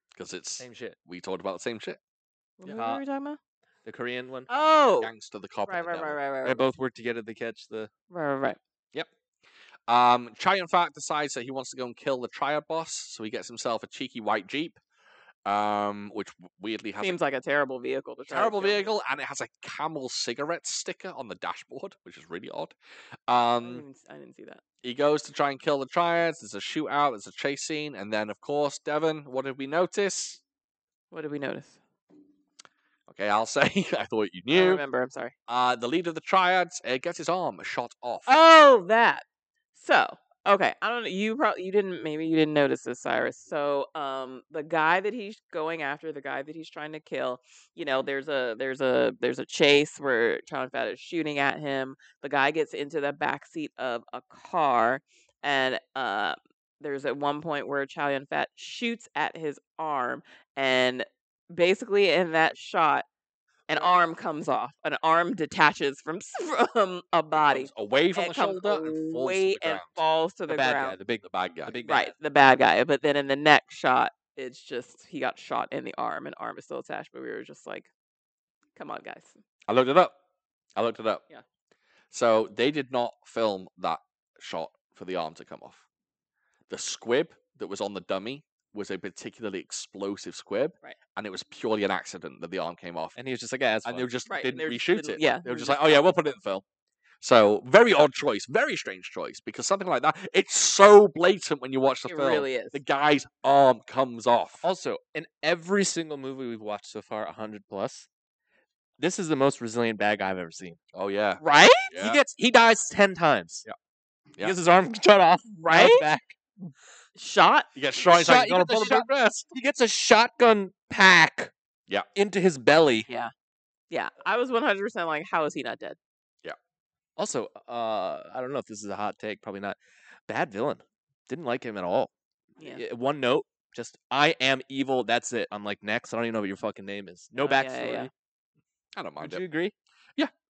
S2: because it's
S4: shit.
S2: we talked about the same shit.
S3: What
S4: Yeah.
S3: movie were we talking about?
S4: the Korean one.
S3: Oh,
S2: Gangster, the cop, and
S3: right,
S2: the
S3: right, right,
S2: devil.
S3: right,
S4: They
S3: right,
S4: both work together to catch the.
S3: right, right, right.
S2: Um, Chai, in fact, decides that he wants to go and kill the triad boss, so he gets himself a cheeky white jeep, um, which w- weirdly has
S3: Seems like a terrible vehicle. To
S2: a
S3: try to
S2: terrible
S3: kill.
S2: vehicle, and it has a camel cigarette sticker on the dashboard, which is really odd.
S3: I didn't,
S2: Um,
S3: even s- I didn't see that.
S2: he goes to try and kill the triads. There's a shootout. There's a chase scene, and then, of course, Devon. What did we notice?
S3: What did we notice?
S2: Okay, I'll [laughs] say. I thought you
S3: I don't
S2: knew.
S3: remember. I'm sorry.
S2: Uh, the leader of the triads uh, gets his arm shot off.
S3: Oh, that. So, okay, I don't. You probably you didn't. Maybe you didn't notice this, Cyrus. So, um, the guy that he's going after, the guy that he's trying to kill, you know, there's a there's a there's a chase where Challenge Fat is shooting at him. The guy gets into the back seat of a car, and uh, there's at one point where Chow Yun Fat shoots at his arm, and basically in that shot. An arm comes off. An arm detaches from [laughs] s- from a body
S2: Comes away from
S3: and
S2: the
S3: comes
S2: shoulder and falls to
S3: away
S2: the ground.
S3: and falls to
S4: The,
S3: the,
S4: bad guy,
S3: ground.
S4: the big,
S2: the bad guy.
S4: the big
S3: right, the bad guy. But then in the next shot, it's just he got shot in the arm, and arm is still attached. But we were just like, "Come on, guys."
S2: I looked it up. I looked it up.
S3: Yeah.
S2: So they did not film that shot for the arm to come off. The squib that was on the dummy was a particularly explosive squib,
S3: Right.
S2: and it was purely an accident that the arm came off.
S4: And he was just like, yeah, that's
S2: And
S4: fine.
S2: they were just
S3: Right,
S2: didn't
S3: they're-
S2: reshoot
S3: didn't-
S2: it. They
S3: yeah,
S2: were
S3: they're
S2: just like,
S3: just
S2: oh yeah,
S3: not
S2: we'll put it in film. So very odd choice, very strange choice, because something like that, it's so blatant when you watch the
S3: It
S2: film.
S3: really is.
S2: The guy's arm comes off.
S4: Also, in every single movie we've watched so far, 100 plus, this is the most resilient bad guy I've ever seen.
S2: Oh yeah.
S4: Right?
S2: Yeah.
S4: He gets he dies 10 times.
S2: Yeah.
S4: He
S2: Yeah.
S4: gets his arm [laughs] shot off.
S3: Right?
S4: out Back.
S3: Shot.
S2: You get shot, he's like,
S4: shot- you
S2: "Got a
S4: get the
S2: bulletproof vest."
S4: He gets a shotgun pack
S2: Yeah.
S4: into his belly.
S3: Yeah, yeah. I was one hundred percent like, "How is he not dead?"
S4: Also, uh, I don't know if this is a hot take, probably not. Bad villain. Didn't like him at all.
S3: Yeah.
S4: Y- One note, just I am evil. That's it. I'm like next. I don't even know what your fucking name is. No
S3: Oh, yeah, yeah,
S4: backstory.
S3: yeah.
S2: I don't mind
S4: Would
S2: it.
S4: you agree?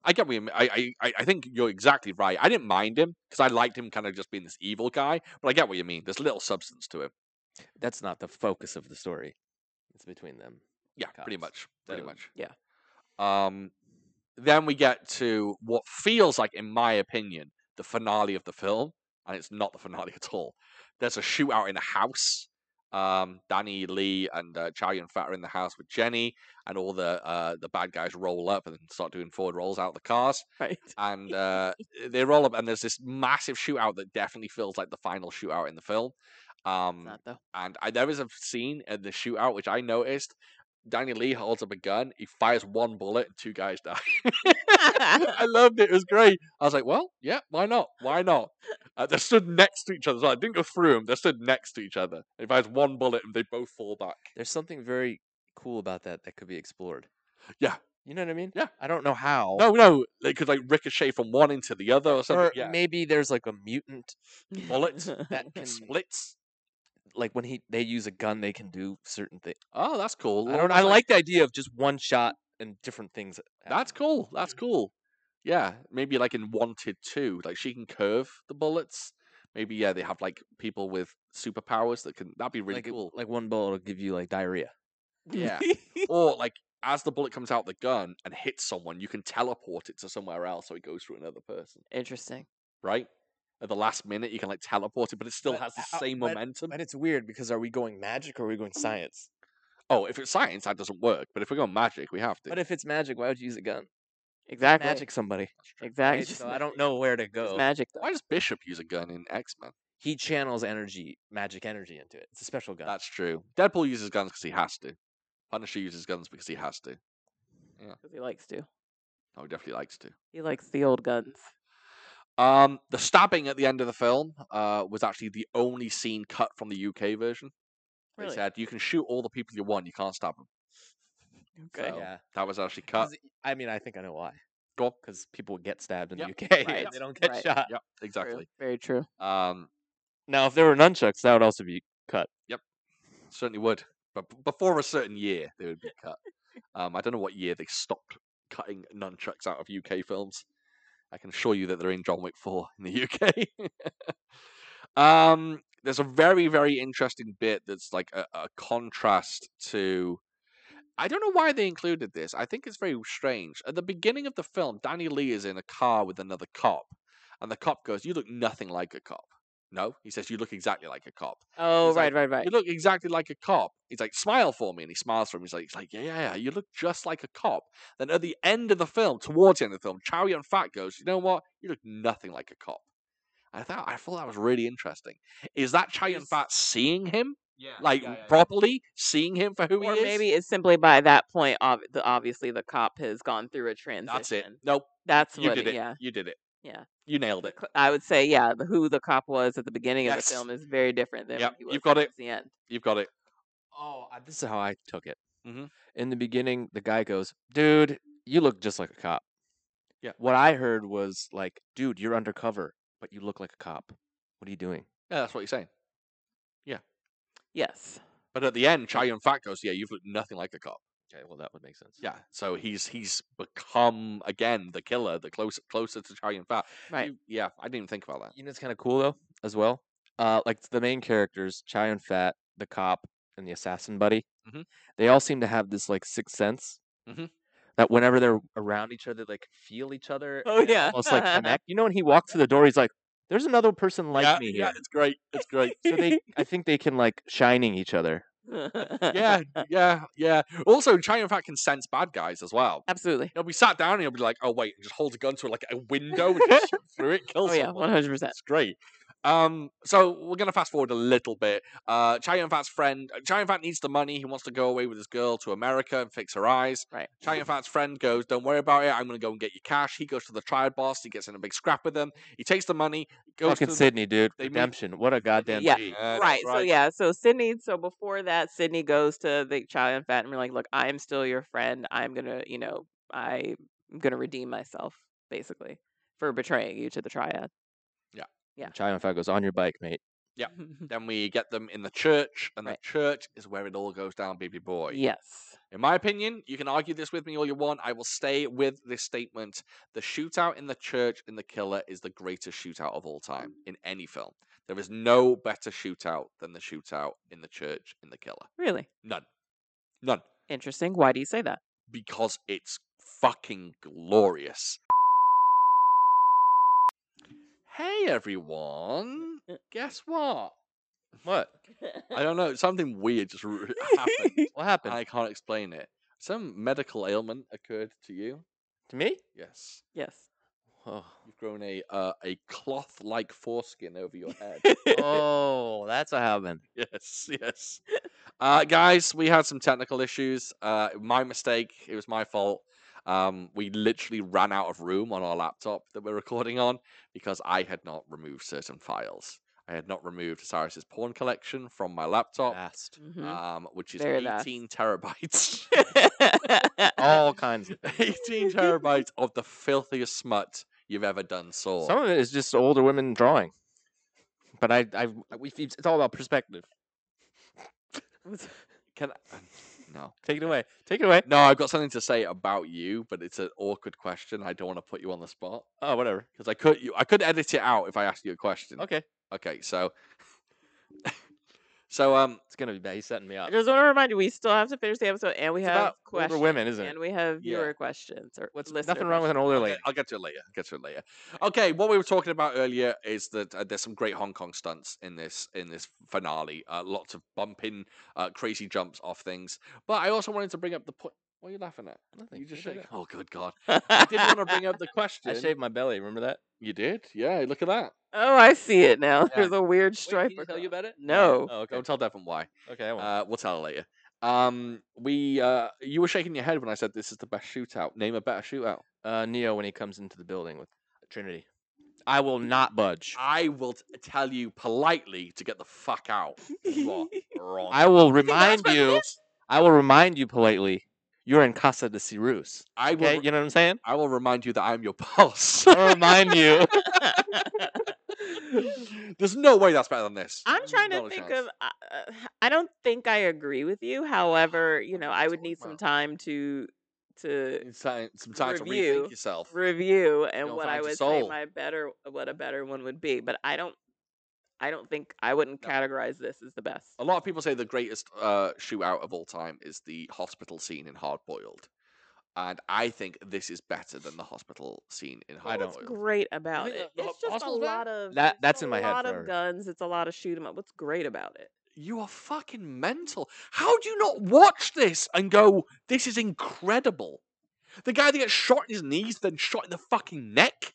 S2: I get what you mean. I, I, I- I think you're exactly right. I didn't mind him because I liked him kind of just being this evil guy, but I get what you mean. There's little substance to him.
S4: That's not the focus of the story. It's between them.
S2: Yeah, pretty
S4: Cops.
S2: much. Pretty
S4: So,
S2: much.
S3: yeah.
S2: Um, then we get to what feels like, in my opinion, the finale of the film, and it's not the finale at all. There's a shootout in a house. Um, Danny Lee and uh, Chow Yun Fat are in the house with Jenny, and all the uh, the bad guys roll up and start doing forward rolls out of the cars.
S3: Right. [laughs]
S2: and uh, they roll up, and there's this massive shootout that definitely feels like the final shootout in the film. Um,
S4: Not though.
S2: and I, there is a scene in the shootout which I noticed. Danny Lee holds up a gun, he fires one bullet, and two guys die. [laughs] I loved it; it was great. I was like, "Well, yeah, why not? Why not?" Uh, they stood next to each other, so I didn't go through them. They stood next to each other. He fires one bullet, and they both fall back.
S4: There's something very cool about that that could be explored.
S2: Yeah.
S4: You know what I mean?
S2: Yeah.
S4: I don't know how.
S2: No, no, they could like ricochet from one into the other or something.
S4: Or
S2: yeah,
S4: maybe there's like a mutant
S3: [laughs]
S2: bullets
S4: [laughs] that can
S2: splits.
S4: like when he they use a gun they can do certain things.
S2: Oh, that's cool.
S4: I don't. I like the idea of just one shot and different things.
S2: That's cool. That's cool. Yeah, maybe like in Wanted Two, like she can curve the bullets. Maybe yeah, they have like people with superpowers that can. That'd be really
S4: like, it-
S2: cool.
S4: Like one bullet will give you like diarrhea.
S2: Yeah. or like as the bullet comes out the gun and hits someone, you can teleport it to somewhere else, so it goes through another person.
S3: Interesting.
S2: Right at the last minute, you can like teleport it, but it still
S4: But
S2: has the
S4: how-
S2: same
S4: but-
S2: momentum.
S4: But it's weird because are we going magic or are we going science?
S2: Oh, if it's science, that doesn't work. But if we're going magic, we have to.
S4: But if it's magic, why would you use a gun?
S3: Exactly.
S4: Magic somebody. [laughs]
S3: Exactly.
S4: right? So I don't know where to
S3: It's
S4: go.
S3: magic though.
S2: Why does Bishop use a gun in X Men?
S4: He channels energy, magic energy into it. It's a special gun.
S2: That's true. Deadpool uses guns because he has to. Punisher uses guns because he has to.
S3: Because he likes to.
S2: Oh, he definitely likes to.
S3: He likes the old guns.
S2: Um, the stabbing at the end of the film uh, was actually the only scene cut from the UK version. They
S3: Really?
S2: said you can shoot all the people you want, you can't stab them.
S3: Okay.
S2: So
S4: Yeah.
S2: that was actually cut.
S4: 'Cause it- I mean, I think I know why.
S2: Go on.
S4: Because people get stabbed in
S2: Yep.
S4: the UK [laughs]
S3: Right.
S4: and they don't get
S3: Right.
S4: shot.
S2: Yep,
S3: True.
S2: exactly.
S3: Very true.
S2: Um,
S4: Now, if there were nunchucks, that would also be cut.
S2: certainly would, but b- before a certain year, they would be cut. um, I don't know what year they stopped cutting nunchucks out of UK films. I can assure you that they're in John Wick Four in the UK. [laughs] um, there's a very very interesting bit that's like a, a contrast to I don't know why they included this. I think it's very strange. At the beginning of the film, Danny Lee is in a car with another cop, and the cop goes, "You look nothing like a cop." No, he says, "You look exactly like a cop."
S3: Oh,
S2: It's like,
S3: right, right, right.
S2: You look exactly like a cop. He's like, "Smile for me," and he smiles for him. He's like, "He's like, yeah, yeah, yeah, you look just like a cop." Then at the end of the film, towards the end of the film, Chowie and Fat goes, "You know what? You look nothing like a cop." I thought I thought that was really interesting. Is that Chowie and
S1: Is-
S2: Fat seeing him
S1: Yeah.
S2: like
S1: yeah, yeah,
S2: properly, seeing him for who
S3: Or
S2: he is?
S3: maybe it's simply by that point, ob- the, obviously the cop has gone through a transition.
S2: That's it. Nope.
S3: That's
S2: You
S3: what.
S2: did it.
S3: Yeah,
S2: You did it.
S3: Yeah.
S2: You nailed it.
S3: Cl- I would say yeah. The, who the cop was at the beginning of
S2: Yes.
S3: the film is very different than
S2: Yep,
S3: what he was
S2: you've got it.
S3: towards the end.
S2: You've got it.
S4: Oh, I- this is how I took it.
S2: Mhm.
S4: In the beginning, the guy goes, "Dude, you look just like a cop."
S2: Yeah.
S4: What I heard was like, "Dude, you're undercover, but you look like a cop. What are you doing?"
S2: Yeah, that's what you're saying. [laughs]
S3: Yes.
S2: But at the end, Chow Yun Fat goes, "Yeah, you've looked nothing like a cop."
S4: Okay, well that would make sense.
S2: Yeah. So he's he's become again the killer, the closer closer to Chow Yun Fat.
S3: Right.
S2: You- yeah, I didn't even think about that.
S4: You know, it's kind of cool though, as well. Uh, like the main characters, Chow Yun Fat, the cop, and the assassin buddy.
S2: Mhm.
S4: They all seem to have this like sixth sense
S2: Mhm.
S4: that whenever they're around each other, they like feel each other.
S3: Oh,
S4: and
S3: yeah.
S4: almost like
S2: [laughs]
S4: connect. You know, when he walked through the door, he's like, "There's another person like
S2: yeah,
S4: me
S2: yeah,
S4: here."
S2: it's great. It's great.
S4: So
S2: [laughs]
S4: they, I think they can like shining each other.
S2: yeah, [laughs] yeah, yeah. Also, Chow Yun Fat can sense bad guys as well.
S3: [laughs] Absolutely.
S2: He'll be sat down and he'll be like, "Oh wait," and just holds a gun to like a window and just shoot through [laughs] it, kills
S3: Oh yeah,
S2: someone.
S3: one hundred percent. [laughs]
S2: It's great. Um, so we're gonna fast forward a little bit. Uh, Chayan Fat's friend, Chayan Fat needs the money. He wants to go away with his girl to America and fix her eyes.
S3: Right.
S2: Chayan Fat's friend goes, "Don't worry about it. I'm gonna go and get your cash." He goes to the triad boss. He gets in a big scrap with them. He takes the money. Goes
S4: Fucking
S2: to the-
S4: Sydney, dude.
S2: they meet-
S4: Redemption. What a goddamn.
S3: Yeah.
S4: G.
S2: Uh, that's
S3: right. So yeah. So Sydney. So before that, Sydney goes to the Chow and Fat and we're like, look, I am still your friend. I'm gonna, you know, I'm gonna redeem myself basically for betraying you to the triad.
S4: Chow Yun Fat goes on your bike, mate.
S3: [laughs]
S2: Yeah. Then we get them in the church, and
S3: Right.
S2: the church is where it all goes down, baby boy.
S3: yes.
S2: In my opinion, you can argue this with me all you want. I will stay with this statement. The shootout in the church in The Killer is the greatest shootout of all time in any film. There is no better shootout than the shootout in the church in The Killer.
S3: Really
S2: None. None.
S3: interesting. Why do you say that?
S2: Because it's fucking glorious. Hey, everyone. Guess what?
S4: What?
S2: I don't know. Something weird just r- [laughs] happened.
S4: [laughs] What happened
S2: I can't explain it. Some medical ailment occurred to you.
S4: to me?
S2: Yes.
S3: yes.
S4: Oh.
S2: You've grown a uh, a cloth like foreskin over your head.
S4: oh, that's what happened.
S2: [laughs] yes, yes. Uh, guys, we had some technical issues. Uh, my mistake. It was my fault. Um, we literally ran out of room on our laptop that we're recording on because I had not removed certain files. I had not removed Cyrus's porn collection from my laptop, [laughs]
S4: Fast.
S3: Mhm.
S2: um, which is
S3: Very vast.
S2: 18 terabytes. [laughs]
S4: All kinds of [laughs]
S2: 18 terabytes of the filthiest smut you've ever done saw.
S4: Some of it is just older women drawing. But I, I, we, it's all about perspective. [laughs]
S2: Can I, no.
S4: Take it away. Take it away.
S2: No, I've got something to say about you, but it's an awkward question. I don't want to put you on the spot
S4: Oh, whatever.
S2: because I could you, I could edit it out if I asked you a question.
S4: Okay.
S2: Okay, so [laughs] so um
S4: It's gonna be bad. He's setting
S3: [laughs]
S4: me
S3: I
S4: up.
S3: just want to remind you, we still have to finish the episode, and we
S4: It's
S3: have
S4: about
S3: questions,
S4: older women, isn't it?
S3: and we have
S2: Yeah.
S3: viewer questions or
S4: What's
S3: listener
S4: nothing wrong with an older
S2: okay,
S4: lady?
S2: I'll get to it later. I'll get to it later. Okay, what we were talking about earlier is that uh, there's some great Hong Kong stunts in this in this finale. Uh, lots of bumping, uh, crazy jumps off things. But I also wanted to bring up the point. What are you laughing at?
S4: Nothing.
S2: You just
S4: Look
S2: shake.
S4: [laughs] at that.
S2: Oh, good God!
S3: questions.
S2: [laughs] I
S4: [laughs]
S2: did want to bring up the question.
S4: I shaved my belly. Remember that?
S2: You did? Yeah. Look at that.
S3: Oh, I see it
S4: [laughs]
S3: now.
S2: Yeah.
S3: There's a weird
S4: Wait,
S3: stripe.
S4: did he tell you
S3: across-
S4: about it?
S3: No.
S4: Oh, okay.
S2: Don't tell Devon why.
S4: Okay. I won't.
S2: Uh, we'll tell her later. Um, we uh, you were shaking your head when I said this is the best shootout. Name a better shootout.
S4: uh, Neo when he comes into the building with Trinity. I will not budge.
S2: I will t- tell you politely to get the fuck out. You [laughs] are wrong.
S4: I will
S2: You think that's
S4: remind
S2: better than
S4: you.
S2: this?
S4: I will remind you politely. You're in Casa de Cirrus.
S2: I will.
S4: Okay,
S2: re-
S4: you know what I'm saying?
S2: I will remind you that I'm your boss. [laughs]
S4: [laughs] I'll remind you.
S2: There's no way that's better than this.
S3: I'm trying
S2: Not
S3: to
S2: a
S3: think
S2: chance.
S3: of. Uh, uh, I don't think I agree with you.
S4: [sighs]
S3: However, you know, I would need some
S2: Wow.
S3: time to to
S2: It's time- some time to
S3: review.
S2: rethink yourself.
S3: review and
S2: You'll
S3: what I
S2: find your
S3: would say
S2: soul.
S3: my better what a better one would be. But I don't. I don't think I wouldn't
S2: No.
S3: categorize this as the best.
S2: A lot of people say the greatest uh, shootout of all time is the hospital scene in Hard Boiled, and I think this is better than the hospital scene in
S4: I
S2: Hard
S4: don't-
S3: What's
S2: Boiled.
S3: great about
S4: think
S3: it?
S4: the- the
S3: It's just a
S4: Hustle's bad?
S3: lot of
S4: That-
S3: it's
S4: that's
S3: a
S4: in my head
S3: lot
S4: forever.
S3: of guns. It's a lot of shoot 'em up. What's great about it?
S2: You are fucking mental. How do you not watch this and go, "This is incredible"? The guy that gets shot in his knees, then shot in the fucking neck.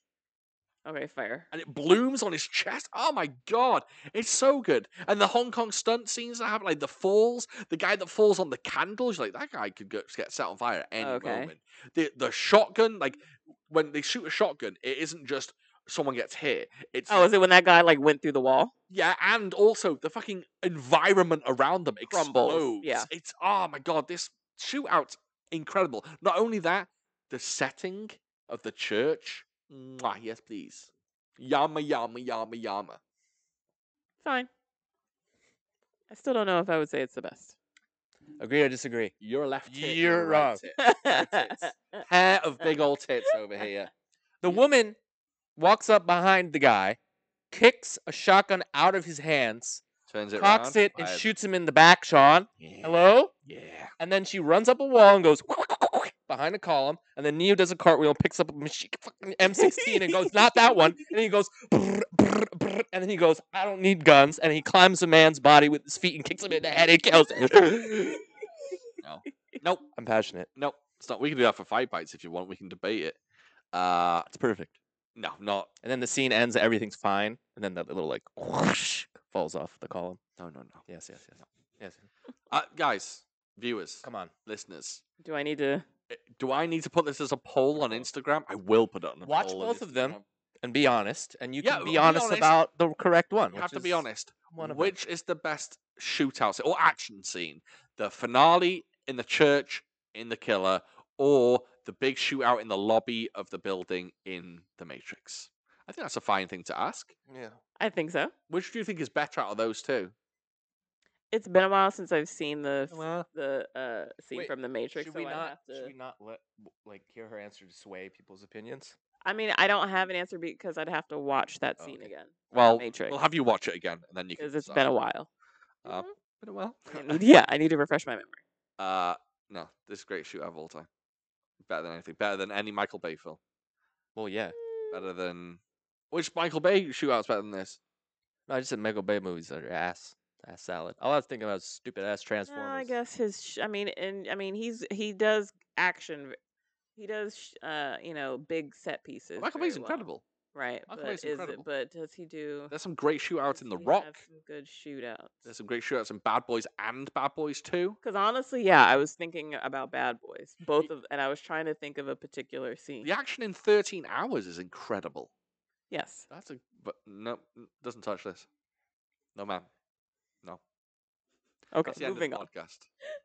S3: Okay, fair.
S2: and it blooms on his chest. Oh my god, it's so good. And the Hong Kong stunt scenes that happen, like the falls, the guy that falls on the candles, you're like that guy could go, get set on fire at any
S3: Okay.
S2: moment. The the shotgun, like when they shoot a shotgun, it isn't just someone gets hit. It's
S3: Oh, is it when that guy like went through the wall?
S2: yeah, and also the fucking environment around them
S3: Crumbles,
S2: explodes.
S3: yeah.
S2: It's oh my god, this shootout's incredible. Not only that, the setting of the church. Mwah, yes, please. Yama yama yama yama.
S3: Fine. I still don't know if I would say it's the best.
S4: Agree or disagree?
S2: You're a left tit.
S4: You're
S2: a right
S4: wrong. [laughs]
S2: tit. Pair of big old tits over here.
S4: The woman walks up behind the guy, kicks a shotgun out of his hands,
S2: Turns it
S4: cocks
S2: round.
S4: it, and
S2: Five.
S4: shoots him in the back, Sean.
S2: Yeah.
S4: Hello?
S2: Yeah.
S4: And then she runs up a wall and goes [laughs] behind a column. And then Neo does a cartwheel and picks up a machi- fucking M16 and goes, not that one. And he goes, [laughs] brr, brr, brr, and then he goes, I don't need guns. And he climbs a man's body with his feet and kicks him in the head and
S2: [laughs]
S4: kills him. [laughs]
S2: Nope.
S4: I'm passionate.
S2: Nope. It's not. We can do that for five bites if you want. We can debate it. Uh,
S4: It's perfect.
S2: no, not.
S4: And then the scene ends, everything's fine. And then that little like whoosh falls off the column.
S2: No, no, no.
S4: Yes, yes, yes. Yes.
S2: Uh, guys, viewers,
S4: Come on.
S2: listeners,
S3: Do I need to?
S2: uh, do I need to put this as a poll on Instagram? I will put it on. A
S4: Watch
S2: poll on
S4: both of them.
S2: Instagram.
S4: And be honest. And you
S2: Yeah,
S4: can
S2: w-
S4: be,
S2: be
S4: honest,
S2: honest.
S4: about the correct one.
S2: You have
S4: which
S2: to be
S4: is
S2: honest.
S4: One of
S2: [laughs]
S4: them.
S2: Which is the best shootout scene or action scene? The finale in the church in The Killer, or the big shootout in the lobby of the building in The Matrix? I think that's a fine thing to ask.
S4: Yeah.
S3: I think so.
S2: Which do you think is better out of those two?
S3: It's been a while since I've seen the f-
S4: Oh, Well,
S3: the uh, scene
S4: Wait,
S3: from the Matrix,
S4: should
S3: so
S4: we
S3: I
S4: not? uh
S3: have to.
S4: Should we not let w- like hear her answer to sway people's opinions?
S3: I mean, I don't have an answer because I'd have to watch that
S4: Oh,
S3: scene
S4: okay.
S3: again
S2: Well,
S3: Matrix.
S2: we'll have you watch it again, and then you can.
S3: because it's
S2: decide.
S3: been a while.
S2: Uh,
S3: Mhm.
S2: Been a while.
S3: [laughs] I need- yeah, I need to refresh my memory.
S2: [laughs] Uh, no, this is great shootout of all time. Better than anything. Better than any Michael Bay film.
S4: Well, yeah.
S2: Better than which Michael Bay shootout's better than this?
S4: No, I just said Michael Bay movies are ass, ass salad. All I was thinking about was stupid ass
S3: No,
S4: Transformers.
S3: I guess his. Sh- I mean, and I mean, he's he does action. v- He does, sh- uh, you know, big set pieces.
S2: Michael Bay's
S3: very well,
S2: incredible.
S3: right?
S2: Michael
S3: but
S2: Bay's
S3: is
S2: incredible.
S3: it? But does he do?
S2: There's some great shootouts
S3: does
S2: in The
S3: he
S2: Rock.
S3: Have some good shootouts.
S2: There's some great shootouts in Bad Boys and Bad Boys Two.
S3: Because honestly, yeah, I was thinking about Bad Boys, both of, and I was trying to think of a particular scene.
S2: The action in 13 hours is incredible.
S3: Yes.
S2: That's a but no n- doesn't touch this. No man.
S3: Okay.
S2: That's the end of the
S3: moving on.
S2: podcast.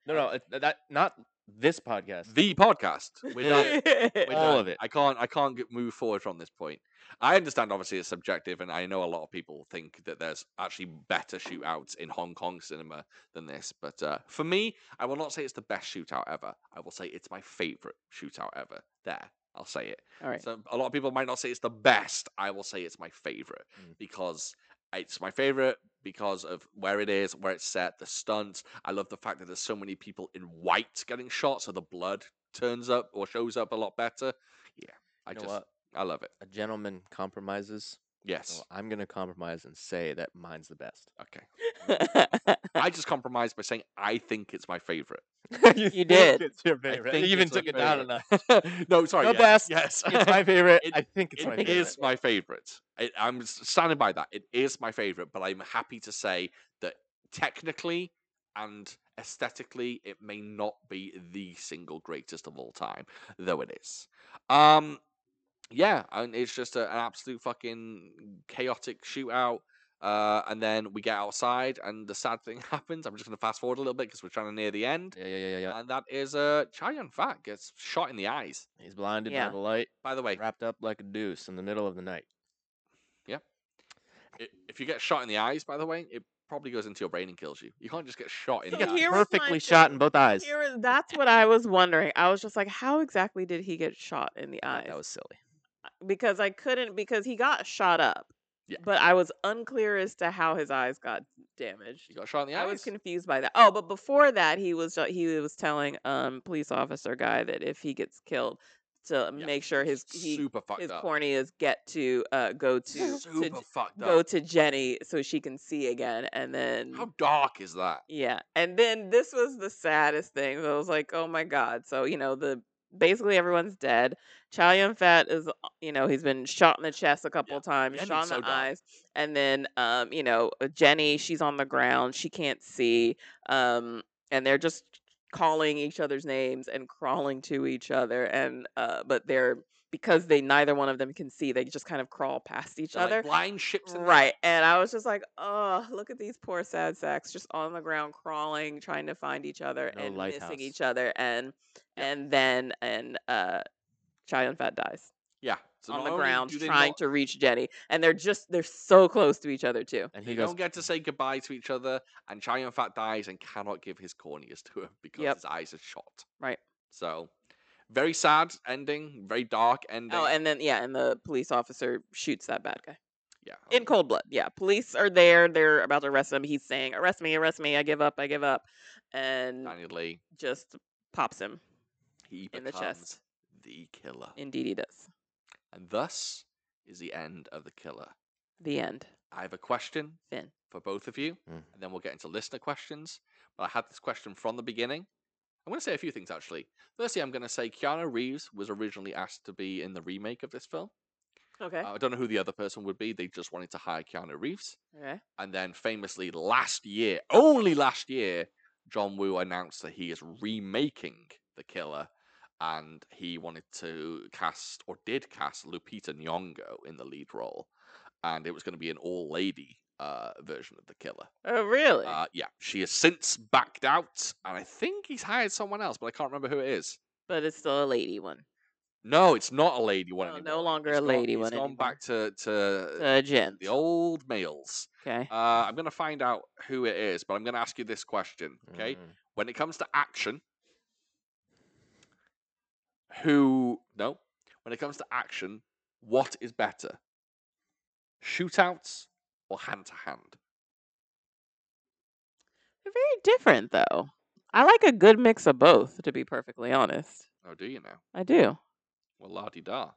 S4: No, no, it, that not this podcast.
S2: The podcast. We're done.
S3: [laughs]
S2: We're
S4: All
S2: done.
S4: of it.
S2: I can't. I can't get, move forward from this point. I understand. Obviously, it's subjective, and I know a lot of people think that there's actually better shootouts in Hong Kong cinema than this. But uh, for me, I will not say it's the best shootout ever. I will say it's my favorite shootout ever. There, I'll say it.
S3: All [laughs] right.
S2: So a lot of people might not say it's the best. I will say it's my favorite
S4: Mm.
S2: because it's my favorite because of where it is, where it's set, the stunts. I love the fact that there's so many people in white getting shot, so the blood turns up or shows up a lot better. Yeah, I
S4: You know
S2: just
S4: what?
S2: I love it.
S4: A gentleman compromises.
S2: Yes.
S4: So I'm gonna compromise and say that mine's the best.
S2: Okay. I
S4: [laughs]
S2: just compromised by saying I think it's my favorite.
S4: you
S3: think did.
S4: It's your
S2: favorite.
S4: You
S2: think
S4: even
S2: it's my
S4: took it down
S2: favorite.
S4: enough.
S2: [laughs] no, sorry.
S4: The
S2: yes,
S4: best.
S2: Yes.
S4: [laughs] It's my favorite.
S2: It-
S4: I think it's
S2: It
S4: my
S2: is
S4: favorite.
S2: my favorite. It, I'm s- standing by that. It is my favorite, but I'm happy to say that technically and aesthetically, it may not be the single greatest of all time, though it is. Um, yeah, and it's just a, an absolute fucking chaotic shootout. Uh, and then we get outside, and the sad thing [laughs] happens. I'm just going to fast forward a little bit because we're trying to near the end.
S4: Yeah, yeah, yeah, yeah, yeah.
S2: And that is uh, Chai Yun Fat gets shot in the eyes.
S4: He's blinded
S3: Yeah.
S4: by the light,
S2: By the way,
S4: wrapped up like a deuce in the middle of the night.
S2: i- if you get shot in the eyes, by the way, it probably goes into your brain and kills you. You can't just get shot in
S3: So
S2: the eyes.
S3: here was my
S4: Perfectly shot in
S3: thing.
S4: both eyes.
S3: Here is- that's what I was wondering. I was just like, how exactly did he get shot in the eyes?
S4: That was silly.
S3: Because I couldn't because he got shot up
S2: Yeah.
S3: But I was unclear as to how his eyes got damaged.
S2: He got shot in the
S3: I
S2: eyes.
S3: was confused by that. Oh, but before that, he was he was telling um police officer guy that if he gets killed, to
S2: Yeah.
S3: make sure his he,
S2: super fucked
S3: his
S2: up. [laughs]
S3: corneas get to uh go to, to
S2: super fucked
S3: go
S2: up.
S3: to Jenny so she can see again, and then
S2: How dark is that?
S3: yeah, and then this was the saddest thing. I was like, oh my god. So you know the basically everyone's dead. Chow Yun Fat is uh, you know he's been shot in the chest a couple
S2: Yeah.
S3: times,
S2: Yeah, I mean,
S3: shot in
S2: so
S3: the
S2: dumb.
S3: eyes, and then um you know Jenny she's on the ground, she can't see, um and they're just calling each other's names and crawling to each other, and uh but they're because they neither one of them can see, they just kind of crawl past each
S2: They're like
S3: other.
S2: blind ships in the
S3: Right. And I was just like, oh, look at these poor sad sacks just on the ground crawling, trying to find each other
S4: No
S3: and
S4: lighthouse.
S3: missing each other. And
S2: Yeah.
S3: and then and uh Chion Fat dies
S2: Yeah. So
S3: on
S2: not
S3: the
S2: only
S3: ground
S2: do they
S3: trying
S2: not-
S3: to reach Jenny. And they're just they're so close to each other too.
S4: And
S2: They
S4: he goes,
S2: don't get to say goodbye to each other, and Cheyenne Fat dies and cannot give his corneas to him because
S3: Yep.
S2: his eyes are shot.
S3: Right.
S2: So, very sad ending, very dark ending.
S3: Oh, and then yeah, and the police officer shoots that bad guy.
S2: yeah, I
S3: In
S2: mean,
S3: cold blood. Yeah. Police are there, they're about to arrest him. He's saying, Arrest me, arrest me, I give up, I give up and
S2: Daniel Lee,
S3: just pops him
S2: he
S3: in the
S2: becomes
S3: chest.
S2: the killer,
S3: Indeed he does.
S2: and thus is the end of the killer.
S3: The end.
S2: I have a question
S3: Finn.
S2: for both of you,
S4: Mm.
S2: and then we'll get into listener questions. But I had this question from the beginning. I'm going to say a few things actually. Firstly, I'm going to say Keanu Reeves was originally asked to be in the remake of this film.
S3: Okay.
S2: Uh, I don't know who the other person would be. They just wanted to hire Keanu Reeves.
S3: Okay.
S2: And then, famously, last year, only last year, John Woo announced that he is remaking The Killer. And he wanted to cast, or did cast, Lupita Nyongo in the lead role. And it was going to be an all lady uh, version of The Killer.
S3: Oh, really?
S2: Uh, yeah, she has since backed out. And I think he's hired someone else, but I can't remember who it is.
S3: but it's still a lady one.
S2: No, it's not a lady one
S3: Uh, No, no
S2: anymore.
S3: longer
S2: It's
S3: a lady
S2: gone,
S3: one
S2: It's gone
S3: anymore. Uh,
S2: back to, to
S3: The gin.
S2: the old males.
S3: Okay.
S2: Uh, I'm going to find out who it is, but I'm going to ask you this question. Okay.
S4: "Mm,
S2: When it comes to action, who. No. When it comes to action, what is better? Shootouts or hand to hand?
S3: They're very different, though. I like a good mix of both, to be perfectly honest.
S2: Oh, do you now?
S3: I do.
S2: Well, la di
S3: [laughs]
S2: da.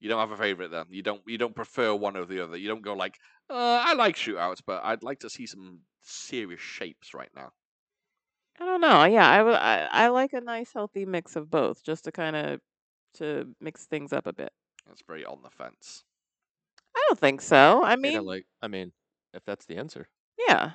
S2: You don't have a favorite then. You don't. You don't prefer one over the other. You don't go like, uh, I like shootouts, but I'd like to see some serious shapes right now.
S3: I don't know. Yeah, I, w- I, I like a nice, healthy mix of both, just to kind of to mix things up a bit.
S2: That's very on the fence.
S3: I don't think so. I
S4: you know,
S3: mean,
S4: like, I mean, if that's the answer.
S3: yeah,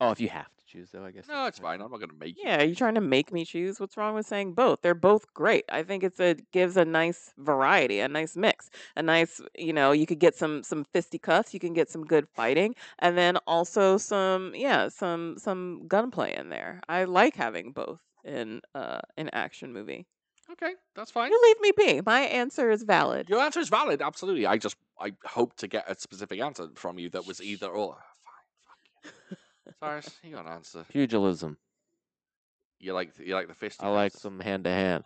S4: Oh, if you have to choose, though, I guess.
S2: No, it's fine. I'm not going to make you.
S3: yeah. Are you trying to make me choose? What's wrong with saying both? They're both great. I think it's a gives a nice variety, a nice mix, a nice you know. You could get some some fisticuffs. You can get some good fighting. and then also some yeah some some gunplay in there i like having both in uh an action movie
S2: Okay, that's fine.
S3: you leave me be my answer is valid
S2: Your answer is valid, absolutely. I just I hope to get a specific answer from you that was either or. Fine, fuck you. Cyrus, you got an answer.
S4: Pugilism.
S2: You like you like the fist.
S4: I like some hand to hand.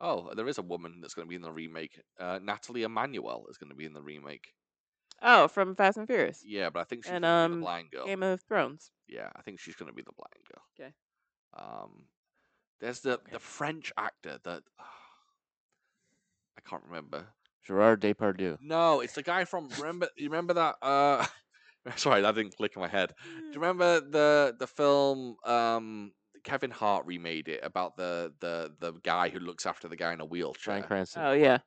S2: Oh, there is a woman that's going to be in the remake. Uh, Natalie Emanuel is going to be in the remake.
S3: [laughs] oh from fast and furious
S2: Yeah, but I think she's
S3: And,
S2: gonna be
S3: um,
S2: the blind girl.
S3: game of thrones
S2: Yeah, I think she's going to be the blind girl.
S3: 'Kay.
S2: Um, there's the the French actor that [sighs] I can't remember.
S4: Gerard Depardieu.
S2: No, it's the guy from remember you remember that uh [laughs] sorry, that didn't click in my head.
S3: Mm.
S2: Do you remember the the film um Kevin Hart remade it about the the the guy who looks after the guy in a wheelchair?
S4: Brian Cranston.
S3: oh yeah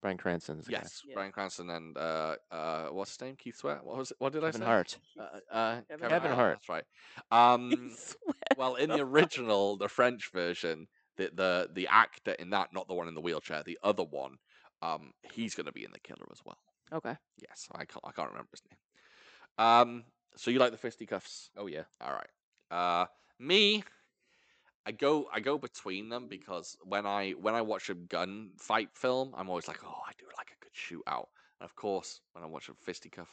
S4: Brian Cranston's the guy.
S2: Yes,
S3: Yeah.
S2: Brian Cranston and uh uh what's his name? Keith Sweat. What was it? What did
S4: Kevin
S2: I say?
S4: Hart.
S2: Uh, uh,
S3: Kevin
S2: Kevin,
S4: Kevin
S2: Hart.
S4: Hart.
S2: That's
S3: [laughs]
S2: right. Um
S3: Sweat.
S2: well in the original the french version the the, the actor in that not the one in the wheelchair the other one um he's going to be in the killer as well
S3: [laughs] okay
S2: yes i can't i can't remember his name um so you like the fisticuffs
S4: Oh yeah.
S2: all right uh me i go i go between them because when i when i watch a gun fight film i'm always like oh i do like a good shootout and of course when i watch a fisticuff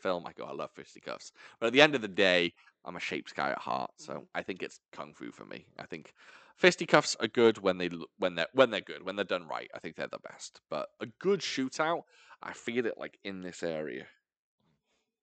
S2: film i go i love fisticuffs but at the end of the day i'm a shapes guy at heart so i think it's kung fu for me i think fisticuffs are good when they l- when they're when they're good when they're done right i think they're the best but a good shootout i feel it like in this area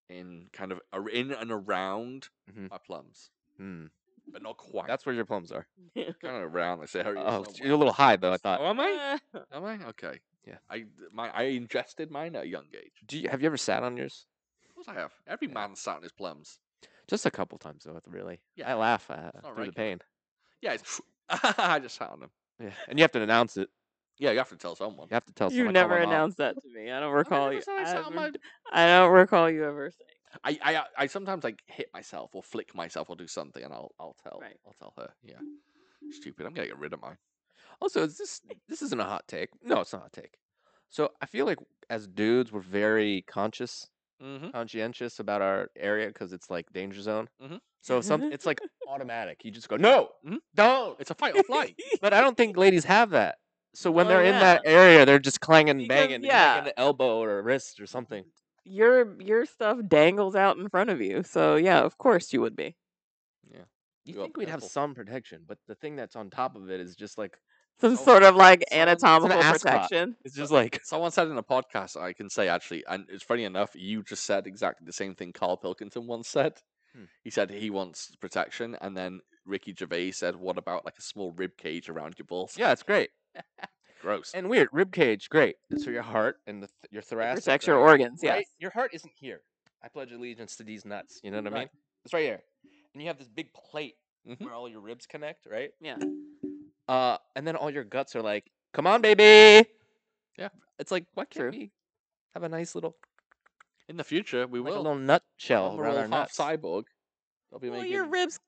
S2: in kind of ar- in and around
S4: Mhm.
S2: our plums,
S4: Hmm.
S2: but not quite.
S4: That's where your plums are.
S2: kind of around. I say, Harry. it's
S4: Oh,
S2: not
S4: you're a
S2: wet."
S4: little high though. I
S2: Oh,
S4: thought.
S2: am I?
S3: Uh,
S2: Am I? Okay.
S4: Yeah.
S2: I my I ingested mine at a young age.
S4: Do you have you ever sat on yours?
S2: Of course I have. Every
S4: Yeah.
S2: man sat on his plums.
S4: Just a couple times though. Really.
S2: Yeah,
S4: I laugh uh,
S2: not
S4: through
S2: regular.
S4: the pain.
S2: Yeah, it's [laughs] I just sat on them.
S4: Yeah, and you have to announce it.
S2: Yeah, you have to tell someone.
S4: You have to tell.
S3: you
S4: someone, I call
S3: never
S4: my mom.
S3: announced that to me. I don't
S2: I
S3: recall
S2: never
S3: you.
S2: said I
S3: I,
S2: sat on
S3: ever-
S2: my-
S3: I don't recall you ever saying.
S2: I, I uh, I sometimes like hit myself or flick myself or do something and I'll I'll tell
S3: Right.
S2: I'll tell her. Yeah. Stupid. I'm gonna get rid of mine.
S4: Also, is this this isn't a hot take? No, it's not a hot take. So I feel like as dudes, we're very conscious,
S2: Mm-hmm.
S4: conscientious about our area because it's like danger zone.
S2: Mhm.
S4: So some
S2: [laughs]
S4: it's like automatic. You just go no,
S2: Mhm.
S4: don't.
S2: It's a fight or flight.
S4: [laughs]
S2: Oh,
S4: But I don't think ladies have that. So when
S3: Well,
S4: they're in that area, they're just clanging,
S3: Because,
S4: banging, you're like
S3: yeah.
S4: an elbow or a wrist or something.
S3: [laughs] your your stuff dangles out in front of you. So yeah, of course you would be.
S4: You
S2: Well,
S4: think we'd have
S2: careful.
S4: some protection, but the thing that's on top of it is just like
S3: Some
S2: So-
S3: sort of like
S4: Oh, so- it's an
S3: anatomical
S4: ascot.
S3: protection.
S4: it's just like
S2: Someone said in a podcast I can say actually, and it's funny enough, you just said exactly the same thing Carl Pilkington once said.
S4: Hmm.
S2: He said he wants protection, and then Ricky Gervais said, "What about like a small rib cage around your balls?"
S4: yeah, it's great
S2: Gross.
S4: and weird. Rib cage, great. It's for your heart and the th- your thoracic.
S3: Protects your
S4: right?
S3: organs. Yes.
S4: right? Your heart isn't here. I pledge allegiance to these nuts. You know what I
S2: Right.
S4: mean? It's right here. And you have this big plate
S2: Mhm.
S4: where all your ribs connect, right?
S3: Yeah.
S4: Uh, and then all your guts are like, "Come on, baby."
S2: Yeah.
S4: It's like, why
S3: True.
S4: can't we have a nice little,
S2: In the future, we
S4: like a
S2: will.
S4: little
S2: When
S4: nutshell
S2: we're
S4: around
S2: all
S4: our
S2: half
S4: nuts?
S2: cyborg. They'll be
S3: Well,
S2: making.
S3: your ribs.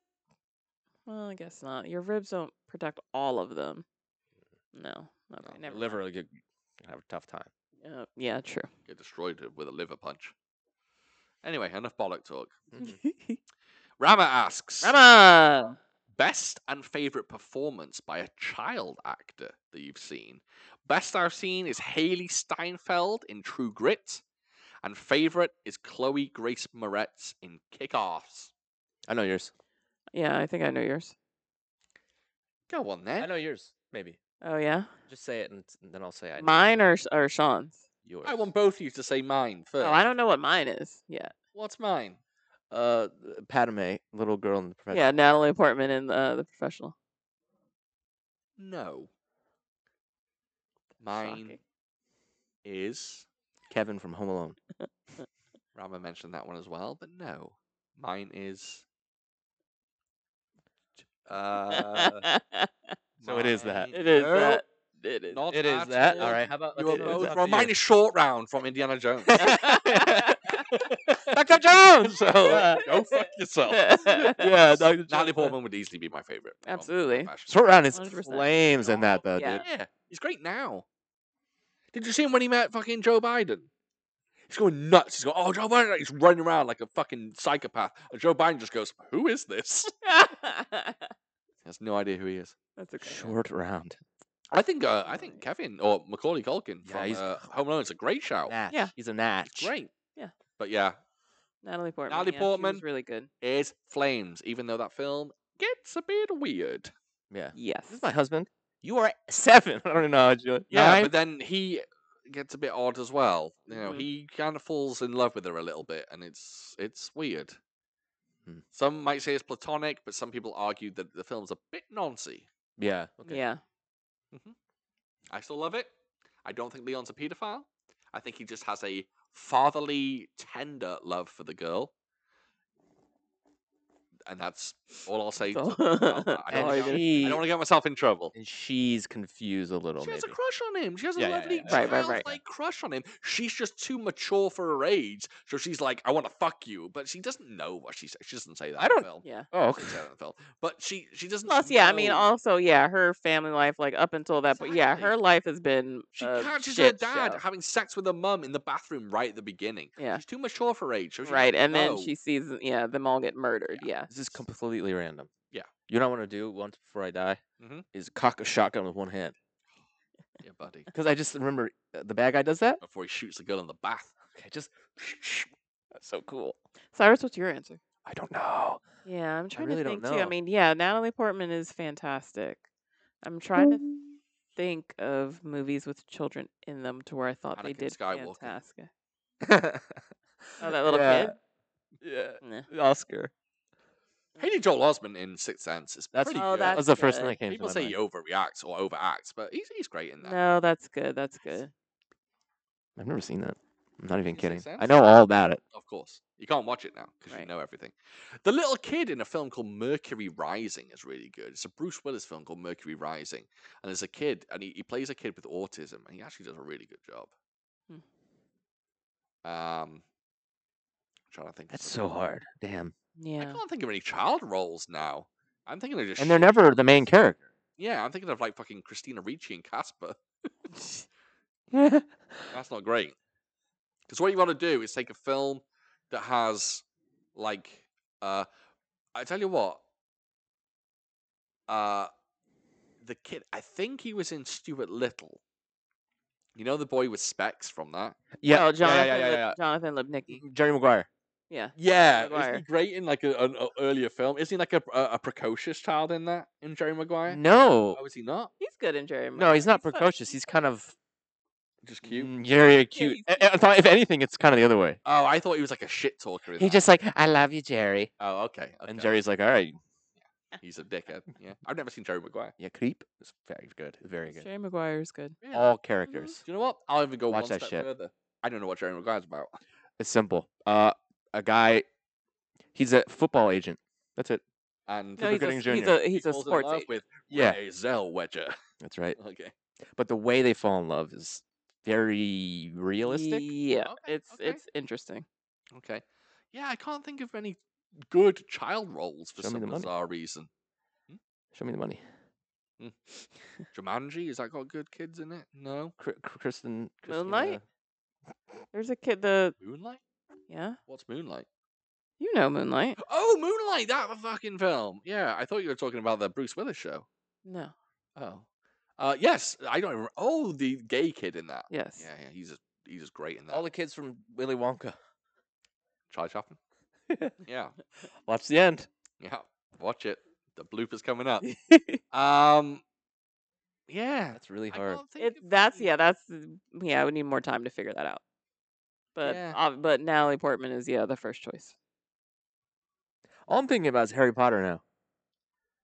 S3: Well, I guess not. Your ribs don't protect all of them. No.
S4: No,
S3: Okay,
S4: your
S3: never. mind.
S4: liver will get, have a tough time.
S3: Uh, yeah. True.
S2: get destroyed with a liver punch. Anyway, enough bollock talk.
S4: Mm-hmm.
S2: Rama asks
S3: [laughs] Rama.
S2: best and favorite performance by a child actor that you've seen. Best I've seen is Haley Steinfeld in True Grit, and favorite is Chloe Grace Moretz in Kick Offs.
S4: I know yours.
S3: Yeah, I think I know yours.
S2: Go on
S4: I
S2: then.
S4: know yours. Maybe
S3: Oh yeah.
S4: just say it, and s- then I'll say I know
S3: Mine or or Sean's.
S4: yours.
S2: I want both of you to say mine first.
S3: Oh, I don't know what mine is. Yeah.
S2: What's mine?
S4: Uh, Padme, little girl in the profession.
S3: Yeah, Natalie Portman in uh, the professional.
S2: No. Mine
S3: Shocking.
S2: is
S4: Kevin from Home Alone.
S2: Rama mentioned that one as well, but no. Mine is.
S4: Uh. So it is that.
S2: mine-
S3: it is
S2: No,
S3: that. It is.
S2: Not
S4: It is
S2: at
S4: that. All
S2: all.
S4: right. How about
S2: You are
S4: okay, let's
S2: both
S4: talk
S2: wrong.
S4: to
S2: Mine
S4: yours.
S2: is short round from Indiana Jones.
S4: Dr. Jones.
S2: [laughs]
S4: [laughs]
S2: so uh,
S4: Yeah.
S2: go fuck yourself.
S3: [laughs]
S4: yeah, Dr.
S2: Natalie
S4: Jones.
S2: Portman would easily be my favorite. from
S3: Absolutely.
S2: Fashion.
S4: Short round is
S3: 100%.
S4: flames in that though,
S3: Yeah.
S4: dude.
S2: Yeah, he's great now. Did you see him when he met fucking Joe Biden? He's going nuts. He's going, oh, Joe Biden. He's running around like a fucking psychopath. And Joe Biden just goes, who is this? [laughs] He has no idea who he is.
S3: That's okay.
S4: Short round.
S2: I think uh, I think Kevin or Macaulay Culkin
S4: Yeah,
S2: from
S4: he's-
S2: uh, Home Alone is a great shout.
S4: Natch.
S3: Yeah.
S4: He's a natch.
S2: It's great.
S3: Yeah.
S2: But yeah,
S3: Natalie Portman.
S2: Natalie
S3: yeah, She
S2: Portman.
S3: was really good.
S2: is Flames, even though that film gets a bit weird.
S4: Yeah.
S3: Yes.
S4: This is my husband. You are seven. [laughs] I don't even know how you
S2: Yeah,
S4: Nine?
S2: but then he gets a bit odd as well. You know,
S3: Mhm.
S2: he kind of falls in love with her a little bit, and it's it's weird.
S4: Hmm.
S2: Some might say it's platonic, but some people argue that the film's a bit nancy.
S4: Yeah. Okay.
S3: Yeah.
S2: I still love it. I don't think Leon's a pedophile. I think he just has a fatherly, tender love for the girl. And that's all I'll say.
S3: That's
S2: to-
S3: all-
S2: about [laughs] that. I
S3: that's
S2: don't
S3: all
S2: wanna
S3: you're
S2: get-
S3: gonna
S2: I
S4: she,
S2: don't want to get myself in trouble.
S4: and she's confused a little,
S2: She has
S4: maybe.
S2: a crush on him. She has a
S4: Yeah, yeah,
S2: lovely
S4: yeah. Right,
S3: right, right.
S2: childlike crush on him. She's just too mature for her age, so she's like, "I want to fuck you," but she doesn't know what she says. She doesn't say that.
S4: I
S2: in the
S4: don't-
S2: film.
S3: Yeah.
S4: oh,
S2: She
S4: okay.
S2: doesn't say that in the film, but she she doesn't.
S3: Plus, yeah, I mean,
S2: know-
S3: also, yeah, her family life, like up until that, but yeah,
S2: Exactly.
S3: her life has been.
S2: she
S3: a
S2: catches her
S3: shit
S2: dad
S3: show.
S2: having sex with her mum in the bathroom right at the beginning.
S3: Yeah.
S2: she's too mature for her age, so she
S3: Right,
S2: doesn't
S3: and then
S2: know.
S3: she sees, yeah, them all get murdered. Yeah.
S4: This is completely random.
S2: Yeah.
S4: You know what I want to do once before I die?
S2: Mhm.
S4: Is cock a shotgun with one hand.
S2: yeah, buddy.
S4: Because I just remember uh, the bad guy does that.
S2: Before he shoots the girl in the bath.
S4: Okay, just that's so cool.
S3: Cyrus, what's your answer?
S4: I don't know.
S3: Yeah, I'm trying
S4: really
S3: to
S4: don't
S3: think too. I
S4: know.
S3: mean, yeah, Natalie Portman is fantastic. I'm trying to think of movies with children in them to where I thought they
S2: Anakin
S3: did
S2: Skywalker.
S3: fantastic.
S4: oh, that
S3: little kid?
S4: Yeah.
S3: Nah.
S4: Oscar.
S2: Haley Joel Osment in Sixth Sense is
S4: That's-
S2: pretty
S3: Oh,
S2: good.
S4: That
S3: that's
S4: was the first thing
S3: good.
S4: that came
S2: People
S4: to my
S2: say
S4: mind.
S2: he overreacts or overacts, but he's he's great in that.
S3: No, that's good. That's good.
S4: I've never seen that. I'm not even
S2: Does that make
S4: kidding. I
S2: sense?
S4: know all about it.
S2: Of course, you can't watch it now because you
S3: Right.
S2: know everything. The little kid in a film called Mercury Rising is really good. It's a Bruce Willis film called Mercury Rising, and there's a kid, and he, he plays a kid with autism, and he actually does a really good job.
S3: Hmm.
S2: Um, trying to think. of
S4: That's
S2: some-
S4: so hard. Damn.
S2: I
S3: Yeah.
S2: can't think of any child roles now. I'm thinking of just
S4: And they're
S2: shitty
S4: never the
S2: ones.
S4: main character.
S2: Yeah, I'm thinking of like fucking Christina Ricci and Casper.
S4: [laughs] Yeah.
S2: That's not great. Because what you want to do is take a film that has, like, uh, I tell you what, uh, the kid. I think he was in Stuart Little. You know the boy with specs from that.
S4: yeah.
S3: Well,
S4: yeah,
S3: Jonathan,
S4: yeah, yeah, yeah. Mm.
S3: Lip- Jonathan Lipnicki.
S4: Jerry Maguire.
S3: Yeah.
S2: Yeah, isn't he
S3: Maguire.
S2: great in like a, an a earlier film? Isn't he like a, a, a precocious child in that in Jerry Maguire?
S4: No.
S2: Oh, is he not?
S3: He's good in Jerry.
S4: No, he's not
S3: funny.
S4: precocious. He's kind of
S2: Just cute.
S4: mm, very cute.
S3: he's
S4: I- I- I thought- if anything, it's kind of the other way.
S2: Oh, I thought he was like a shit talker. in
S4: He's
S2: that.
S4: just like, I love you, Jerry.
S2: Oh, okay.
S4: And
S2: okay.
S4: Jerry's like, all right,
S2: He's a dickhead. Yeah, I've never seen Jerry Maguire.
S4: you creep. It's very good. Very good.
S3: Jerry Maguire's good.
S2: Yeah.
S4: All characters.
S2: Do you know what? I'll even go
S4: Watch
S2: one
S4: that
S2: step
S4: shit.
S2: further. I don't know what Jerry Maguire's about.
S4: It's simple. Uh, a guy, he's a football agent. That's it.
S2: And
S3: No,
S4: Cuba
S3: he's a,
S4: Gooding
S3: he's
S4: Jr.
S3: a
S2: [laughs]
S3: he's
S2: he
S3: a
S2: falls in
S3: sports
S2: love
S3: agent.
S2: with
S4: Yeah,
S2: Renee Zellweger. [laughs]
S4: that's right.
S2: Okay.
S4: But the way they fall in love is very realistic.
S3: Yeah,
S2: Oh, Okay,
S3: it's
S2: okay.
S3: it's interesting.
S2: Okay. Yeah, I can't think of any good child roles for
S4: Show me
S2: some
S4: the money.
S2: bizarre reason.
S4: Show me the money.
S2: Hmm. Jumanji, has that got good kids in it? No.
S4: Cri- Cri- Kristen. uh, Christina-
S3: Moonlight? There's a kid. The
S2: Moonlight?
S3: yeah,
S2: What's Moonlight?
S3: you know Moonlight.
S2: Oh, Moonlight, that fucking film. Yeah, I thought you were talking about the Bruce Willis show.
S3: No.
S2: Oh. Uh, yes, I don't remember. Oh, the gay kid in that.
S3: Yes. [laughs]
S2: Yeah, yeah, he's just, he's just great in that.
S4: All the kids from Willy Wonka.
S2: Charlie Chaplin. [laughs] yeah,
S4: Watch the end.
S2: yeah. Watch it. The bloopers coming
S4: [laughs]
S2: up. um, yeah,
S4: That's really
S2: I
S4: hard.
S2: can't think
S3: It
S2: of
S3: that's
S2: any-
S3: yeah that's mm, yeah. We need more time to figure that out. But
S2: Yeah.
S3: ob- but Natalie Portman is yeah the first choice.
S4: All I'm thinking about is Harry Potter now.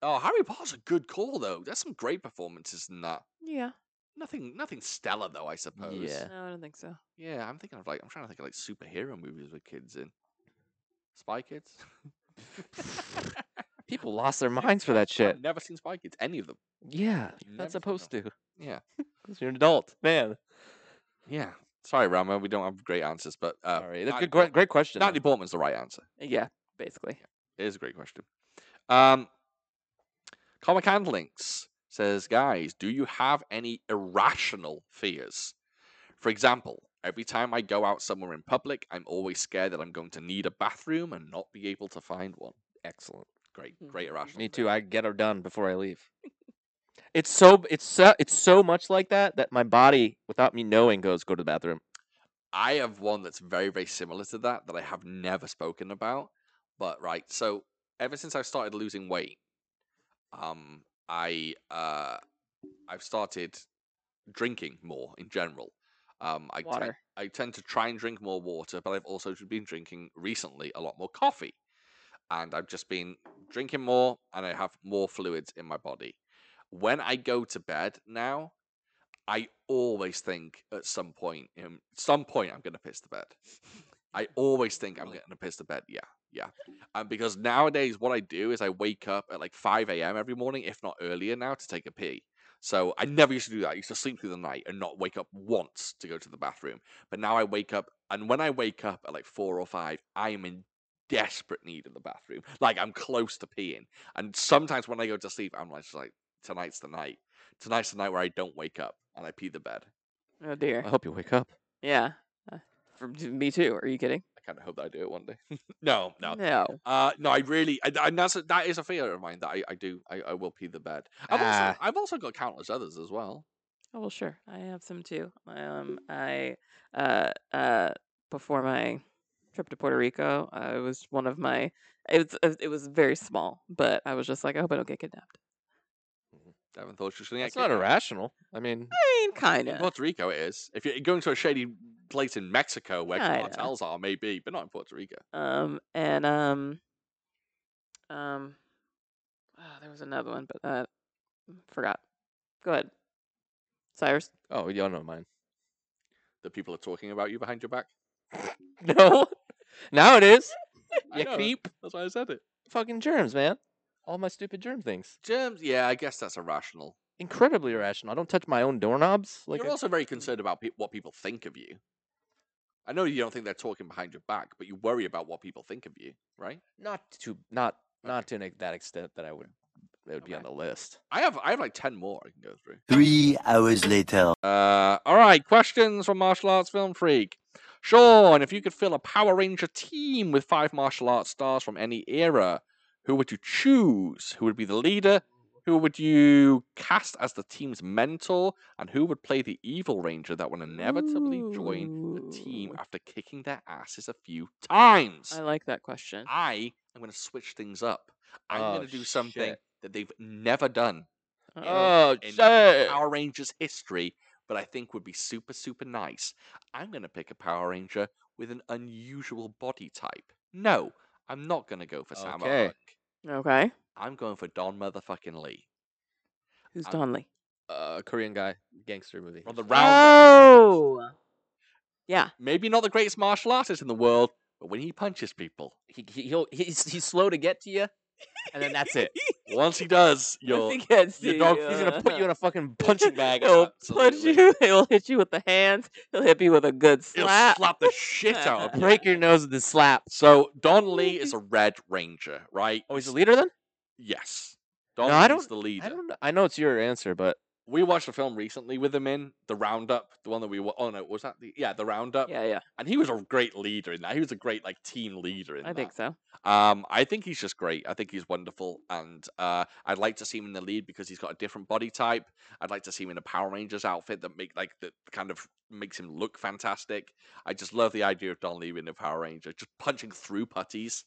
S2: Oh, Harry Potter's a good call though. There's some great performances in that.
S3: Yeah.
S2: Nothing, nothing stellar though. I suppose.
S4: Yeah.
S3: No, I don't think so.
S2: Yeah, I'm thinking of like I'm trying to think of like superhero movies with kids in. Spy Kids. [laughs]
S4: People lost their [laughs] minds for that shit.
S2: I've never seen Spy Kids. Any of them.
S4: Yeah, you're
S2: Never seen
S4: not supposed to.
S2: Yeah.
S4: 'Cause you're an adult, man.
S2: Yeah. Sorry, Rama. We don't have great answers, but uh,
S4: Sorry, that's
S2: Natalie
S4: a great,
S2: Portman-
S4: great question. though.
S2: Natalie Portman's the right answer.
S3: Yeah, basically.
S2: It is a great question. Um, Comic Handlinks says, guys, do you have any irrational fears? For example, every time I go out somewhere in public, I'm always scared that I'm going to need a bathroom and not be able to find one.
S4: Excellent.
S2: Great,
S3: Mhm.
S2: great irrational.
S4: Me
S2: fear.
S4: too. I get her done before I leave. It's so it's so it's so much like that that my body, without me knowing, goes go to the bathroom.
S2: I have one that's very, very similar to that that I have never spoken about. But right, so ever since I started losing weight, um, I uh, I've started drinking more in general. Um, I tend-
S3: Water.
S2: I tend to try and drink more water, but I've also been drinking recently a lot more coffee, and I've just been drinking more, and I have more fluids in my body. When I go to bed now, I always think at some point, um, some point, I'm going to piss the bed. I always think I'm going to piss the bed. Yeah, yeah. And because nowadays, what I do is I wake up at like 5 a.m. every morning, if not earlier now, to take a pee. So I never used to do that. I used to sleep through the night and not wake up once to go to the bathroom. But now I wake up, and when I wake up at like four or five, I am in desperate need of the bathroom. Like I'm close to peeing. And sometimes when I go to sleep, I'm like, just like tonight's the night. Tonight's the night where I don't wake up and I pee the bed.
S3: Oh dear.
S4: I hope you wake up.
S3: Yeah. Uh, For me too. Are you kidding?
S2: I kind of hope that I do it one day. [laughs] no, no,
S3: No.
S2: uh, no. I really, I, I, that's a, that is a fear of mine that I, I do. I, I will pee the bed. I've, also,
S4: Ah.
S2: I've also got countless others as well.
S3: [laughs] Oh well, sure. I have some too. Um, I uh uh before my trip to Puerto Rico, I was one of my. It was it was very small, but I was just like, I hope I don't get kidnapped.
S2: Devin thought she was going to get
S4: That's
S2: [laughs]
S4: not
S2: kidnapped.
S4: irrational. I mean,
S3: I mean, kind
S2: In
S3: of.
S2: Puerto Rico, it is. If you're going to a shady place in Mexico where
S3: Yeah, I know.
S2: cartels are, maybe, but not in Puerto Rico.
S3: Um, and um, um, ah, there was another one, but uh, forgot. Go ahead, Cyrus.
S4: Oh, y'all know mine. [laughs]
S2: The people are talking about you behind your back.
S4: No, now it is.
S2: I
S4: You
S2: know,
S4: creep.
S2: That's why I said it.
S4: Fucking germs, man. All my stupid germ things.
S2: Germs. Yeah, I guess that's irrational.
S4: Incredibly irrational. I don't touch my own doorknobs. Like
S2: You're
S4: I-
S2: also [laughs] very concerned about pe- what people think of you. I know you don't think they're talking behind your back, but you worry about what people think of you, right?
S4: not to not not to an ex- that extent that I would it would be on
S2: Okay.
S4: the list.
S2: I have I have like ten more I can go through.
S5: Three hours later.
S2: Uh, all right, questions from Martial Arts Film Freak. Sean, if you could fill a Power Ranger team with five martial arts stars from any era, who would you choose? Who would be the leader? Who would you cast as the team's mentor? And who would play the evil ranger that would inevitably join the team
S3: Ooh.
S2: after kicking their asses a few times?
S3: I like that question.
S2: I am going to switch things up. I'm
S4: Oh,
S2: going to do something
S4: shit.
S2: that they've never done.
S3: Uh-oh.
S4: Oh,
S2: and
S4: shit.
S2: Power Rangers history, but I think would be super, super nice. I'm going to pick a Power Ranger with an unusual body type. No, I'm not going to go for Sam
S4: Okay.
S2: Urich.
S3: Okay,
S2: I'm going for Don motherfucking Lee.
S3: who's
S2: I'm-
S3: Don Lee?
S4: Uh, Korean guy, gangster movie.
S2: From the round.
S3: Oh, yeah.
S2: Maybe not the greatest martial artist in the world, but when he punches
S4: [laughs]
S2: people,
S4: He, he he'll, he's he's slow to get to you, and then that's [laughs] it.
S2: once he does,
S3: Once
S2: you're.
S3: he gets
S2: your
S3: to
S2: dog-
S3: you,
S4: He's gonna put you in a fucking punching bag.
S3: uh,
S4: [laughs]
S3: He'll punch
S2: absolutely.
S3: you. [laughs] He'll hit you with the hands. He'll hit you with a good
S2: He'll
S3: slap.
S2: slap the shit out of you.
S4: [laughs] Break your nose with the slap.
S2: So, Don Lee is a Red Ranger, right?
S4: Oh, he's the leader then?
S2: Yes. Don
S4: No, I
S2: Lee's
S4: don't-
S2: the leader.
S4: I don't. know. I know it's your answer, but
S2: we watched a film recently with him in the Roundup, the one that we wa- oh no, was that the yeah the Roundup,
S3: Yeah, yeah.
S2: and he was a great leader in that. He was a great like team leader in
S3: I
S2: that.
S3: think so. [laughs]
S2: Um, I think he's just great. I think he's wonderful, and uh, I'd like to see him in the lead because he's got a different body type. I'd like to see him in a Power Rangers outfit that make like that kind of makes him look fantastic. I just love the idea of Don Lee in the Power Ranger, just punching through putties.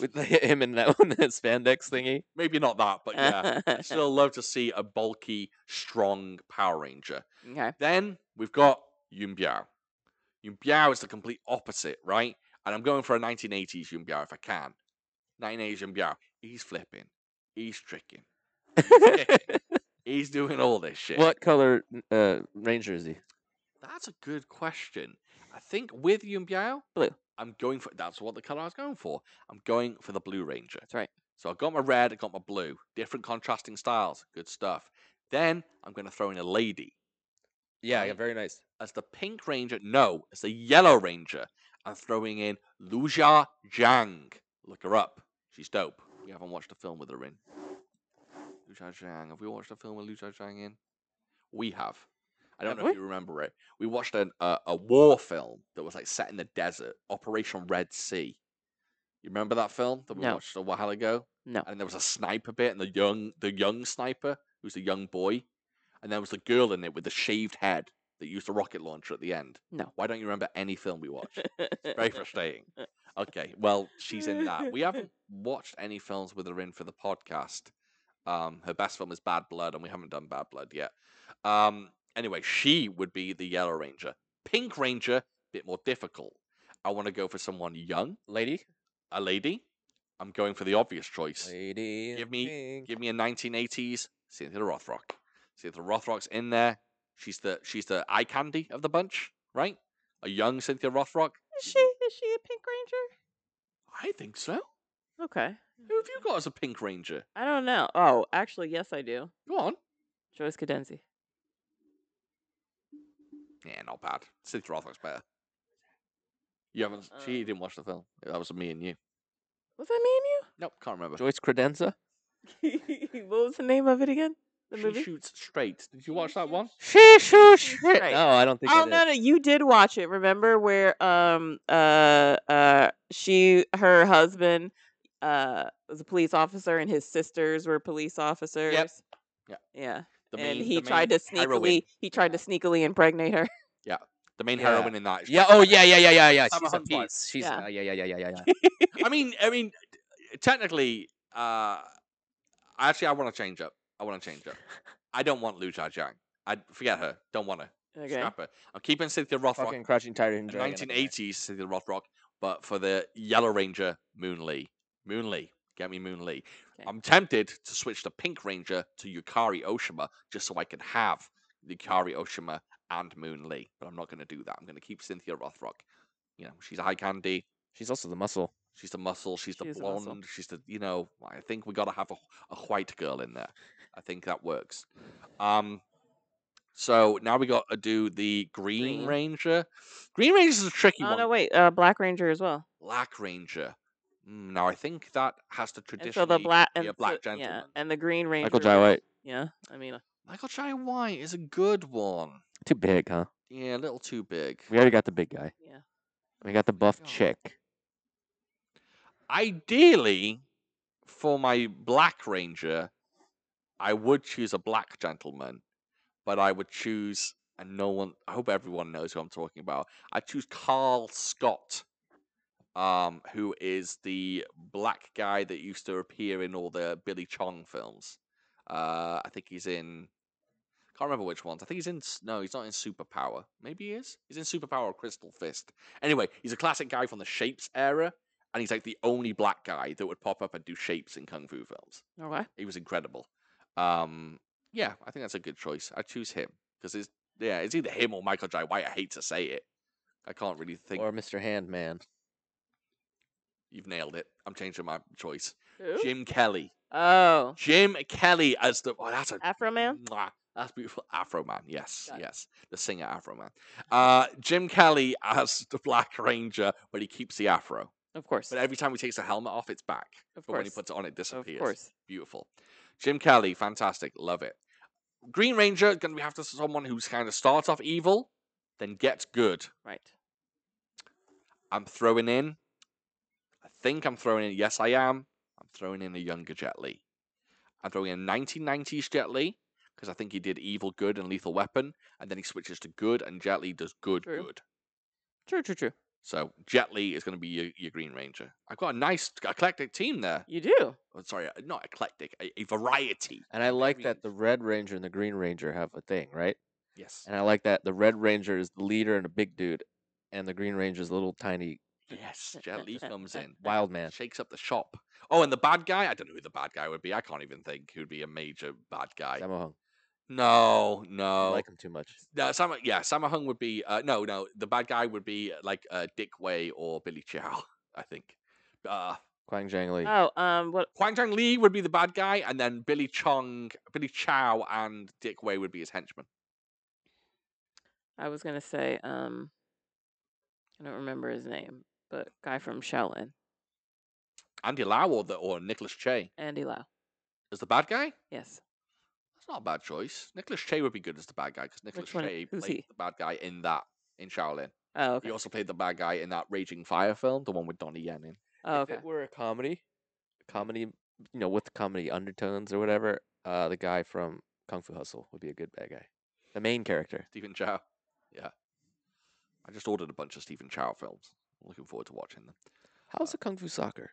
S4: with the- [laughs] him and that one, that spandex thingy.
S2: Maybe not that, but
S3: [laughs]
S2: yeah, I still love to see a bulky, strong Power Ranger.
S3: okay.
S2: Then we've got Yun Biao. Yun Biao is the complete opposite, right? And I'm going for a 1980s Yun Biao if I can. 1980s Yun Biao. He's flipping. He's tricking.
S3: [laughs]
S2: He's doing all this shit.
S4: what color uh, ranger is he?
S2: That's a good question. I think with Yun Biao,
S3: Blue.
S2: I'm going for that's what the color I was going for. I'm going for the Blue Ranger.
S3: That's right.
S2: So I got my red, I got my blue. Different contrasting styles. Good stuff. Then I'm going to throw in a lady.
S4: Yeah,
S2: yeah,
S4: very nice.
S2: as the Pink Ranger. No, as the Yellow Ranger. I'm throwing in Luja Jang. Look her up. She's dope. We haven't watched a film with her in. Luja Jang. Have we watched a film with Luja Jang in? We have. I don't
S4: Have
S2: know if you remember it. We watched an, a a war film that was like set in the desert, Operation Red Sea. You remember that film that we
S3: No.
S2: watched a while ago?
S3: No.
S2: And there was a sniper bit, and the young the young sniper who's the young boy, and there was the girl in it with the shaved head that used the rocket launcher at the end.
S3: No.
S2: Why don't you remember any film we watched? Very frustrating. Okay, well she's in that. We haven't watched any films with her in for the podcast. Um, her best film is Bad Blood, and we haven't done Bad Blood yet. Um, anyway, she would be the Yellow Ranger. Pink Ranger, bit more difficult. I want to go for someone young,
S4: Lady.
S2: a lady. I'm going for the obvious choice.
S4: Lady.
S2: Give
S4: in
S2: me-
S4: pink.
S2: Give me a 1980s Cynthia Rothrock. Cynthia Rothrock's in there. She's the she's the eye candy of the bunch, right? A young Cynthia Rothrock.
S3: Is she is she a Pink Ranger?
S2: I think so.
S3: Okay.
S2: Who have you got as a Pink Ranger?
S3: I don't know. Oh, actually, yes, I do.
S2: Go on.
S3: Joyce Cadenzi.
S2: Yeah, not bad. Cynthia Rothrock's better. You haven't. She
S3: Um,
S2: didn't watch the film. That was me and you.
S3: Was that
S2: Nope, can't remember.
S4: Joyce Credenza.
S3: me and you? [laughs] what was the name of it again? The
S2: she
S3: movie.
S2: shoots straight. Did you
S3: She
S2: watch that one?
S4: She shoo
S3: shit.
S4: No, I don't think. I
S3: Oh
S4: did.
S3: no, no, you did watch it. Remember where um uh uh she her husband uh was a police officer and his sisters were police officers.
S2: Yep.
S3: Yeah.
S2: The
S3: and
S2: main-
S3: he
S2: the
S3: tried to
S2: main
S3: sneakily
S2: heroine.
S3: he tried to sneakily impregnate her.
S2: The main
S4: Yeah.
S2: heroine in that. is
S4: Yeah.
S2: Joyce
S4: Oh yeah. Yeah. Yeah. Yeah. Yeah.
S2: Summer
S4: She's a
S2: Hunt's wife.
S4: piece. She's
S3: Yeah.
S4: yeah. Yeah. Yeah. Yeah. Yeah. Yeah. yeah.
S2: I mean, I mean, technically, uh, actually, I want to change up. I want to change up. I don't want Lu Jia Jiang. I forget her. Don't want her.
S3: Okay.
S2: Scrapper. I'm keeping Cynthia Rothrock.
S4: Fucking Crouching Tiger,
S2: the
S4: Dragon. up in there.
S2: 1980s Cynthia Rothrock, but for the Yellow Ranger, Moon Lee. Moon Lee. Get me Moon Lee.
S4: Okay.
S2: I'm tempted to switch the Pink Ranger to Yukari Oshima just so I can have Yukari Oshima and Moon Lee, but I'm not going to do that. I'm going to keep Cynthia Rothrock. You know, she's a high candy.
S4: She's also the muscle.
S2: She's the muscle. She's the
S3: She is the muscle.
S2: blonde. She's the you know. I think we got to have a, a white girl in there. I think that works. Um, so now we got to do the Green,
S3: Green.
S2: Ranger. Green Ranger is a tricky
S3: Oh
S2: one.
S3: no, wait. Uh, Black Ranger as well.
S2: Black Ranger. Mm, Now I think that has to
S3: And
S2: traditionally
S3: so the black
S2: be
S3: and
S2: a black
S3: so- yeah,
S2: gentleman.
S3: and the Green Ranger.
S4: Michael Jai
S3: was-
S4: White.
S3: Yeah, I mean, uh,
S2: Michael Jai White is a good one.
S4: Too big, huh?
S2: Yeah, a little too big.
S4: We already got the big guy.
S3: yeah.
S4: We got the
S2: my
S4: buff
S2: God.
S4: chick.
S2: Ideally, for my Black Ranger, I would choose a black gentleman, but I would choose, and no one, I hope everyone knows who I'm talking about. I choose Carl Scott, um, who is the black guy that used to appear in all the Billy Chong films. Uh, I think he's in, can't remember which ones. I think he's in, s- no, he's not in Superpower. Maybe he is. He's in Superpower or Crystal Fist. Anyway, he's a classic guy from the Shapes era, and he's like the only black guy that would pop up and do shapes in Kung Fu films
S3: Okay.
S2: he was incredible. Um, yeah, I think that's a good choice. I choose him because it's yeah, it's either him or Michael Jai White. I hate to say it. I can't really think.
S4: Or Mr. Handman.
S2: You've nailed it. I'm changing my choice.
S3: Who?
S2: Jim Kelly. [laughs]
S3: Oh,
S2: Jim Kelly as the. Oh, that's a.
S3: Afro Man.
S2: Mwah. That's beautiful. Afro Man. Yes,
S3: Got it.
S2: yes. The singer Afro Man. Uh, Jim Kelly as the Black Ranger, but he keeps the afro.
S3: Of course.
S2: Mm-hmm. But every time he takes the helmet off, it's back.
S3: of
S2: But when he
S3: course.
S2: puts it on, it
S3: Of
S2: disappears.
S3: course.
S2: beautiful. Jim Kelly, fantastic, love it. Green Ranger, going to have to someone who's kind of starts off evil, then gets good.
S3: Right.
S2: I'm throwing in. I think I'm throwing in. Yes, I am. I'm throwing in a younger Jet Li. I'm throwing in 1990s Jet Li because I think he did evil, good, and lethal weapon, and then he switches to good, and Jet Li does good,
S3: True.
S2: good.
S3: True. True. True.
S2: So Jet Li is going to be your, your Green Ranger. I've got a nice eclectic team there.
S3: You do.
S2: Oh, sorry, not eclectic, a, a variety.
S4: And I like that the
S2: Greens.
S4: Red Ranger and the Green Ranger have a thing, right?
S2: Yes.
S4: And I like that the Red Ranger is the leader and a big dude, and the Green Ranger is a little tiny
S2: Yes, Jet Li comes in.
S4: wild man.
S2: Shakes up the shop. Oh, and the bad guy? I don't know who the bad guy would be. I can't even think who'd be a major bad guy.
S4: Sammo Hung.
S2: no,
S4: I
S2: no.
S4: like him too much.
S2: no, Sam- yeah, Sammo Hung would be. Uh, no, no. The bad guy would be uh, like uh, Dick Way or Billy Chow, [laughs] I think. Uh,
S4: Quang Zhang Li.
S3: Oh, um, what?
S2: Huang Chang Lee would be the bad guy, and then Billy Chong, Billy Chow, and Dick Way would be his henchmen.
S3: I was gonna say, um, I don't remember his name, but guy from Shaolin,
S2: Andy Lau or, the, or Nicholas Che
S3: Andy Lau.
S2: as the bad guy?
S3: Yes.
S2: That's not a bad choice. Nicholas Che would be good as the bad guy because Nicholas
S3: one-
S2: Che
S3: who's
S2: played
S3: he?
S2: the bad guy in that in Shaolin.
S3: Oh, okay.
S2: He also played the bad guy in that Raging Fire film, the one with Donnie Yen in.
S3: Oh,
S4: if
S3: okay.
S4: it were a comedy, a comedy, you know, with comedy undertones or whatever, uh, the guy from Kung Fu Hustle would be a good bad guy. The main character.
S2: Stephen Chow. Yeah. I just ordered a bunch of Stephen Chow films. I'm looking forward to watching them.
S4: How's the Kung Fu Soccer?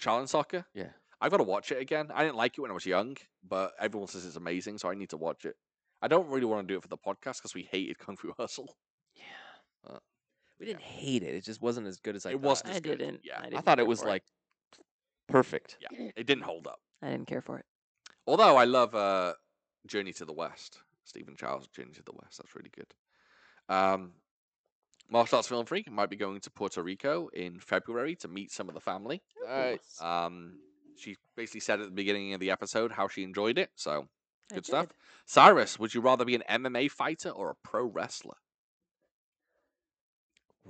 S2: Shaolin Soccer?
S4: Yeah.
S2: I've got to watch it again. I didn't like it when I was young, but everyone says it's amazing, so I need to watch it. I don't really want to do it for the podcast because we hated Kung Fu Hustle.
S4: Yeah.
S2: Uh,
S4: we didn't hate it. It just wasn't as good as I
S2: It
S4: thought.
S2: wasn't
S3: I
S2: as good.
S3: didn't.
S2: Yeah. I
S3: I,
S4: I
S3: didn't
S4: thought
S3: care
S4: it was
S3: for
S4: like perfect.
S2: Yeah. It didn't hold up.
S3: I didn't care for it.
S2: Although I love uh, Journey to the West, Stephen Chow's Journey to the West. That's really good. Um, Martial Arts Film Freak might be going to Puerto Rico in February to meet some of the family.
S4: Nice.
S2: Um, she basically said at the beginning of the episode how she enjoyed it. So,
S3: I
S2: good stuff.
S3: did.
S2: Cyrus, would you rather be an MMA fighter or a pro wrestler?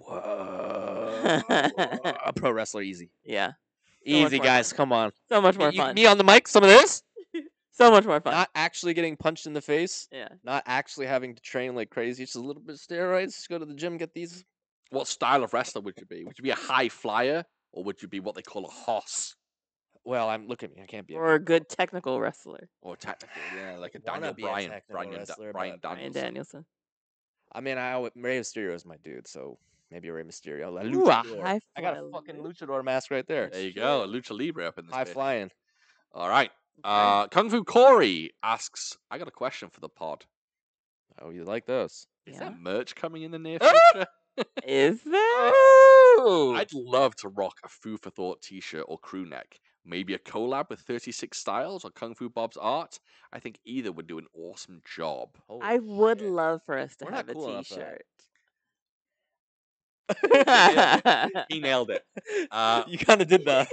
S4: Whoa. a pro wrestler, easy.
S3: Yeah. So much
S4: Easy,
S3: more
S4: guys.
S3: fun.
S4: Come on.
S3: So much
S4: Y-
S3: more
S4: you-
S3: fun.
S4: Me on the mic, some of this?
S3: So much more fun.
S4: Not actually getting punched in the face,
S3: yeah.
S4: not actually having to train like crazy, just a little bit of steroids, just go to the gym, get these.
S2: What style of wrestler would you be? Would you be a high flyer or would you be what they call a hoss
S4: Well, I'm look at me. I can't be a
S3: Or a good technical wrestler,
S2: or technical? Yeah, like a
S4: Wanna
S2: Daniel
S4: be a
S2: Bryan,
S4: technical
S2: Bryan, Da-
S4: wrestler,
S2: Bryan
S4: but-
S3: Ryan
S2: Danielson.
S3: Danielson.
S4: I mean, I always, Rey Mysterio is my dude, so maybe Rey Mysterio. La
S3: Ooh, a
S4: luchador.
S3: high
S4: I got a
S3: flyer
S4: fucking
S3: look.
S4: luchador mask right there.
S2: There you go, Lucha Libre up in this.
S4: High
S2: bitch.
S4: flying.
S2: All right. Uh, Kung Fu Corey asks, I got a question for the pod.
S4: Oh, you like those?
S2: Is
S3: Yeah.
S2: that merch coming in the [laughs] near
S3: Oh!
S2: future?
S3: Is there? Oh,
S2: I'd love to rock a Foo for Thought t-shirt or crew neck. Maybe a collab with 36 Styles or Kung Fu Bob's art. I think either would do an awesome job.
S4: Holy
S3: I would
S4: shit. [laughs]
S3: love for us to
S4: We're not
S3: have a
S4: cool enough for that.
S3: T-shirt.
S2: He nailed it. Uh,
S4: you kind
S3: [laughs]
S4: of did that.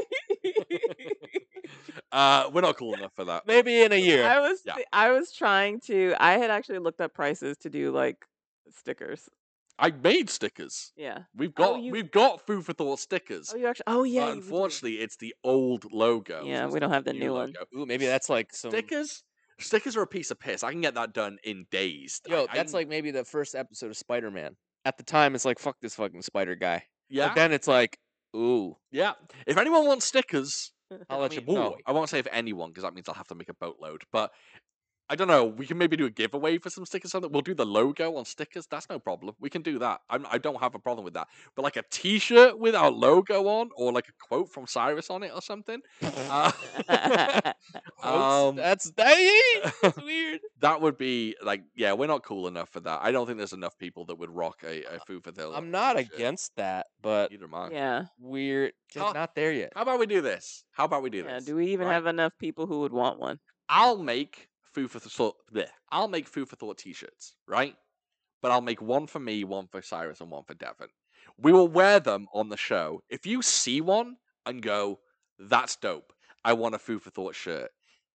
S2: uh, we're not cool enough for [laughs] that.
S4: Maybe in a year.
S3: I was
S2: Yeah.
S3: thi- I was trying to. I had actually looked up prices to do like stickers.
S2: I made stickers.
S3: Yeah.
S2: We've
S3: Oh,
S2: got
S3: you-
S2: we've got Food for Thought stickers.
S3: Oh, you actually. Oh, yeah.
S2: but
S3: you would do.
S2: unfortunately, it's the old logo.
S3: Yeah,
S2: it's
S3: we don't
S2: not
S3: have the new one.
S2: logo.
S4: Ooh, maybe that's like some.
S2: Stickers, stickers are a piece of piss. I can get that done in days. I-
S4: Yo,
S2: I
S4: that's
S2: can-
S4: like maybe the first episode of Spider Man. At the time, it's like fuck this fucking spider guy.
S2: yeah,
S4: But then it's like, ooh,
S2: yeah. If anyone wants stickers,
S3: [laughs]
S4: I'll
S2: I
S4: let you
S2: mean, no,
S4: boy.
S2: I won't say if anyone because that means I'll have to make a boatload. But I don't know. We can maybe do a giveaway for some stickers. Something we'll do the logo on stickers. That's no problem. We can do that. I'm, I don't have a problem with that. But like a T-shirt with our logo on, or like a quote from Cyrus on it, or something. [laughs]
S4: [laughs]
S2: Uh,
S4: Quotes? Uh.
S2: um,
S4: that's [laughs] that, that's weird.
S2: that would be like, yeah, we're not cool enough for that. I don't think there's enough people that would rock a, a food for thought.
S4: Uh, I'm not
S2: t-shirt.
S4: against that, but
S2: Neither am I.
S3: yeah.
S4: we're just
S2: How-
S4: not there yet.
S2: How about we do this? How about we do
S3: Yeah.
S2: this?
S3: Do we even
S2: right?
S3: have enough people who would want one?
S2: I'll make food for thought. bleh. I'll make food for thought t-shirts, right? But I'll make one for me, one for Cyrus, and one for Devon. We will wear them on the show. If you see one and go, "That's dope," I want a food for thought shirt.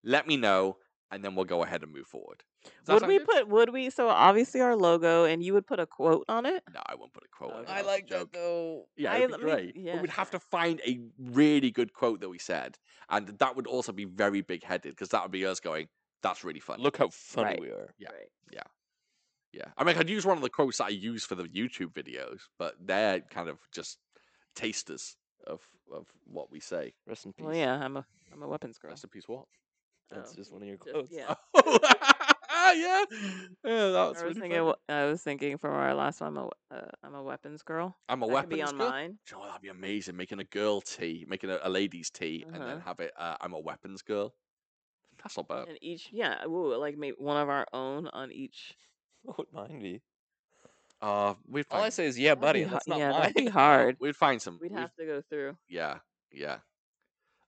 S2: Let me know, and then we'll go ahead and move forward. Does that
S3: would
S2: sound
S3: we
S2: good?
S3: put? Would we? So obviously our logo, and you would put a quote on it.
S2: No, I won't put a quote. on it.
S3: Okay.
S4: I
S2: That's a
S4: like
S2: joke.
S4: that though.
S2: Yeah,
S3: I-
S2: it'd be
S3: I mean,
S2: great.
S3: yeah.
S2: We would have to find a really good quote that we said, and that would also be very big-headed because that would be us going, "That's really funny."
S4: Look how funny
S3: Right.
S4: we are.
S2: Yeah.
S3: Right.
S2: yeah. I mean, I'd use one of the quotes that I use for the YouTube videos, but they're kind of just tasters of of what we say.
S4: Rest in peace. [laughs]
S3: Well, yeah. I'm a I'm a weapons girl.
S2: Masterpiece, what?
S4: That's just one of your
S3: Just-
S4: quotes.
S3: yeah.
S2: [laughs] Oh, [laughs] yeah, yeah, that was
S3: I was
S2: oh, really
S3: thinking.
S2: funny.
S3: wh- I was thinking from our last one. I'm a uh, I'm a weapons girl.
S2: I'm a
S3: That could
S2: weapons
S3: be on
S2: girl.
S3: mine.
S2: Do you know what? that'd be amazing. Making a girl tea, making a, a lady's tea, and then
S3: Uh-huh.
S2: have it. Uh, I'm a weapons girl. That's not bad.
S3: And each, yeah, ooh, like maybe one of our own on each.
S4: What would mine be?
S2: Uh, we'd
S4: All
S2: find
S4: I say is, yeah,
S3: That'd
S4: buddy,
S3: be har-
S4: that's not
S3: yeah,
S4: mine. [laughs]
S3: that'd be hard.
S2: we'd find some.
S3: We'd have to go through.
S2: yeah, yeah.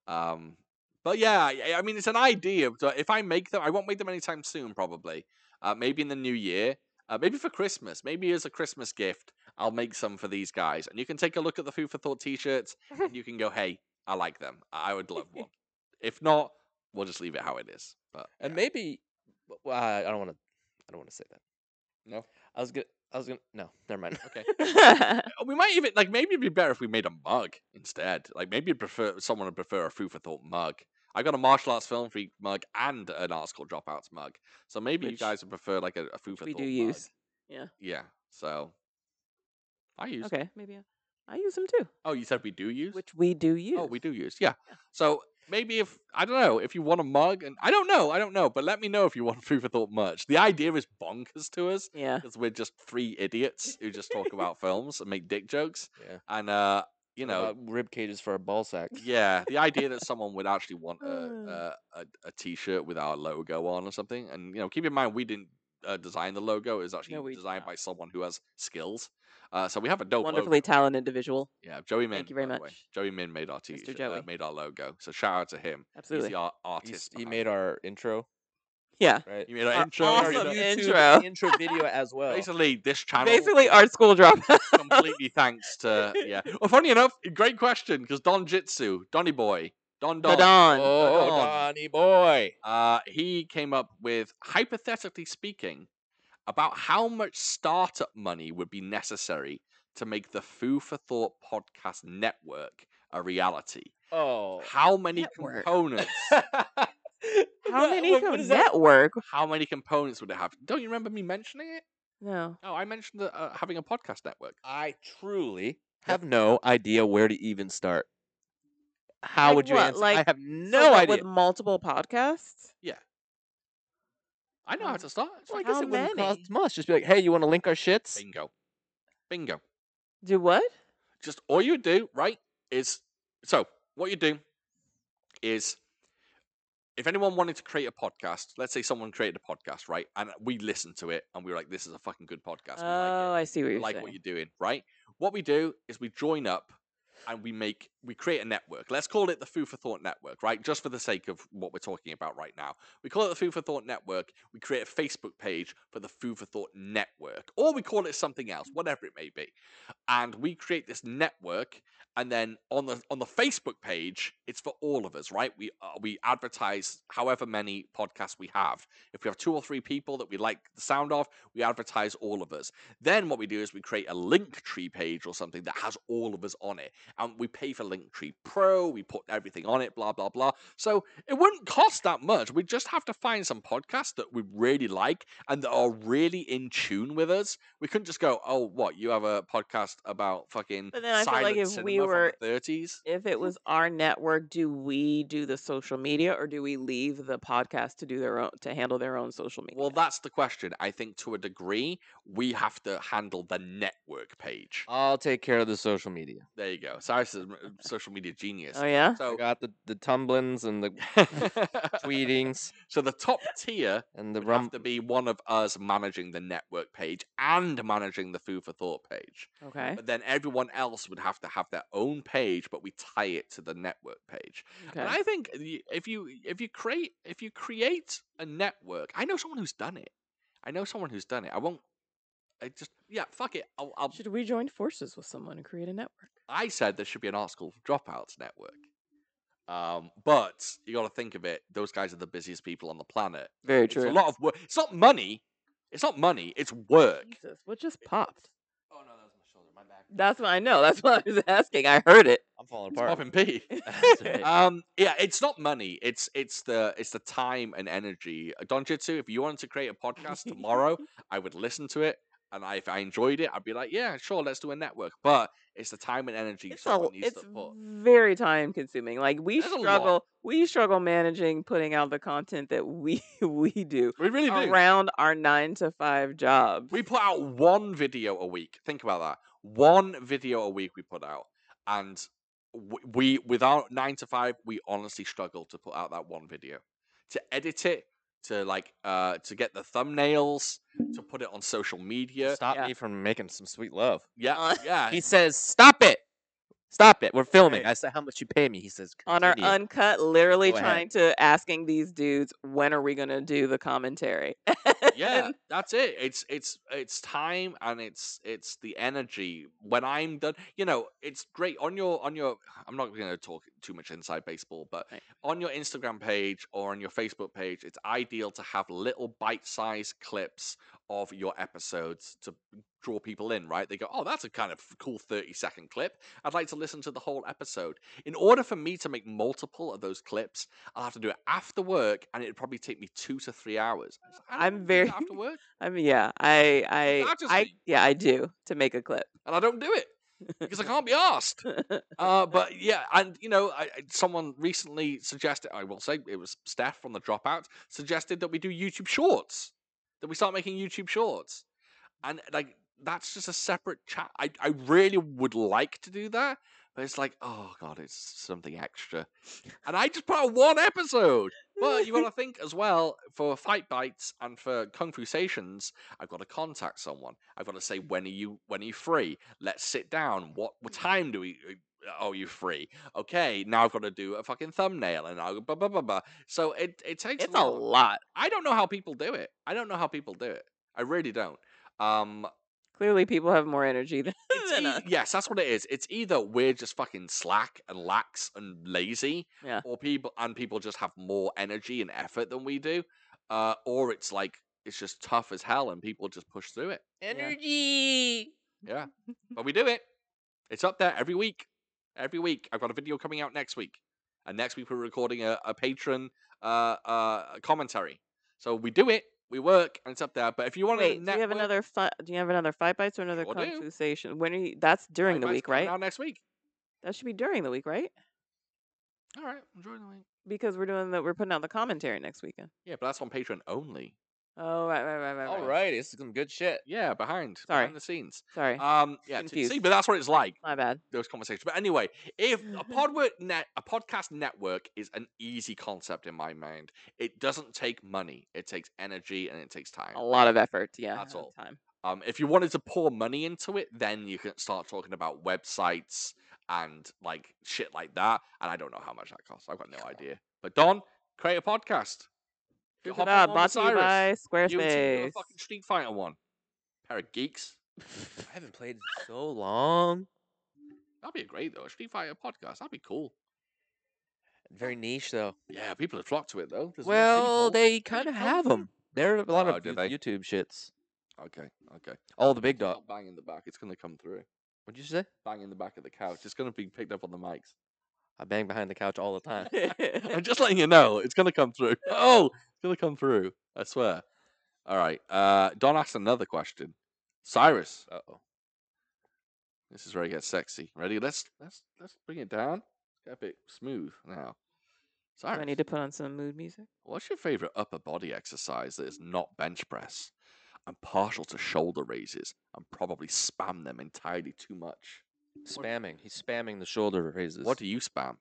S2: Um, but yeah, I- I mean, it's an idea. So if I make them, I won't make them anytime soon. Probably, uh, maybe in the new year. Uh, maybe for Christmas. Maybe as a Christmas gift, I'll make some for these guys, and you can take a look at the Food for Thought t-shirts, and you can go, "Hey, I like them. I would love
S3: [laughs]
S2: one." if not, we'll just leave it how it is. But
S4: And
S2: yeah.
S4: maybe w- well, I I don't want to. I don't want to say that.
S2: No?
S4: I was gonna. I was gonna. No, never mind. [laughs]
S2: okay.
S3: yeah,
S2: Uh, we might even like maybe it'd be better if we made a mug instead. Like maybe you'd prefer someone would prefer a food for thought mug. I got a martial arts film freak mug and an art school dropouts mug. So maybe you
S3: Which-
S2: guys would prefer like a, a food for
S3: [laughs] we
S2: thought
S3: do
S2: mug.
S3: use.
S2: Yeah. So I use.
S3: Okay, maybe I- I use them too,
S2: Oh, you said we do use.
S3: which we do use.
S2: Oh, we do use. Yeah. So maybe if I don't know if you want a mug and I don't know, I don't know, but let me know if you want [laughs] food for thought merch. The idea is bonkers to
S3: [laughs]
S2: us
S3: Yeah,
S2: because we're just three idiots who just talk about films and make dick jokes.
S4: Yeah.
S2: And uh, you
S4: What
S2: know,
S4: about rib cages for our ball sacks.
S2: Yeah, the idea that someone would actually want
S3: Uh.
S2: a, a, a, a t-shirt with our logo on or something, and you know, keep in mind we didn't uh, design the logo; it was actually
S3: No, we did
S2: designed
S3: not.
S2: by someone who has skills. Uh, so we have a dope
S3: wonderfully
S2: logo.
S3: talented individual.
S2: Yeah, Joey Min.
S3: Thank you very
S2: by the way.
S3: much.
S2: Joey Min made our t-shirt, uh,
S3: Joey.
S2: made our logo. So shout out to him. He's
S3: Absolutely.
S2: the art-
S4: He's,
S2: artist.
S4: he made our intro,
S3: Yeah.
S4: right?
S2: You made our,
S3: our
S2: intro.
S4: And
S2: he made
S3: awesome
S2: our-
S3: [laughs] intro.
S4: intro
S3: [laughs]
S4: video as well.
S2: Basically, this channel
S3: Basically, [laughs] art school drop.
S2: completely thanks to yeah. Well, funny enough, great question because Don Jitsu, Donny Boy, Don Don.
S3: Don.
S4: Oh,
S2: Don.
S4: Donny boy!
S2: Uh, he came up with hypothetically speaking about how much startup money would be necessary to make the Foo for Thought podcast network a reality.
S4: Oh,
S2: How many
S3: Network.
S4: [laughs]
S2: components?
S3: How
S4: What-
S3: many
S4: what-
S3: co-
S4: what is that?
S3: network?
S2: how many components would it have? Don't you remember me mentioning it?
S3: No.
S2: Oh, I mentioned the, uh, having a podcast network.
S4: I truly have no idea where to even start. How
S3: Like
S4: would you
S3: what?
S4: answer? I
S3: Like,
S4: have
S3: So
S4: no
S3: what,
S4: idea.
S3: With multiple podcasts.
S2: I know how
S3: Um,
S2: to start. It's
S4: Oh, Well, I
S2: like
S4: guess
S3: how
S4: it wouldn't
S3: many?
S4: cost much. Just be like, hey, you want to link our shits?
S2: bingo, bingo.
S3: Do what?
S2: just all you do, right, is so what you do is if anyone wanted to create a podcast, let's say someone created a podcast, right? And we listened to it and we were like, this is a fucking good podcast. We
S3: oh,
S2: like
S3: I see what
S2: it.
S3: you're
S2: We like
S3: saying.
S2: what you're doing, right? What we do is we join up and we make we create a network. Let's call it the Food for Thought Network, right? Just for the sake of what we're talking about right now. We call it the Food for Thought Network. We create a Facebook page for the Food for Thought Network. Or we call it something else, whatever it may be. And we create this network and then on the on the Facebook page, it's for all of us, right? We uh, we advertise however many podcasts we have. If we have two or three people that we like the sound of, we advertise all of us. Then what we do is we create a link tree page or something that has all of us on it, and we pay for Linktree Pro. We put everything on it, blah blah blah. So it wouldn't cost that much. We just have to find some podcasts that we really like and that are really in tune with us. We couldn't just go, oh, what you have a podcast about fucking.
S3: But then I feel like
S2: silent
S3: if we
S2: cinema from the
S3: were
S2: 30s.
S3: If it was our network, do we do the social media or do we leave the podcast to do their own to handle their own social media?
S2: Well, that's the question. I think to a degree, we have to handle the network page.
S4: I'll take care of the social media.
S2: There you go. Cyrus is a social media genius.
S3: oh yeah.
S4: I
S2: So,
S4: got the the tumblins and the
S3: [laughs]
S4: tweetings
S2: [laughs] so the top tier
S4: and the
S2: would have
S4: rum.
S2: to be one of us managing the network page and managing the food for thought page.
S3: Okay.
S2: But then everyone else would have to have their own page, but we tie it to the network page. And
S3: Okay.
S2: I think y- if you if you create if you create a network, I know someone who's done it. I know someone who's done it. I won't. I just yeah, fuck it. I'll, I'll,
S3: Should we join forces with someone and create a network?
S2: I said there should be an art school dropouts network. Um, but you got to think of it. Those guys are the busiest people on the planet.
S3: Very
S2: It's a lot of work. It's not money. It's not money. It's
S3: [laughs]
S2: work.
S3: Jesus, what just popped?
S4: Oh no, that was my shoulder. My back.
S3: That's what I know. That's what I was asking. I heard it.
S4: I'm falling
S2: It's
S4: apart.
S2: popping
S3: [laughs]
S2: pee.
S4: That's right.
S2: Um, yeah, it's not money. It's it's the it's the time and energy. Uh, Don Jitsu, if you wanted to create a
S3: [laughs]
S2: podcast tomorrow, I would listen to it, and I, if I enjoyed it, I'd be like, yeah, sure, let's do a network. But it's the time and energy
S3: It's a,
S2: someone needs
S3: it's
S2: to put.
S3: very time consuming. Like we
S2: There's a lot.
S3: struggle, we struggle managing putting out the content that we [laughs] we do
S2: We really do.
S3: around our nine to five jobs.
S2: We put out one video a week. Think about that. One video a week we put out, and w- we with our nine to five, we honestly struggle to put out that one video, to edit it, to like uh to get the thumbnails, to put it on social media.
S4: Stop
S3: Yeah.
S4: me from making some sweet love.
S2: Yeah,
S4: [laughs]
S3: on-
S2: yeah.
S4: He says, "Stop it, stop it. We're filming."
S2: Right.
S4: I said, "How much you pay me?" He says,
S3: on our
S4: "Continue."
S3: uncut, literally
S4: Go ahead.
S3: trying to asking these dudes when are we gonna do the commentary? [laughs]
S2: yeah that's it it's it's it's time and it's it's the energy when i'm done you know it's great on your on your i'm not going to talk too much inside baseball but
S3: Right.
S2: on your instagram page or on your facebook page it's ideal to have little bite-sized clips of your episodes to draw people in right they go oh that's a kind of cool 30 second clip i'd like to listen to the whole episode in order for me to make multiple of those clips i'll have to do it after work and it'd probably take me two to three hours I don't
S3: I'm
S2: wanna do
S3: very-
S2: that after work
S3: I mean, yeah, I, I, I,
S2: Artistry.
S3: yeah, I do to make a clip.
S2: and I don't do it because I can't be asked. Uh, but yeah, and you know, I, I- someone recently suggested, I will say it was Steph from the Dropout, suggested that we do YouTube Shorts, that we start making YouTube Shorts. And like, that's just a separate chat. I, I really would like to do that, but it's like, oh God, it's something extra. And I just put out one episode. But you got to think as well for fight bites and for kung fu sations. I've got to contact someone. I've got to say when are you when are you free? Let's sit down. What what time do we? Oh, you free? Okay, now I've got to do a fucking thumbnail and I'll blah blah blah blah. So it it takes
S3: it's
S2: a
S3: a
S2: lot.
S3: lot.
S2: I don't know how people do it. I don't know how people do it. I really don't. Um,
S3: [laughs] Clearly, people have more energy than, [laughs]
S2: it's
S3: than
S2: ei-
S3: us.
S2: yes, that's what it is. It's either we're just fucking slack and lax and lazy,
S3: Yeah.
S2: or people and people just have more energy and effort than we do, uh, or it's like it's just tough as hell and people just push through it.
S4: Energy.
S2: Yeah,
S3: Hmm.
S2: but we do it. It's up there every week. Every week, I've got a video coming out next week, and next week we're recording a, a patron uh, uh, commentary. So we do it. We work, and it's up there. But if you want
S3: Wait,
S2: to,
S3: do you have another? Fi- do you have another fight bites or another
S2: Sure do.
S3: conversation? When are you? That's during the week, right?
S2: Now next week.
S3: That should be during the week, right?
S2: All right, enjoy the week.
S3: Because we're doing the we're putting out the commentary next weekend.
S2: Yeah, but that's on Patreon only.
S3: Oh right, right, right, right.
S4: All
S3: right.
S4: right. lady. This is some good [laughs] shit.
S2: Yeah, behind
S3: Sorry.
S2: behind the scenes.
S3: Sorry,
S2: Um, yeah, to- see,
S3: Confused.
S2: but that's what it's like
S3: my bad.
S2: those conversations. But anyway, if
S3: [laughs]
S2: a podwork net a podcast network is an easy concept in my mind, it doesn't take money. It takes energy and it takes time.
S3: A lot of effort. Yeah,
S2: That's
S3: and
S2: all.
S3: Time.
S2: Um, if you wanted to pour money into it, then you can start talking about websites and like shit like that. And I don't know how much that costs. I've got
S3: [laughs]
S2: no idea. But Don, create a podcast.
S3: Good
S2: Hop
S3: job.
S2: on
S3: Brought
S2: with
S3: to you
S2: You
S3: by
S2: and Tim do a
S3: Squarespace.
S2: fucking Street Fighter one. Pair of geeks.
S4: I haven't played in so long.
S2: That'd be great though. A Street Fighter podcast. That'd be cool.
S4: Very niche though.
S2: Yeah, people have flocked to it though. There's enough
S4: well,
S2: people.
S4: they kind of have them. There are a lot
S2: Oh,
S4: of
S2: do
S4: you-
S2: they?
S4: YouTube shits.
S2: Okay, okay.
S4: Oh, the big dog.
S2: Not bang in the back. It's gonna come through.
S4: What'd you say?
S2: Bang in the back of the couch. It's gonna be picked up on the mics. [laughs]
S4: I bang behind the couch all the [laughs] time.
S2: I'm just letting you know. It's gonna come
S4: [laughs]
S2: through. Oh, it's gonna come through. I swear. All right. Uh, Don asked another question. Cyrus,
S4: Uh oh.
S2: this is where it gets sexy. Ready? Let's let's let's bring it down. Get a bit smooth now.
S3: Do
S2: Cyrus,
S3: I need to put on some mood music?
S2: what's your favorite upper body exercise that is not bench press? I'm partial to shoulder raises and probably spam them entirely too much.
S4: Spamming. He's spamming the shoulder raises.
S2: What do you spam?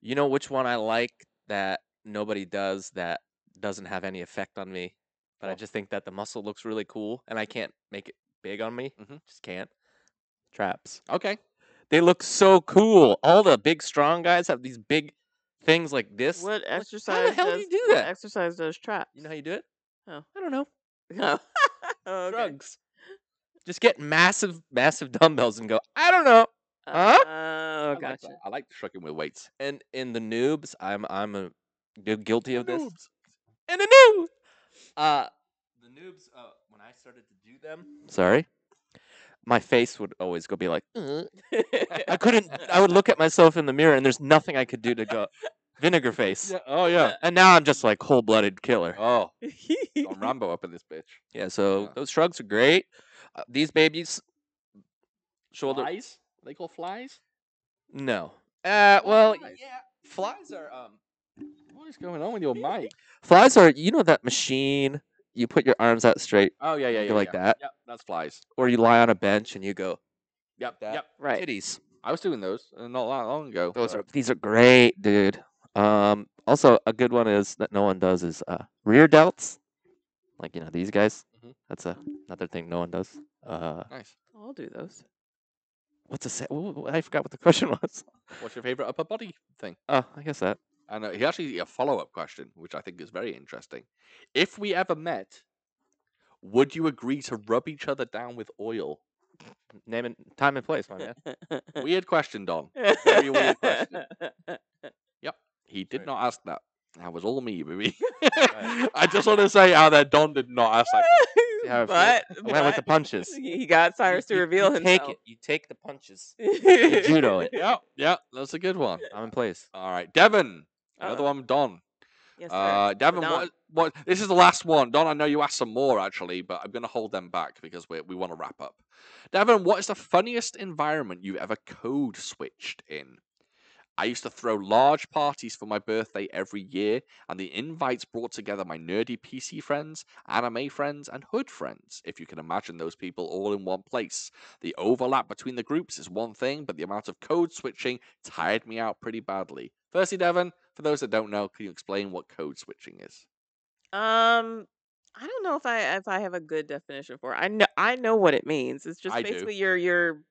S4: You know which one I like that nobody does that doesn't have any effect on me, but I
S2: What?
S4: just think that the muscle looks really cool and I can't make it big on me.
S2: Mhm.
S4: Just can't. Traps.
S2: Okay.
S4: They look so cool. All the big strong guys have these big things like this.
S3: What
S4: I'm like,
S3: exercise?
S4: How the hell
S3: does,
S4: do you do
S3: what
S4: that?
S3: Exercise does traps.
S4: You know how you do it?
S3: Oh.
S4: I don't know.
S3: [laughs] No. Oh, okay.
S4: Drugs. Just get massive, massive dumbbells and go. I don't know. Huh?
S3: Oh,
S2: I like,
S3: gotcha.
S2: that. I like shrugging with weights.
S4: And in the noobs, I'm I'm a gu- guilty of this.
S2: Noobs.
S4: And the noob. Uh, the noobs. Uh, when I started to do them, sorry, my face would always go be like.
S2: [laughs]
S4: "Uh." I couldn't. I would look at myself in the mirror, and there's nothing I could do to go vinegar face.
S2: Yeah, Oh yeah.
S4: And now I'm just like cold blooded killer.
S2: Oh, [laughs]
S3: [laughs]
S2: Don Rambo up in this bitch.
S4: Yeah, so
S2: Yeah.
S4: those shrugs are great. Uh, these babies, shoulder.
S2: Flies? Are they call flies?
S4: No. Uh, well,
S2: flies.
S4: yeah, flies are.
S1: [laughs]
S4: Um,
S2: What is going on with your mic?
S4: flies are. You know that machine. You put your arms out straight,
S2: Oh yeah, yeah,
S4: You
S2: yeah.
S4: like
S2: yeah.
S4: that?
S2: Yep, that's flies.
S4: or you lie on a bench and you go
S2: Yep,
S4: That.
S2: yep.
S3: right.
S4: titties.
S2: I was doing those uh, not that long ago.
S4: Those
S2: uh,
S4: are these are great, dude. Um, also a good one is that no one does is uh rear delts, like you know these guys.
S2: Mhm.
S4: That's a, another thing no one does. Uh,
S2: nice.
S3: I'll do those.
S4: what's a se- wh- wh- I forgot what the [laughs] question was.
S2: What's your favorite upper body thing?
S4: Oh, I guess that.
S2: And uh, he actually a follow up question, which I think is very interesting. If we ever met, would you agree to rub each other down with oil?
S4: Name and time and place, my [laughs] man. Eh.
S2: Weird question, Don. Very weird
S3: [laughs]
S2: question. He did
S4: Right.
S2: not ask that. That was all me, baby.
S4: Right.
S2: [laughs] I just want to say how that Don did not
S4: [laughs]
S2: ask that. question.
S4: how it feels.
S3: but,
S4: I went with the
S3: but
S4: punches.
S3: [laughs] he he got Cyrus to
S4: You- you-
S3: reveal
S4: you
S3: himself.
S4: Take it. You take the punches.
S3: it.
S4: judo
S3: [laughs]
S4: it.
S2: Yeah, yeah, that's a good one.
S4: I'm in place.
S2: All right, Devon.
S4: Uh.
S2: Another one, Don.
S3: Oh, Yes, sir.
S2: Uh, Devin,
S3: Don.
S2: what, what? This is the last one, Don. I know you asked some more actually, but I'm going to hold them back because we we want to wrap up. Devin, what is the funniest environment you've ever code switched in? I used to throw large parties for my birthday every year, and the invites brought together my nerdy PC friends, anime friends, and hood friends, if you can imagine those people all in one place. The overlap between the groups is one thing, but the amount of code switching tired me out pretty badly. Firstly, Devon, for those that don't know, can you explain what code switching is?
S3: Um, I don't know if I if I have a good definition for. It. I know I know what it means. It's just
S2: I do.
S3: basically you're you're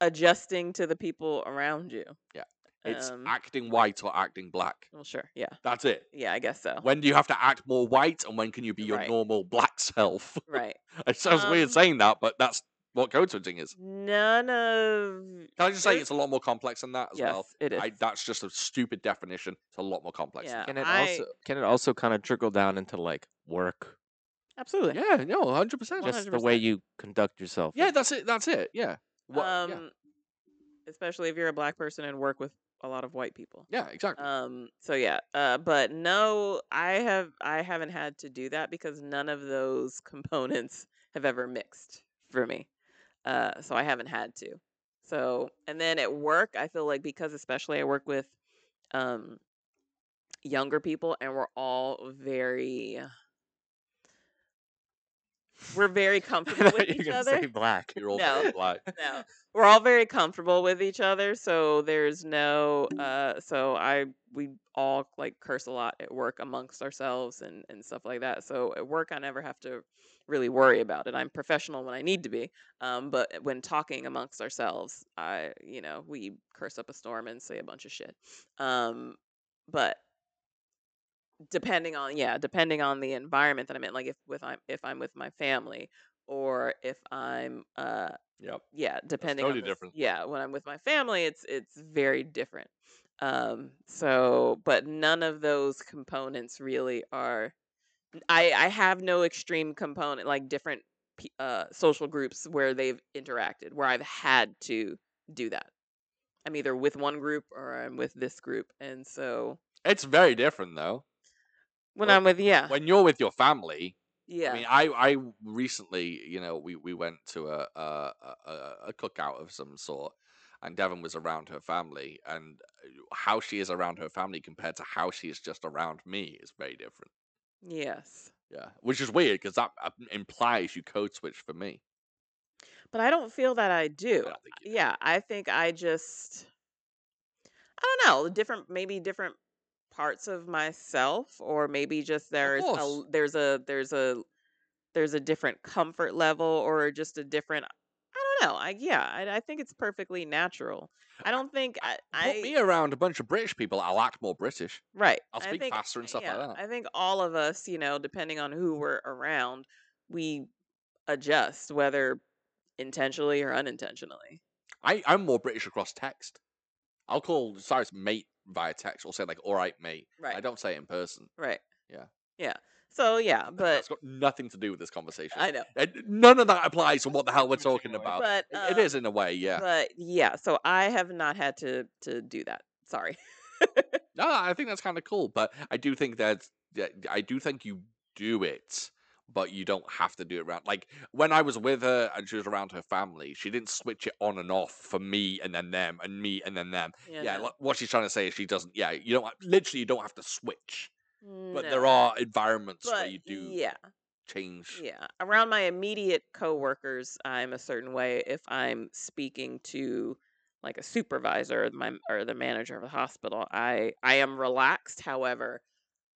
S3: adjusting to the people around you.
S2: Yeah. It's
S3: Um,
S2: acting white or acting black.
S3: well, sure. Yeah.
S2: That's it.
S3: Yeah, I guess so.
S2: When do you have to act more white and when can you be your
S3: oh. Right.
S2: normal black [laughs] self?
S3: right.
S2: it sounds
S3: Um,
S2: weird saying that, but that's what code switching is.
S3: None of
S2: Can I just say
S3: there-
S2: it's a lot more complex than that as
S3: yes,
S2: well?
S3: it is.
S2: I, that's just a stupid definition. It's a lot more complex. than
S3: yeah,
S4: Can it
S3: Uh, I-
S4: also can it also kind of trickle down into like work,
S3: absolutely.
S2: that. Yeah, no, 100%.
S4: just the way
S3: 100%.
S4: you conduct yourself?
S2: yeah, that's it. That's it. Yeah. What,
S3: um,
S2: yeah.
S3: especially if you're a black person and work with a lot of white people.
S2: yeah, exactly.
S3: Um, so yeah, uh, but no, I have I haven't had to do that because none of those [laughs] components have ever mixed for me. Uh, so I haven't had to. So and then at work, I feel like because especially I work with um younger people and we're all very we're very
S4: [laughs]
S3: comfortable with each other.
S4: black.
S2: You're all
S3: uh, No.
S2: black.
S3: no, [laughs] we're all very comfortable with each other, so there's no. Uh, so I we all like curse a lot at work amongst ourselves and and stuff like that. So at work, I never have to really worry about it. I'm professional when I need to be, um, but when talking amongst ourselves, I you know we curse up a storm and say a bunch of shit. Um, but depending on yeah depending on the environment that i'm in like if with i'm if i'm with my family or if i'm uh [laughs]
S2: Yep.
S3: yeah depending
S2: totally
S3: on the s-
S2: different.
S3: yeah when i'm with my family it's it's very different um so but none of those components really are i i have no extreme component like different pe- uh social groups where they've interacted where i've had to do that i'm either with one group or i'm with this group and so
S2: It's very different though.
S3: when
S2: Well,
S3: i'm with yeah
S2: When you're with your family,
S3: yeah
S2: I mean, I I recently, you know, we we went to a a, a a- a cookout of some sort, and Devon was around her family, and uh, how she is around her family compared to how she is just around me is very different.
S3: yes
S2: Yeah, which is weird because that uh, implies you code switch for me.
S3: but i don't feel that i do
S2: I don't think you. do.
S3: yeah i think i just i don't know different maybe different parts of myself or maybe just there's a
S2: course.
S3: l- there's a there's a there's a different comfort level or just a different i don't know i yeah i, I think it's perfectly natural i don't think i,
S2: Put
S3: I
S2: me around a bunch of British people, I'll act more British.
S3: Right.
S2: I'll
S3: I
S2: speak
S3: think
S2: faster and stuff like
S3: yeah,
S2: that. Mm-hmm.
S3: I think all of us, you know, depending on who we're around, we adjust whether intentionally or unintentionally.
S2: I, I'm more British across text. I'll call Cyrus mate via text or say like, all right, mate. I
S3: Right.
S2: don't say it in person.
S3: Right.
S2: Yeah.
S3: Yeah. So yeah, but
S2: That's got nothing to do with this conversation.
S3: I know.
S2: And Uh, none of that applies to what the hell we're
S1: Which in a
S2: talking
S1: way.
S2: [laughs] about.
S3: But
S2: It- it
S3: um,
S2: is in a way, yeah.
S3: but yeah, so I have not had to to do that. Sorry. [laughs]
S2: No, I think that's kind of cool, but I do think that I do think you do it, but you don't have to do it around. Like when I was with her and she was around her family, she didn't switch it on and off for me and then them and me and then them.
S3: Yeah.
S2: yeah,
S3: no.
S2: like, what she's trying to say is she doesn't. Yeah, you don't ha- literally you don't have to switch, but
S3: No.
S2: there are environments where
S3: but
S2: you do
S3: yeah,
S2: change.
S3: yeah. Around my immediate coworkers, I'm a certain way. If I'm speaking to like a supervisor or my or the manager of the hospital, I I am relaxed. However,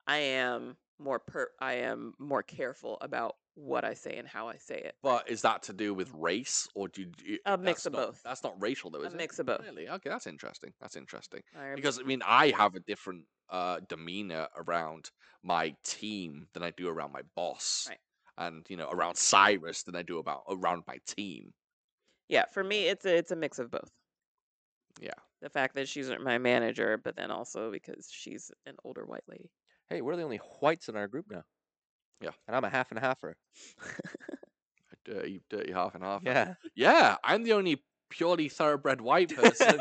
S3: I am more per I am more careful about what I say and how I say it.
S2: But is that to do with race or do you, you-
S3: A mix
S2: that's
S3: of
S2: not-
S3: both.
S2: That's not racial though,
S3: A
S2: is it?
S3: mix of both.
S2: Really? Okay, that's interesting. That's interesting
S3: I rem-
S2: because I mean I have a different uh, demeanor around my team than I do around my boss,
S3: Right.
S2: and you know around Cyrus than I do about around my team.
S3: yeah, for me, it's a, it's a mix of both.
S2: Yeah.
S3: The fact that she's my manager, but then also because she's an older white lady.
S4: Hey, we're the only whites in our group now.
S2: Yeah.
S4: And I'm a half er and halfer.
S2: A dirty, dirty half and half.
S4: Yeah.
S2: [laughs] Yeah, I'm the only purely thoroughbred white
S3: [laughs]
S2: person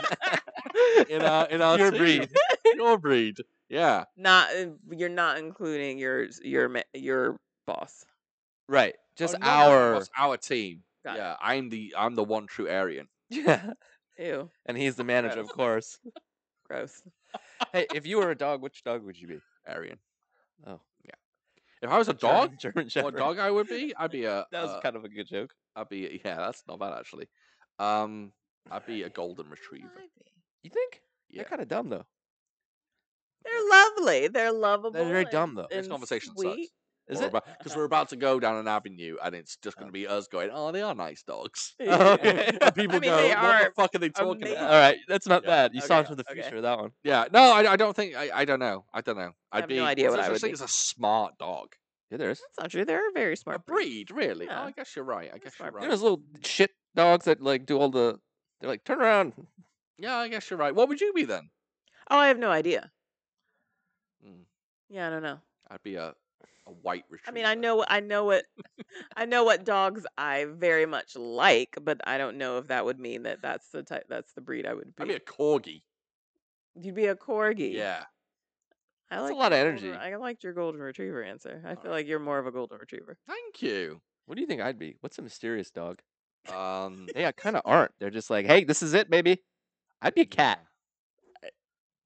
S4: [laughs]
S2: in [laughs] our in our
S4: Pure
S2: team.
S4: breed.
S2: Pure breed. Yeah.
S3: Not uh, you're not including your s- your ma- your boss.
S4: right. Just
S2: Oh, no, no, no,
S4: our.
S2: what's our team.
S3: Got it.
S2: yeah, I'm the I'm the one true Aryan.
S4: Yeah.
S3: Ew,
S4: And he's the manager, of course.
S3: gross.
S4: hey, if you were a dog, which dog would you be?
S2: Aryan.
S4: Oh.
S2: If I was a
S3: [laughs]
S2: dog,
S4: German, German
S2: what
S4: Shepherd.
S2: dog I would be? I'd be a.
S4: That was
S2: uh,
S4: kind of a good joke.
S2: I'd be yeah. That's not bad actually. Um, I'd be a golden retriever.
S4: You think?
S2: Yeah.
S4: They're kind of dumb though.
S3: They're lovely. They're lovable.
S4: very
S3: and-
S4: dumb, though.
S2: This
S3: and
S2: conversation sucks.
S3: sweet.
S4: Is [laughs] it?
S2: Because we're about [laughs] to go down an avenue, and it's just going
S4: Oh.
S2: to be us going, "Oh, they are nice dogs."
S4: Oh, okay.
S2: and people
S3: I mean,
S2: go, [laughs]
S3: they
S2: "What
S3: are
S2: the fuck are they talking [laughs]
S3: amazing.
S2: about?"
S4: All right, that's not
S2: Yeah.
S4: bad. You saw
S3: Okay,
S4: it for the
S3: okay.
S4: future of that one.
S2: Yeah, no, I, I don't think I, I don't know. I don't know. I'd
S3: have
S2: be,
S3: no idea
S2: there's
S3: what
S2: no
S3: I
S2: such
S3: would
S2: thing
S3: be.
S2: as a smart dog,
S4: Yeah, there is.
S3: That's not true. They're very
S2: a
S3: smart breed.
S2: breed, really.
S3: Yeah.
S2: Oh, I guess you're right. I
S3: They're
S2: guess you're
S3: smart breed.
S4: You know
S2: right.
S4: those little shit dogs that like do all the. They're like turn around.
S2: Yeah, I guess you're right. What would you be then?
S3: Oh, I have no idea.
S2: Mm,
S3: Yeah, I don't know.
S2: I'd be a, a white
S3: I
S2: retriever.
S3: mean, I know what I know what [laughs] I know what dogs I very much like, but I don't know if that would mean that that's the type that's the breed I would be.
S2: I'd be a corgi.
S3: You'd be a corgi.
S2: Yeah.
S3: I
S4: That's a
S3: like
S4: lot of
S3: your golden-
S4: energy.
S3: I liked your golden retriever answer. I feel
S2: Alright.
S3: like you're more of a golden retriever.
S2: Thank you.
S4: What do you think I'd be? What's a mysterious dog?
S2: Um,
S4: They I kind of aren't. They're just like, hey, this is it, baby. I'd be a cat.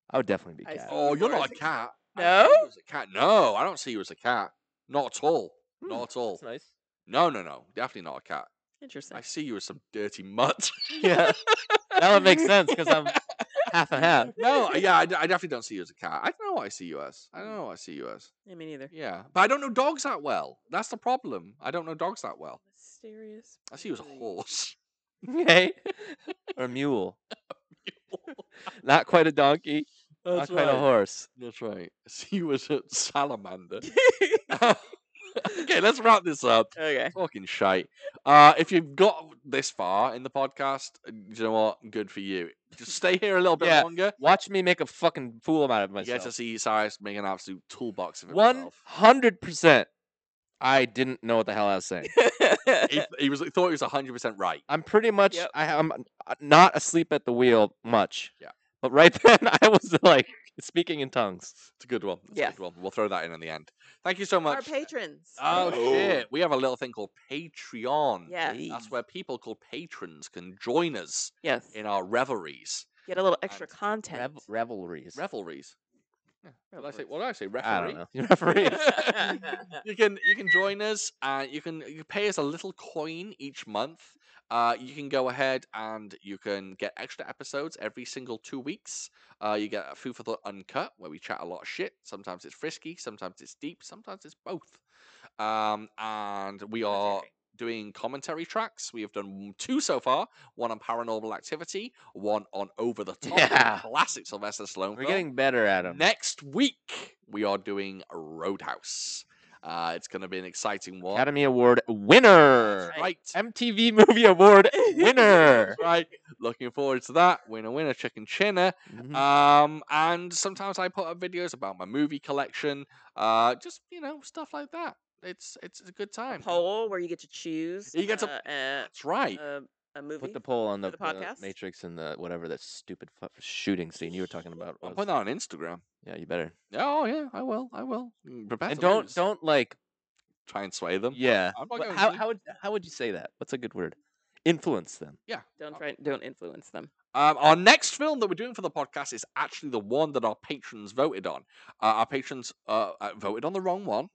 S4: I would definitely be
S3: I
S4: a cat.
S3: see.
S2: Oh, you're
S3: Or is
S2: not a
S3: it-
S2: cat. I don't see
S3: No?
S2: you as a cat. No, I don't see you as a cat. Not at all.
S4: Hmm,
S2: Not at all.
S4: That's nice.
S2: No, no, no. Definitely not a cat.
S3: Interesting.
S2: I see you as some dirty mutt.
S4: Yeah, that would make sense because I'm half and half.
S2: [laughs]
S4: [laughs]
S2: no, yeah, I, d- I definitely don't see you as a cat. I don't know what I see you as. I don't know what I see you as.
S3: Yeah, me neither.
S2: Yeah, but I don't know dogs that well. That's the problem. I don't know dogs that well.
S3: Mysterious.
S2: I see you as a
S3: breed.
S2: horse.
S4: Okay, or mule. Not quite a donkey.
S2: That's
S4: not quite a horse.
S2: That's right. [laughs] I see you as a salamander. [laughs] okay, let's wrap this up.
S3: [laughs] okay.
S2: Fucking shite. Uh, if you've got this far in the podcast, uh, you know what? Good for you. Just stay here a little bit
S4: Yeah.
S2: longer.
S4: Watch me make a fucking fool out of
S2: You get to
S4: myself.
S2: see Cyrus make an absolute toolbox of
S4: One
S2: himself.
S4: hundred percent. I didn't know what the hell I was saying.
S2: He, he was he thought he was hundred percent right.
S4: I'm pretty much
S3: Yep.
S4: I, I'm uh, not asleep at the wheel much.
S2: Yeah.
S4: But right [laughs] then I was like speaking in tongues.
S2: It's a good one. It's a
S3: Yes.
S2: good one. We'll throw that in in the end. Thank you so
S3: Our
S2: much.
S3: patrons.
S2: Oh
S4: Oh.
S2: shit! We have a little thing called Patreon.
S3: Yes.
S2: [laughs] That's where people called patrons can join us
S3: Yes.
S2: in our revelries.
S3: Get a little extra content.
S4: [laughs] Rev- revelries.
S2: Revelries. Yeah. What did I say?
S3: Revelries.
S2: What did I say? Referee.
S4: I don't know. [laughs]
S2: [laughs]
S4: Referees. [laughs]
S2: you can you can join us and you can you pay us a little coin each month uh, you can go ahead and you can get extra episodes every single two weeks uh, you get a food for thought uncut where we chat a lot of shit sometimes it's frisky sometimes it's deep sometimes it's both um, and we are doing commentary tracks we have done two so far one on paranormal activity one on over the top
S4: Yeah.
S2: classic sylvester sloan
S4: We're
S2: film.
S4: getting better at them.
S2: Next week, we are doing Roadhouse. Uh, it's going to be an exciting one.
S4: Academy Award winner.
S2: That's right.
S4: MTV
S2: [laughs]
S4: Movie Award winner.
S2: That's right. Looking forward to that. Winner, winner, chicken chinner.
S4: Mhm.
S2: Um, and sometimes I put up videos about my movie collection. Uh, just you know stuff like that. It's it's a good time.
S3: [laughs] poll where you get to choose.
S2: You get to-
S3: uh,
S2: That's right.
S3: uh, uh, a movie.
S4: Put the poll on the,
S3: the podcast?
S4: Matrix and the whatever that stupid fu- shooting scene you were talking about.
S2: I'll
S4: was.
S2: put that on Instagram.
S4: Yeah, you better.
S2: Oh yeah, I will. I will. Mm, Prepare
S4: and
S2: to
S4: don't
S2: lose.
S4: don't like
S2: try and sway them.
S4: yeah.
S2: I'm not
S4: Wha-
S2: going
S4: How
S2: to.
S4: how would how would you say that? What's a good word? Influence them.
S3: Don't try. Don't influence them.
S2: Um, our next film that we're doing for the podcast is actually the one that our patrons voted on. Uh, our patrons uh, uh, voted on the wrong
S4: [laughs]
S2: one.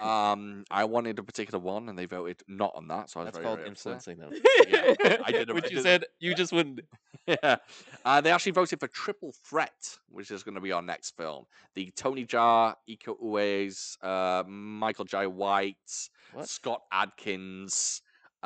S2: Um, I wanted a particular one, and they voted not on that. So I was
S4: That's
S2: very,
S4: called
S2: very upset.
S4: influencing them.
S2: [laughs]
S3: [laughs]
S2: Yeah, I
S4: [laughs]
S2: did a- I
S4: Which you
S2: did-
S4: said you just wouldn't.
S2: yeah. Uh, they actually voted for Triple Threat, which is going to be our next film. The Tony Jaa, Iko Uwais, uh, Michael J. White, Scott Adkins.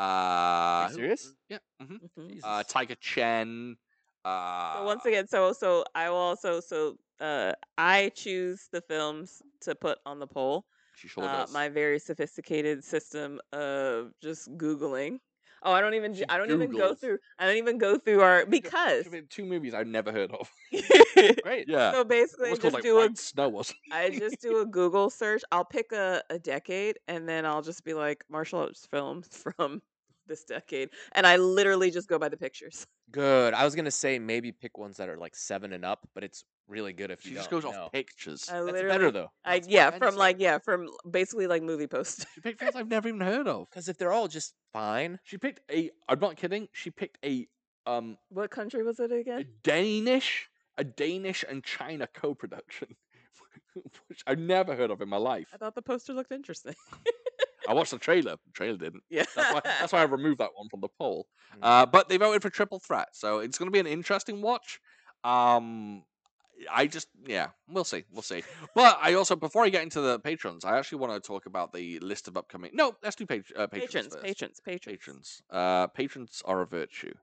S2: Uh, who-
S4: serious?
S2: Yeah. mhm.
S3: Mhm.
S2: Uh,
S4: Jesus.
S2: Tiger Chen. Uh,
S3: So once again, so so I will also so uh, I choose the films to put on the poll.
S2: she sure
S3: uh,
S2: does.
S3: my very sophisticated system of just googling. Oh, I don't even.
S2: She
S3: ju- I don't even go
S2: Googles.
S3: through. I don't even go through our because.
S2: She's been in two movies I've never heard of.
S3: [laughs]
S4: Great.
S2: Yeah.
S3: so basically, I
S2: What's called
S3: just
S2: like
S3: do a
S2: White Snow
S3: [laughs]
S2: or something.
S3: I just do a Google search. I'll pick a, a decade and then I'll just be like martial arts films [laughs] from this decade. And I literally just go by the pictures.
S4: Good. I was gonna say maybe pick ones that are like seven and up, but it's really good if you
S2: She just
S4: don't
S2: goes
S4: know.
S2: off pictures.
S3: I
S4: That's
S3: literally,
S4: better though,
S3: I,
S2: That's what
S3: yeah,
S2: Andy
S3: from
S2: said.
S3: like, yeah, from basically like movie posts.
S2: She picked films I've never even heard of.
S4: because if they're all just fine,
S2: She picked a. I'm not kidding. She picked a um
S3: [laughs] What country was it
S2: a
S3: again?
S2: Danish, a Danish and China co-production, [laughs] which I've never heard of in my life.
S3: I thought the poster looked interesting. [laughs]
S2: I watched the trailer. The trailer didn't.
S3: Yeah.
S2: That's why, that's why I removed that one from the poll.
S4: Mm.
S2: Uh, but they voted for Triple Threat, so it's going to be an interesting watch. Um, I just, yeah, we'll see, we'll see. But I also, before I get into the patrons, I actually want to talk about the list of upcoming. No, let's do page,
S3: [laughs]
S2: uh, patrons.
S3: patrons,
S2: first.
S3: patrons, patrons,
S2: patrons. Uh, patrons are a virtue.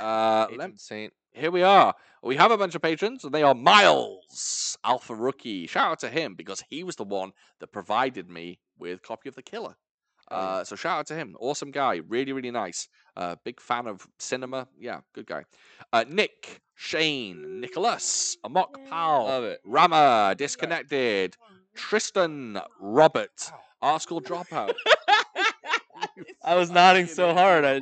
S2: Uh, lem-
S4: Agent Saint.
S2: here we are. We have a bunch of patrons, and they are Miles, Alpha Rookie. Shout out to him because he was the one that provided me with copy of The Killer.
S4: Oh, yeah.
S2: Uh, so shout out to him. Awesome guy. Really, really nice. Uh, big fan of cinema. Yeah, good guy. Uh, Nick, Shane, Nicholas, Amok Pal, uh,
S4: Love it.
S2: Rama, Disconnected, Tristan, Robert, Art School
S4: [laughs]
S2: Dropout.
S4: [laughs] I was nodding so
S2: kidding. [laughs]
S4: hard. I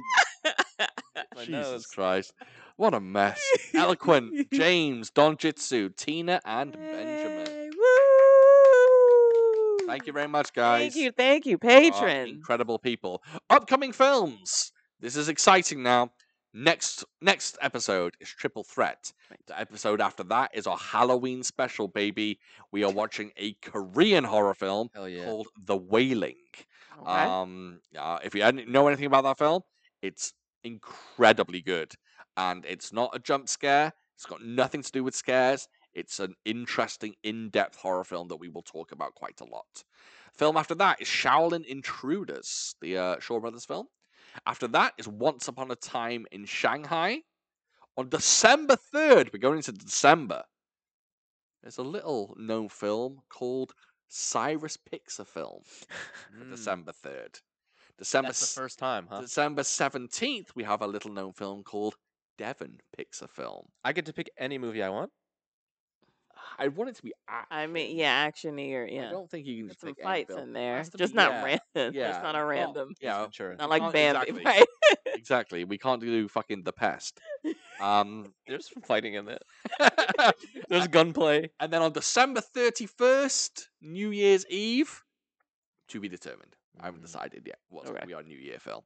S4: my
S2: Jesus
S4: nose.
S2: Christ. What a
S4: [laughs]
S2: mess. Eloquent, James, Don Jitsu, Tina, and Benjamin.
S3: Hey, woo!
S2: Thank you very much, guys. Uh,
S3: Thank you, thank you,
S2: You are
S3: patrons.
S2: Incredible people. Upcoming films. This is exciting now. Next next episode is Triple Threat. The episode after that is our Halloween special, baby. We are watching a Korean horror film
S4: Hell yeah.
S2: called The Wailing.
S3: Okay.
S2: Um, uh, if you hadn't know anything about that film, it's incredibly good, and it's not a jump scare. It's got nothing to do with scares. It's an interesting, in-depth horror film that we will talk about quite a lot. Film after that is Shaolin Intruders, the uh, Shaw Brothers film. After that is Once Upon a Time in Shanghai. On December third, we're going into December. There's a little known film called Cyrus Pixar Film
S3: Mm.
S2: for December 3rd. December,
S4: Mm, That's the
S2: s-
S4: first time, huh?
S2: December 17th, we have a little known film called Devon Pixar Film.
S4: I get to pick any movie I want.
S2: I want it to be action.
S3: I mean, yeah, actiony or
S2: I
S3: yeah.
S2: don't think you can
S3: Get
S2: just
S3: some
S2: pick any
S3: fights
S2: film.
S3: in there.
S2: Has to
S3: Just
S2: be-
S3: not
S2: yeah,
S3: random. [laughs]
S2: yeah,
S3: It's not a random.
S2: Yeah,
S4: Ventura.
S3: Not
S2: can't-
S3: like Bambi, [laughs]
S2: exactly.
S3: right?
S2: exactly. We can't do fucking The
S3: [laughs]
S2: Pest. Um,
S4: There's some fighting in that. [laughs]
S2: [laughs]
S4: There's gunplay.
S2: and then on December 31st, New Year's Eve, to be determined. I haven't
S4: Mm.
S2: decided yet what's
S3: Okay.
S2: going to be our New Year film.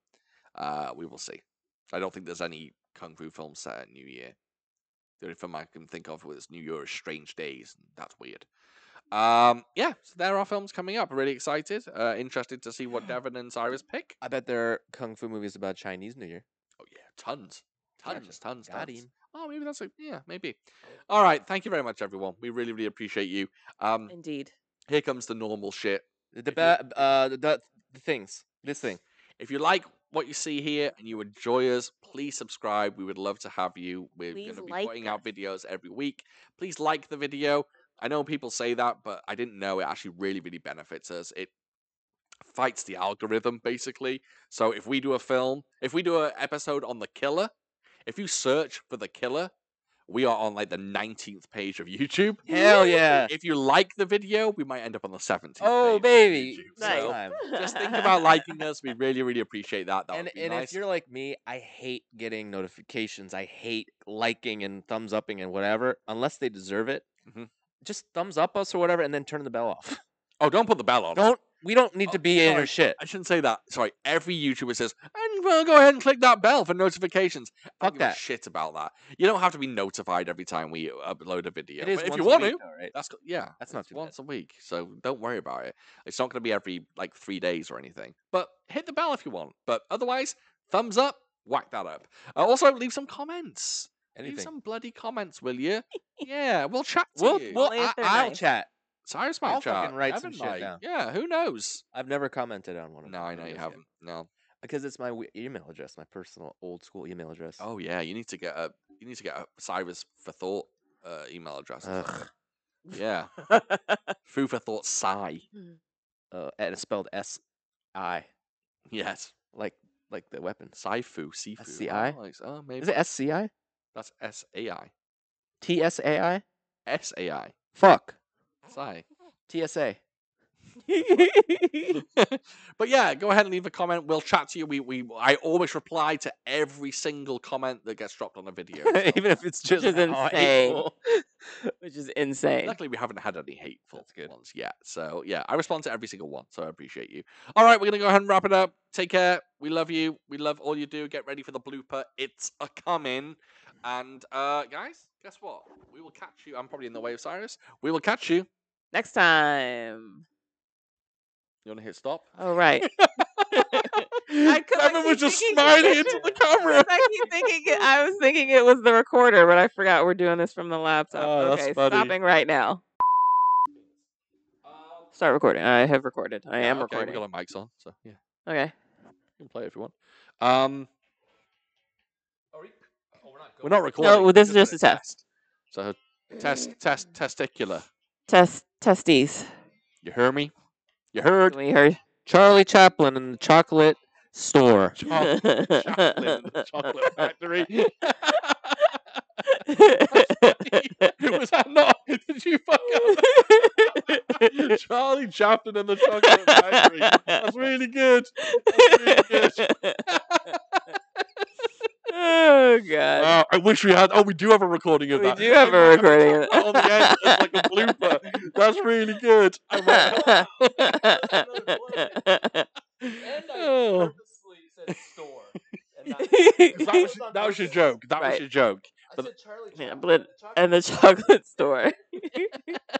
S2: Uh, we will see. I don't think there's any Kung Fu film set at New Year. The only film I can think of was New Year is Strange Days. and That's weird. Um, yeah, so there are films coming up. Really excited. Uh, interested to see
S4: [gasps]
S2: what Devon and Cyrus pick.
S4: I bet there are kung fu movies about Chinese New Year.
S2: Oh, yeah, tons.
S4: Gotcha.
S2: Tons, tons,
S4: Got
S2: tons.
S4: him.
S2: Oh, maybe that's a, yeah, maybe. All right, thank you very much, everyone. We really, really appreciate you. Um,
S3: Indeed.
S2: here comes the normal shit.
S4: The
S2: If you-
S4: deba- uh, the, the the things.
S2: [laughs]
S4: This thing.
S2: If you like what you see here and you enjoy us, please subscribe. We would love to have you. We're going
S3: Please
S2: to be
S3: like
S2: putting out
S3: us.
S2: videos every week. Please like the video. I know people say that, but I didn't know it actually really, really benefits us. It fights the algorithm basically. So if we do a film, if we do an episode on the killer, if you search for the killer, we are on like the 19th page of YouTube.
S4: Hell yeah.
S2: If you like the video, we might end up on the 17th.
S4: Oh
S2: page of
S4: baby.
S2: YouTube.
S3: Nice.
S2: So-
S4: Time.
S2: just
S3: [laughs]
S4: [laughs]
S2: think about liking us. We really, really appreciate that. That
S4: and
S2: would be
S4: and
S2: nice.
S4: if you're like me, I hate getting notifications. I hate liking and thumbs upping and whatever, unless they deserve it.
S2: Mhm.
S4: Just thumbs up us or whatever, and then turn the bell
S2: [laughs]
S4: off.
S2: Oh, don't put the bell on.
S4: Don't we don't need
S2: Oh,
S4: to be in
S2: sorry.
S4: your shit.
S2: I shouldn't say that. Sorry. Every YouTuber says, and well, go ahead and click that bell for notifications. I
S4: Fuck
S2: don't give a
S4: that.
S2: shit about that. You don't have to be notified every time we uh, upload a video.
S4: It is
S2: but if
S4: once
S2: you
S4: a
S2: want
S4: week
S2: to,
S4: though, right?
S2: that's co- yeah.
S4: That's not
S2: it's
S4: too bad.
S2: once a week, so don't worry about it. It's not going to be every like three days or anything. But hit the bell if you want. But otherwise, thumbs up, whack that up. Uh, also, leave some comments. Leave
S4: Anything.
S2: some bloody comments, will you? yeah, we'll chat to
S4: We'll,
S2: you.
S4: we'll
S3: Only if
S4: I,
S3: they're
S4: I'll
S3: nice.
S4: chat.
S2: Cyrus might
S4: I'll
S2: chat.
S4: fucking write some
S2: Evan
S4: shit
S2: might.
S4: down.
S2: Yeah, who knows?
S4: I've never commented on one of
S2: No, I
S4: them.
S2: know you haven't. No.
S4: because it's my we- email address, my personal old school email address.
S2: Oh yeah, you need to get a you need to get a Cyrus for thought uh, email address. or something.
S4: Ugh.
S2: Yeah, [laughs] food for thought. Sigh.
S4: Uh, and it's spelled S I,
S2: Yes,
S4: like like the weapons.
S2: Saifu, Sifu.
S4: SCI?
S2: Oh, it's- oh, maybe
S4: Is it S C I?
S2: that's S A I.
S4: T S A I?
S2: S A I.
S4: Fuck.
S2: Sigh.
S4: T S A.
S2: [gasps] but yeah, go ahead and leave a comment. We'll chat to you. We, we I always reply to every single comment that gets dropped on a [laughs] video. so-
S4: [laughs] Even if it's just
S3: Which is
S4: how
S3: insane.
S4: hateful.
S3: Which is insane.
S2: Luckily, we haven't had any hateful
S4: That's good.
S2: ones yet. So, yeah, I respond to every single one. So, I appreciate you. All right, we're going to go ahead and wrap it up. Take care. We love you. We love all you do. Get ready for the blooper. It's a coming. And, uh, guys, guess what? We will catch you. I'm probably in the way of Cyrus. We will catch you.
S3: Next time.
S2: You want to hit stop?
S3: All right. [laughs]
S2: [laughs]
S3: I- 'cause I
S2: Evan was
S3: keep
S2: just
S3: thinking-
S2: smiling into
S3: [laughs]
S2: the camera.
S3: I keep thinking it, I was thinking it was the recorder, but I forgot we're doing this from the laptop.
S4: Oh, that's
S3: okay,
S4: funny.
S3: stopping right now. Start recording. I have recorded. I am
S2: Yeah, Ah, okay,
S3: recording.
S2: We got our mics on. So, yeah, you
S3: Okay.
S2: can play if you want. Um, oh, we're not recording.
S3: No, well, this is
S2: we're
S3: just a test.
S2: So, test, test, testicular.
S3: Test testes.
S2: You hear me? You heard?
S3: We heard.
S4: [laughs] Charlie Chaplin in the chocolate store.
S2: [laughs] Chocolate, chocolate,
S3: [laughs]
S2: in the chocolate [laughs] factory. Was that not? Did you fuck up? [laughs] Charlie Chaplin and the Chocolate Factory. That's really good. That's really good.
S3: oh god.
S2: Wow, I wish we had. Oh, we do have a recording of
S3: we
S2: that.
S3: do have a
S2: I might
S3: recording.
S2: put that [laughs] on the end
S3: [laughs]
S2: as like a blooper. That's really good. I might-
S3: [laughs]
S2: Oh. [laughs]
S3: [laughs]
S2: That was, that was your joke. That was
S3: Right.
S2: your joke.
S3: [laughs] Yeah, but- and the chocolate store.
S1: [laughs]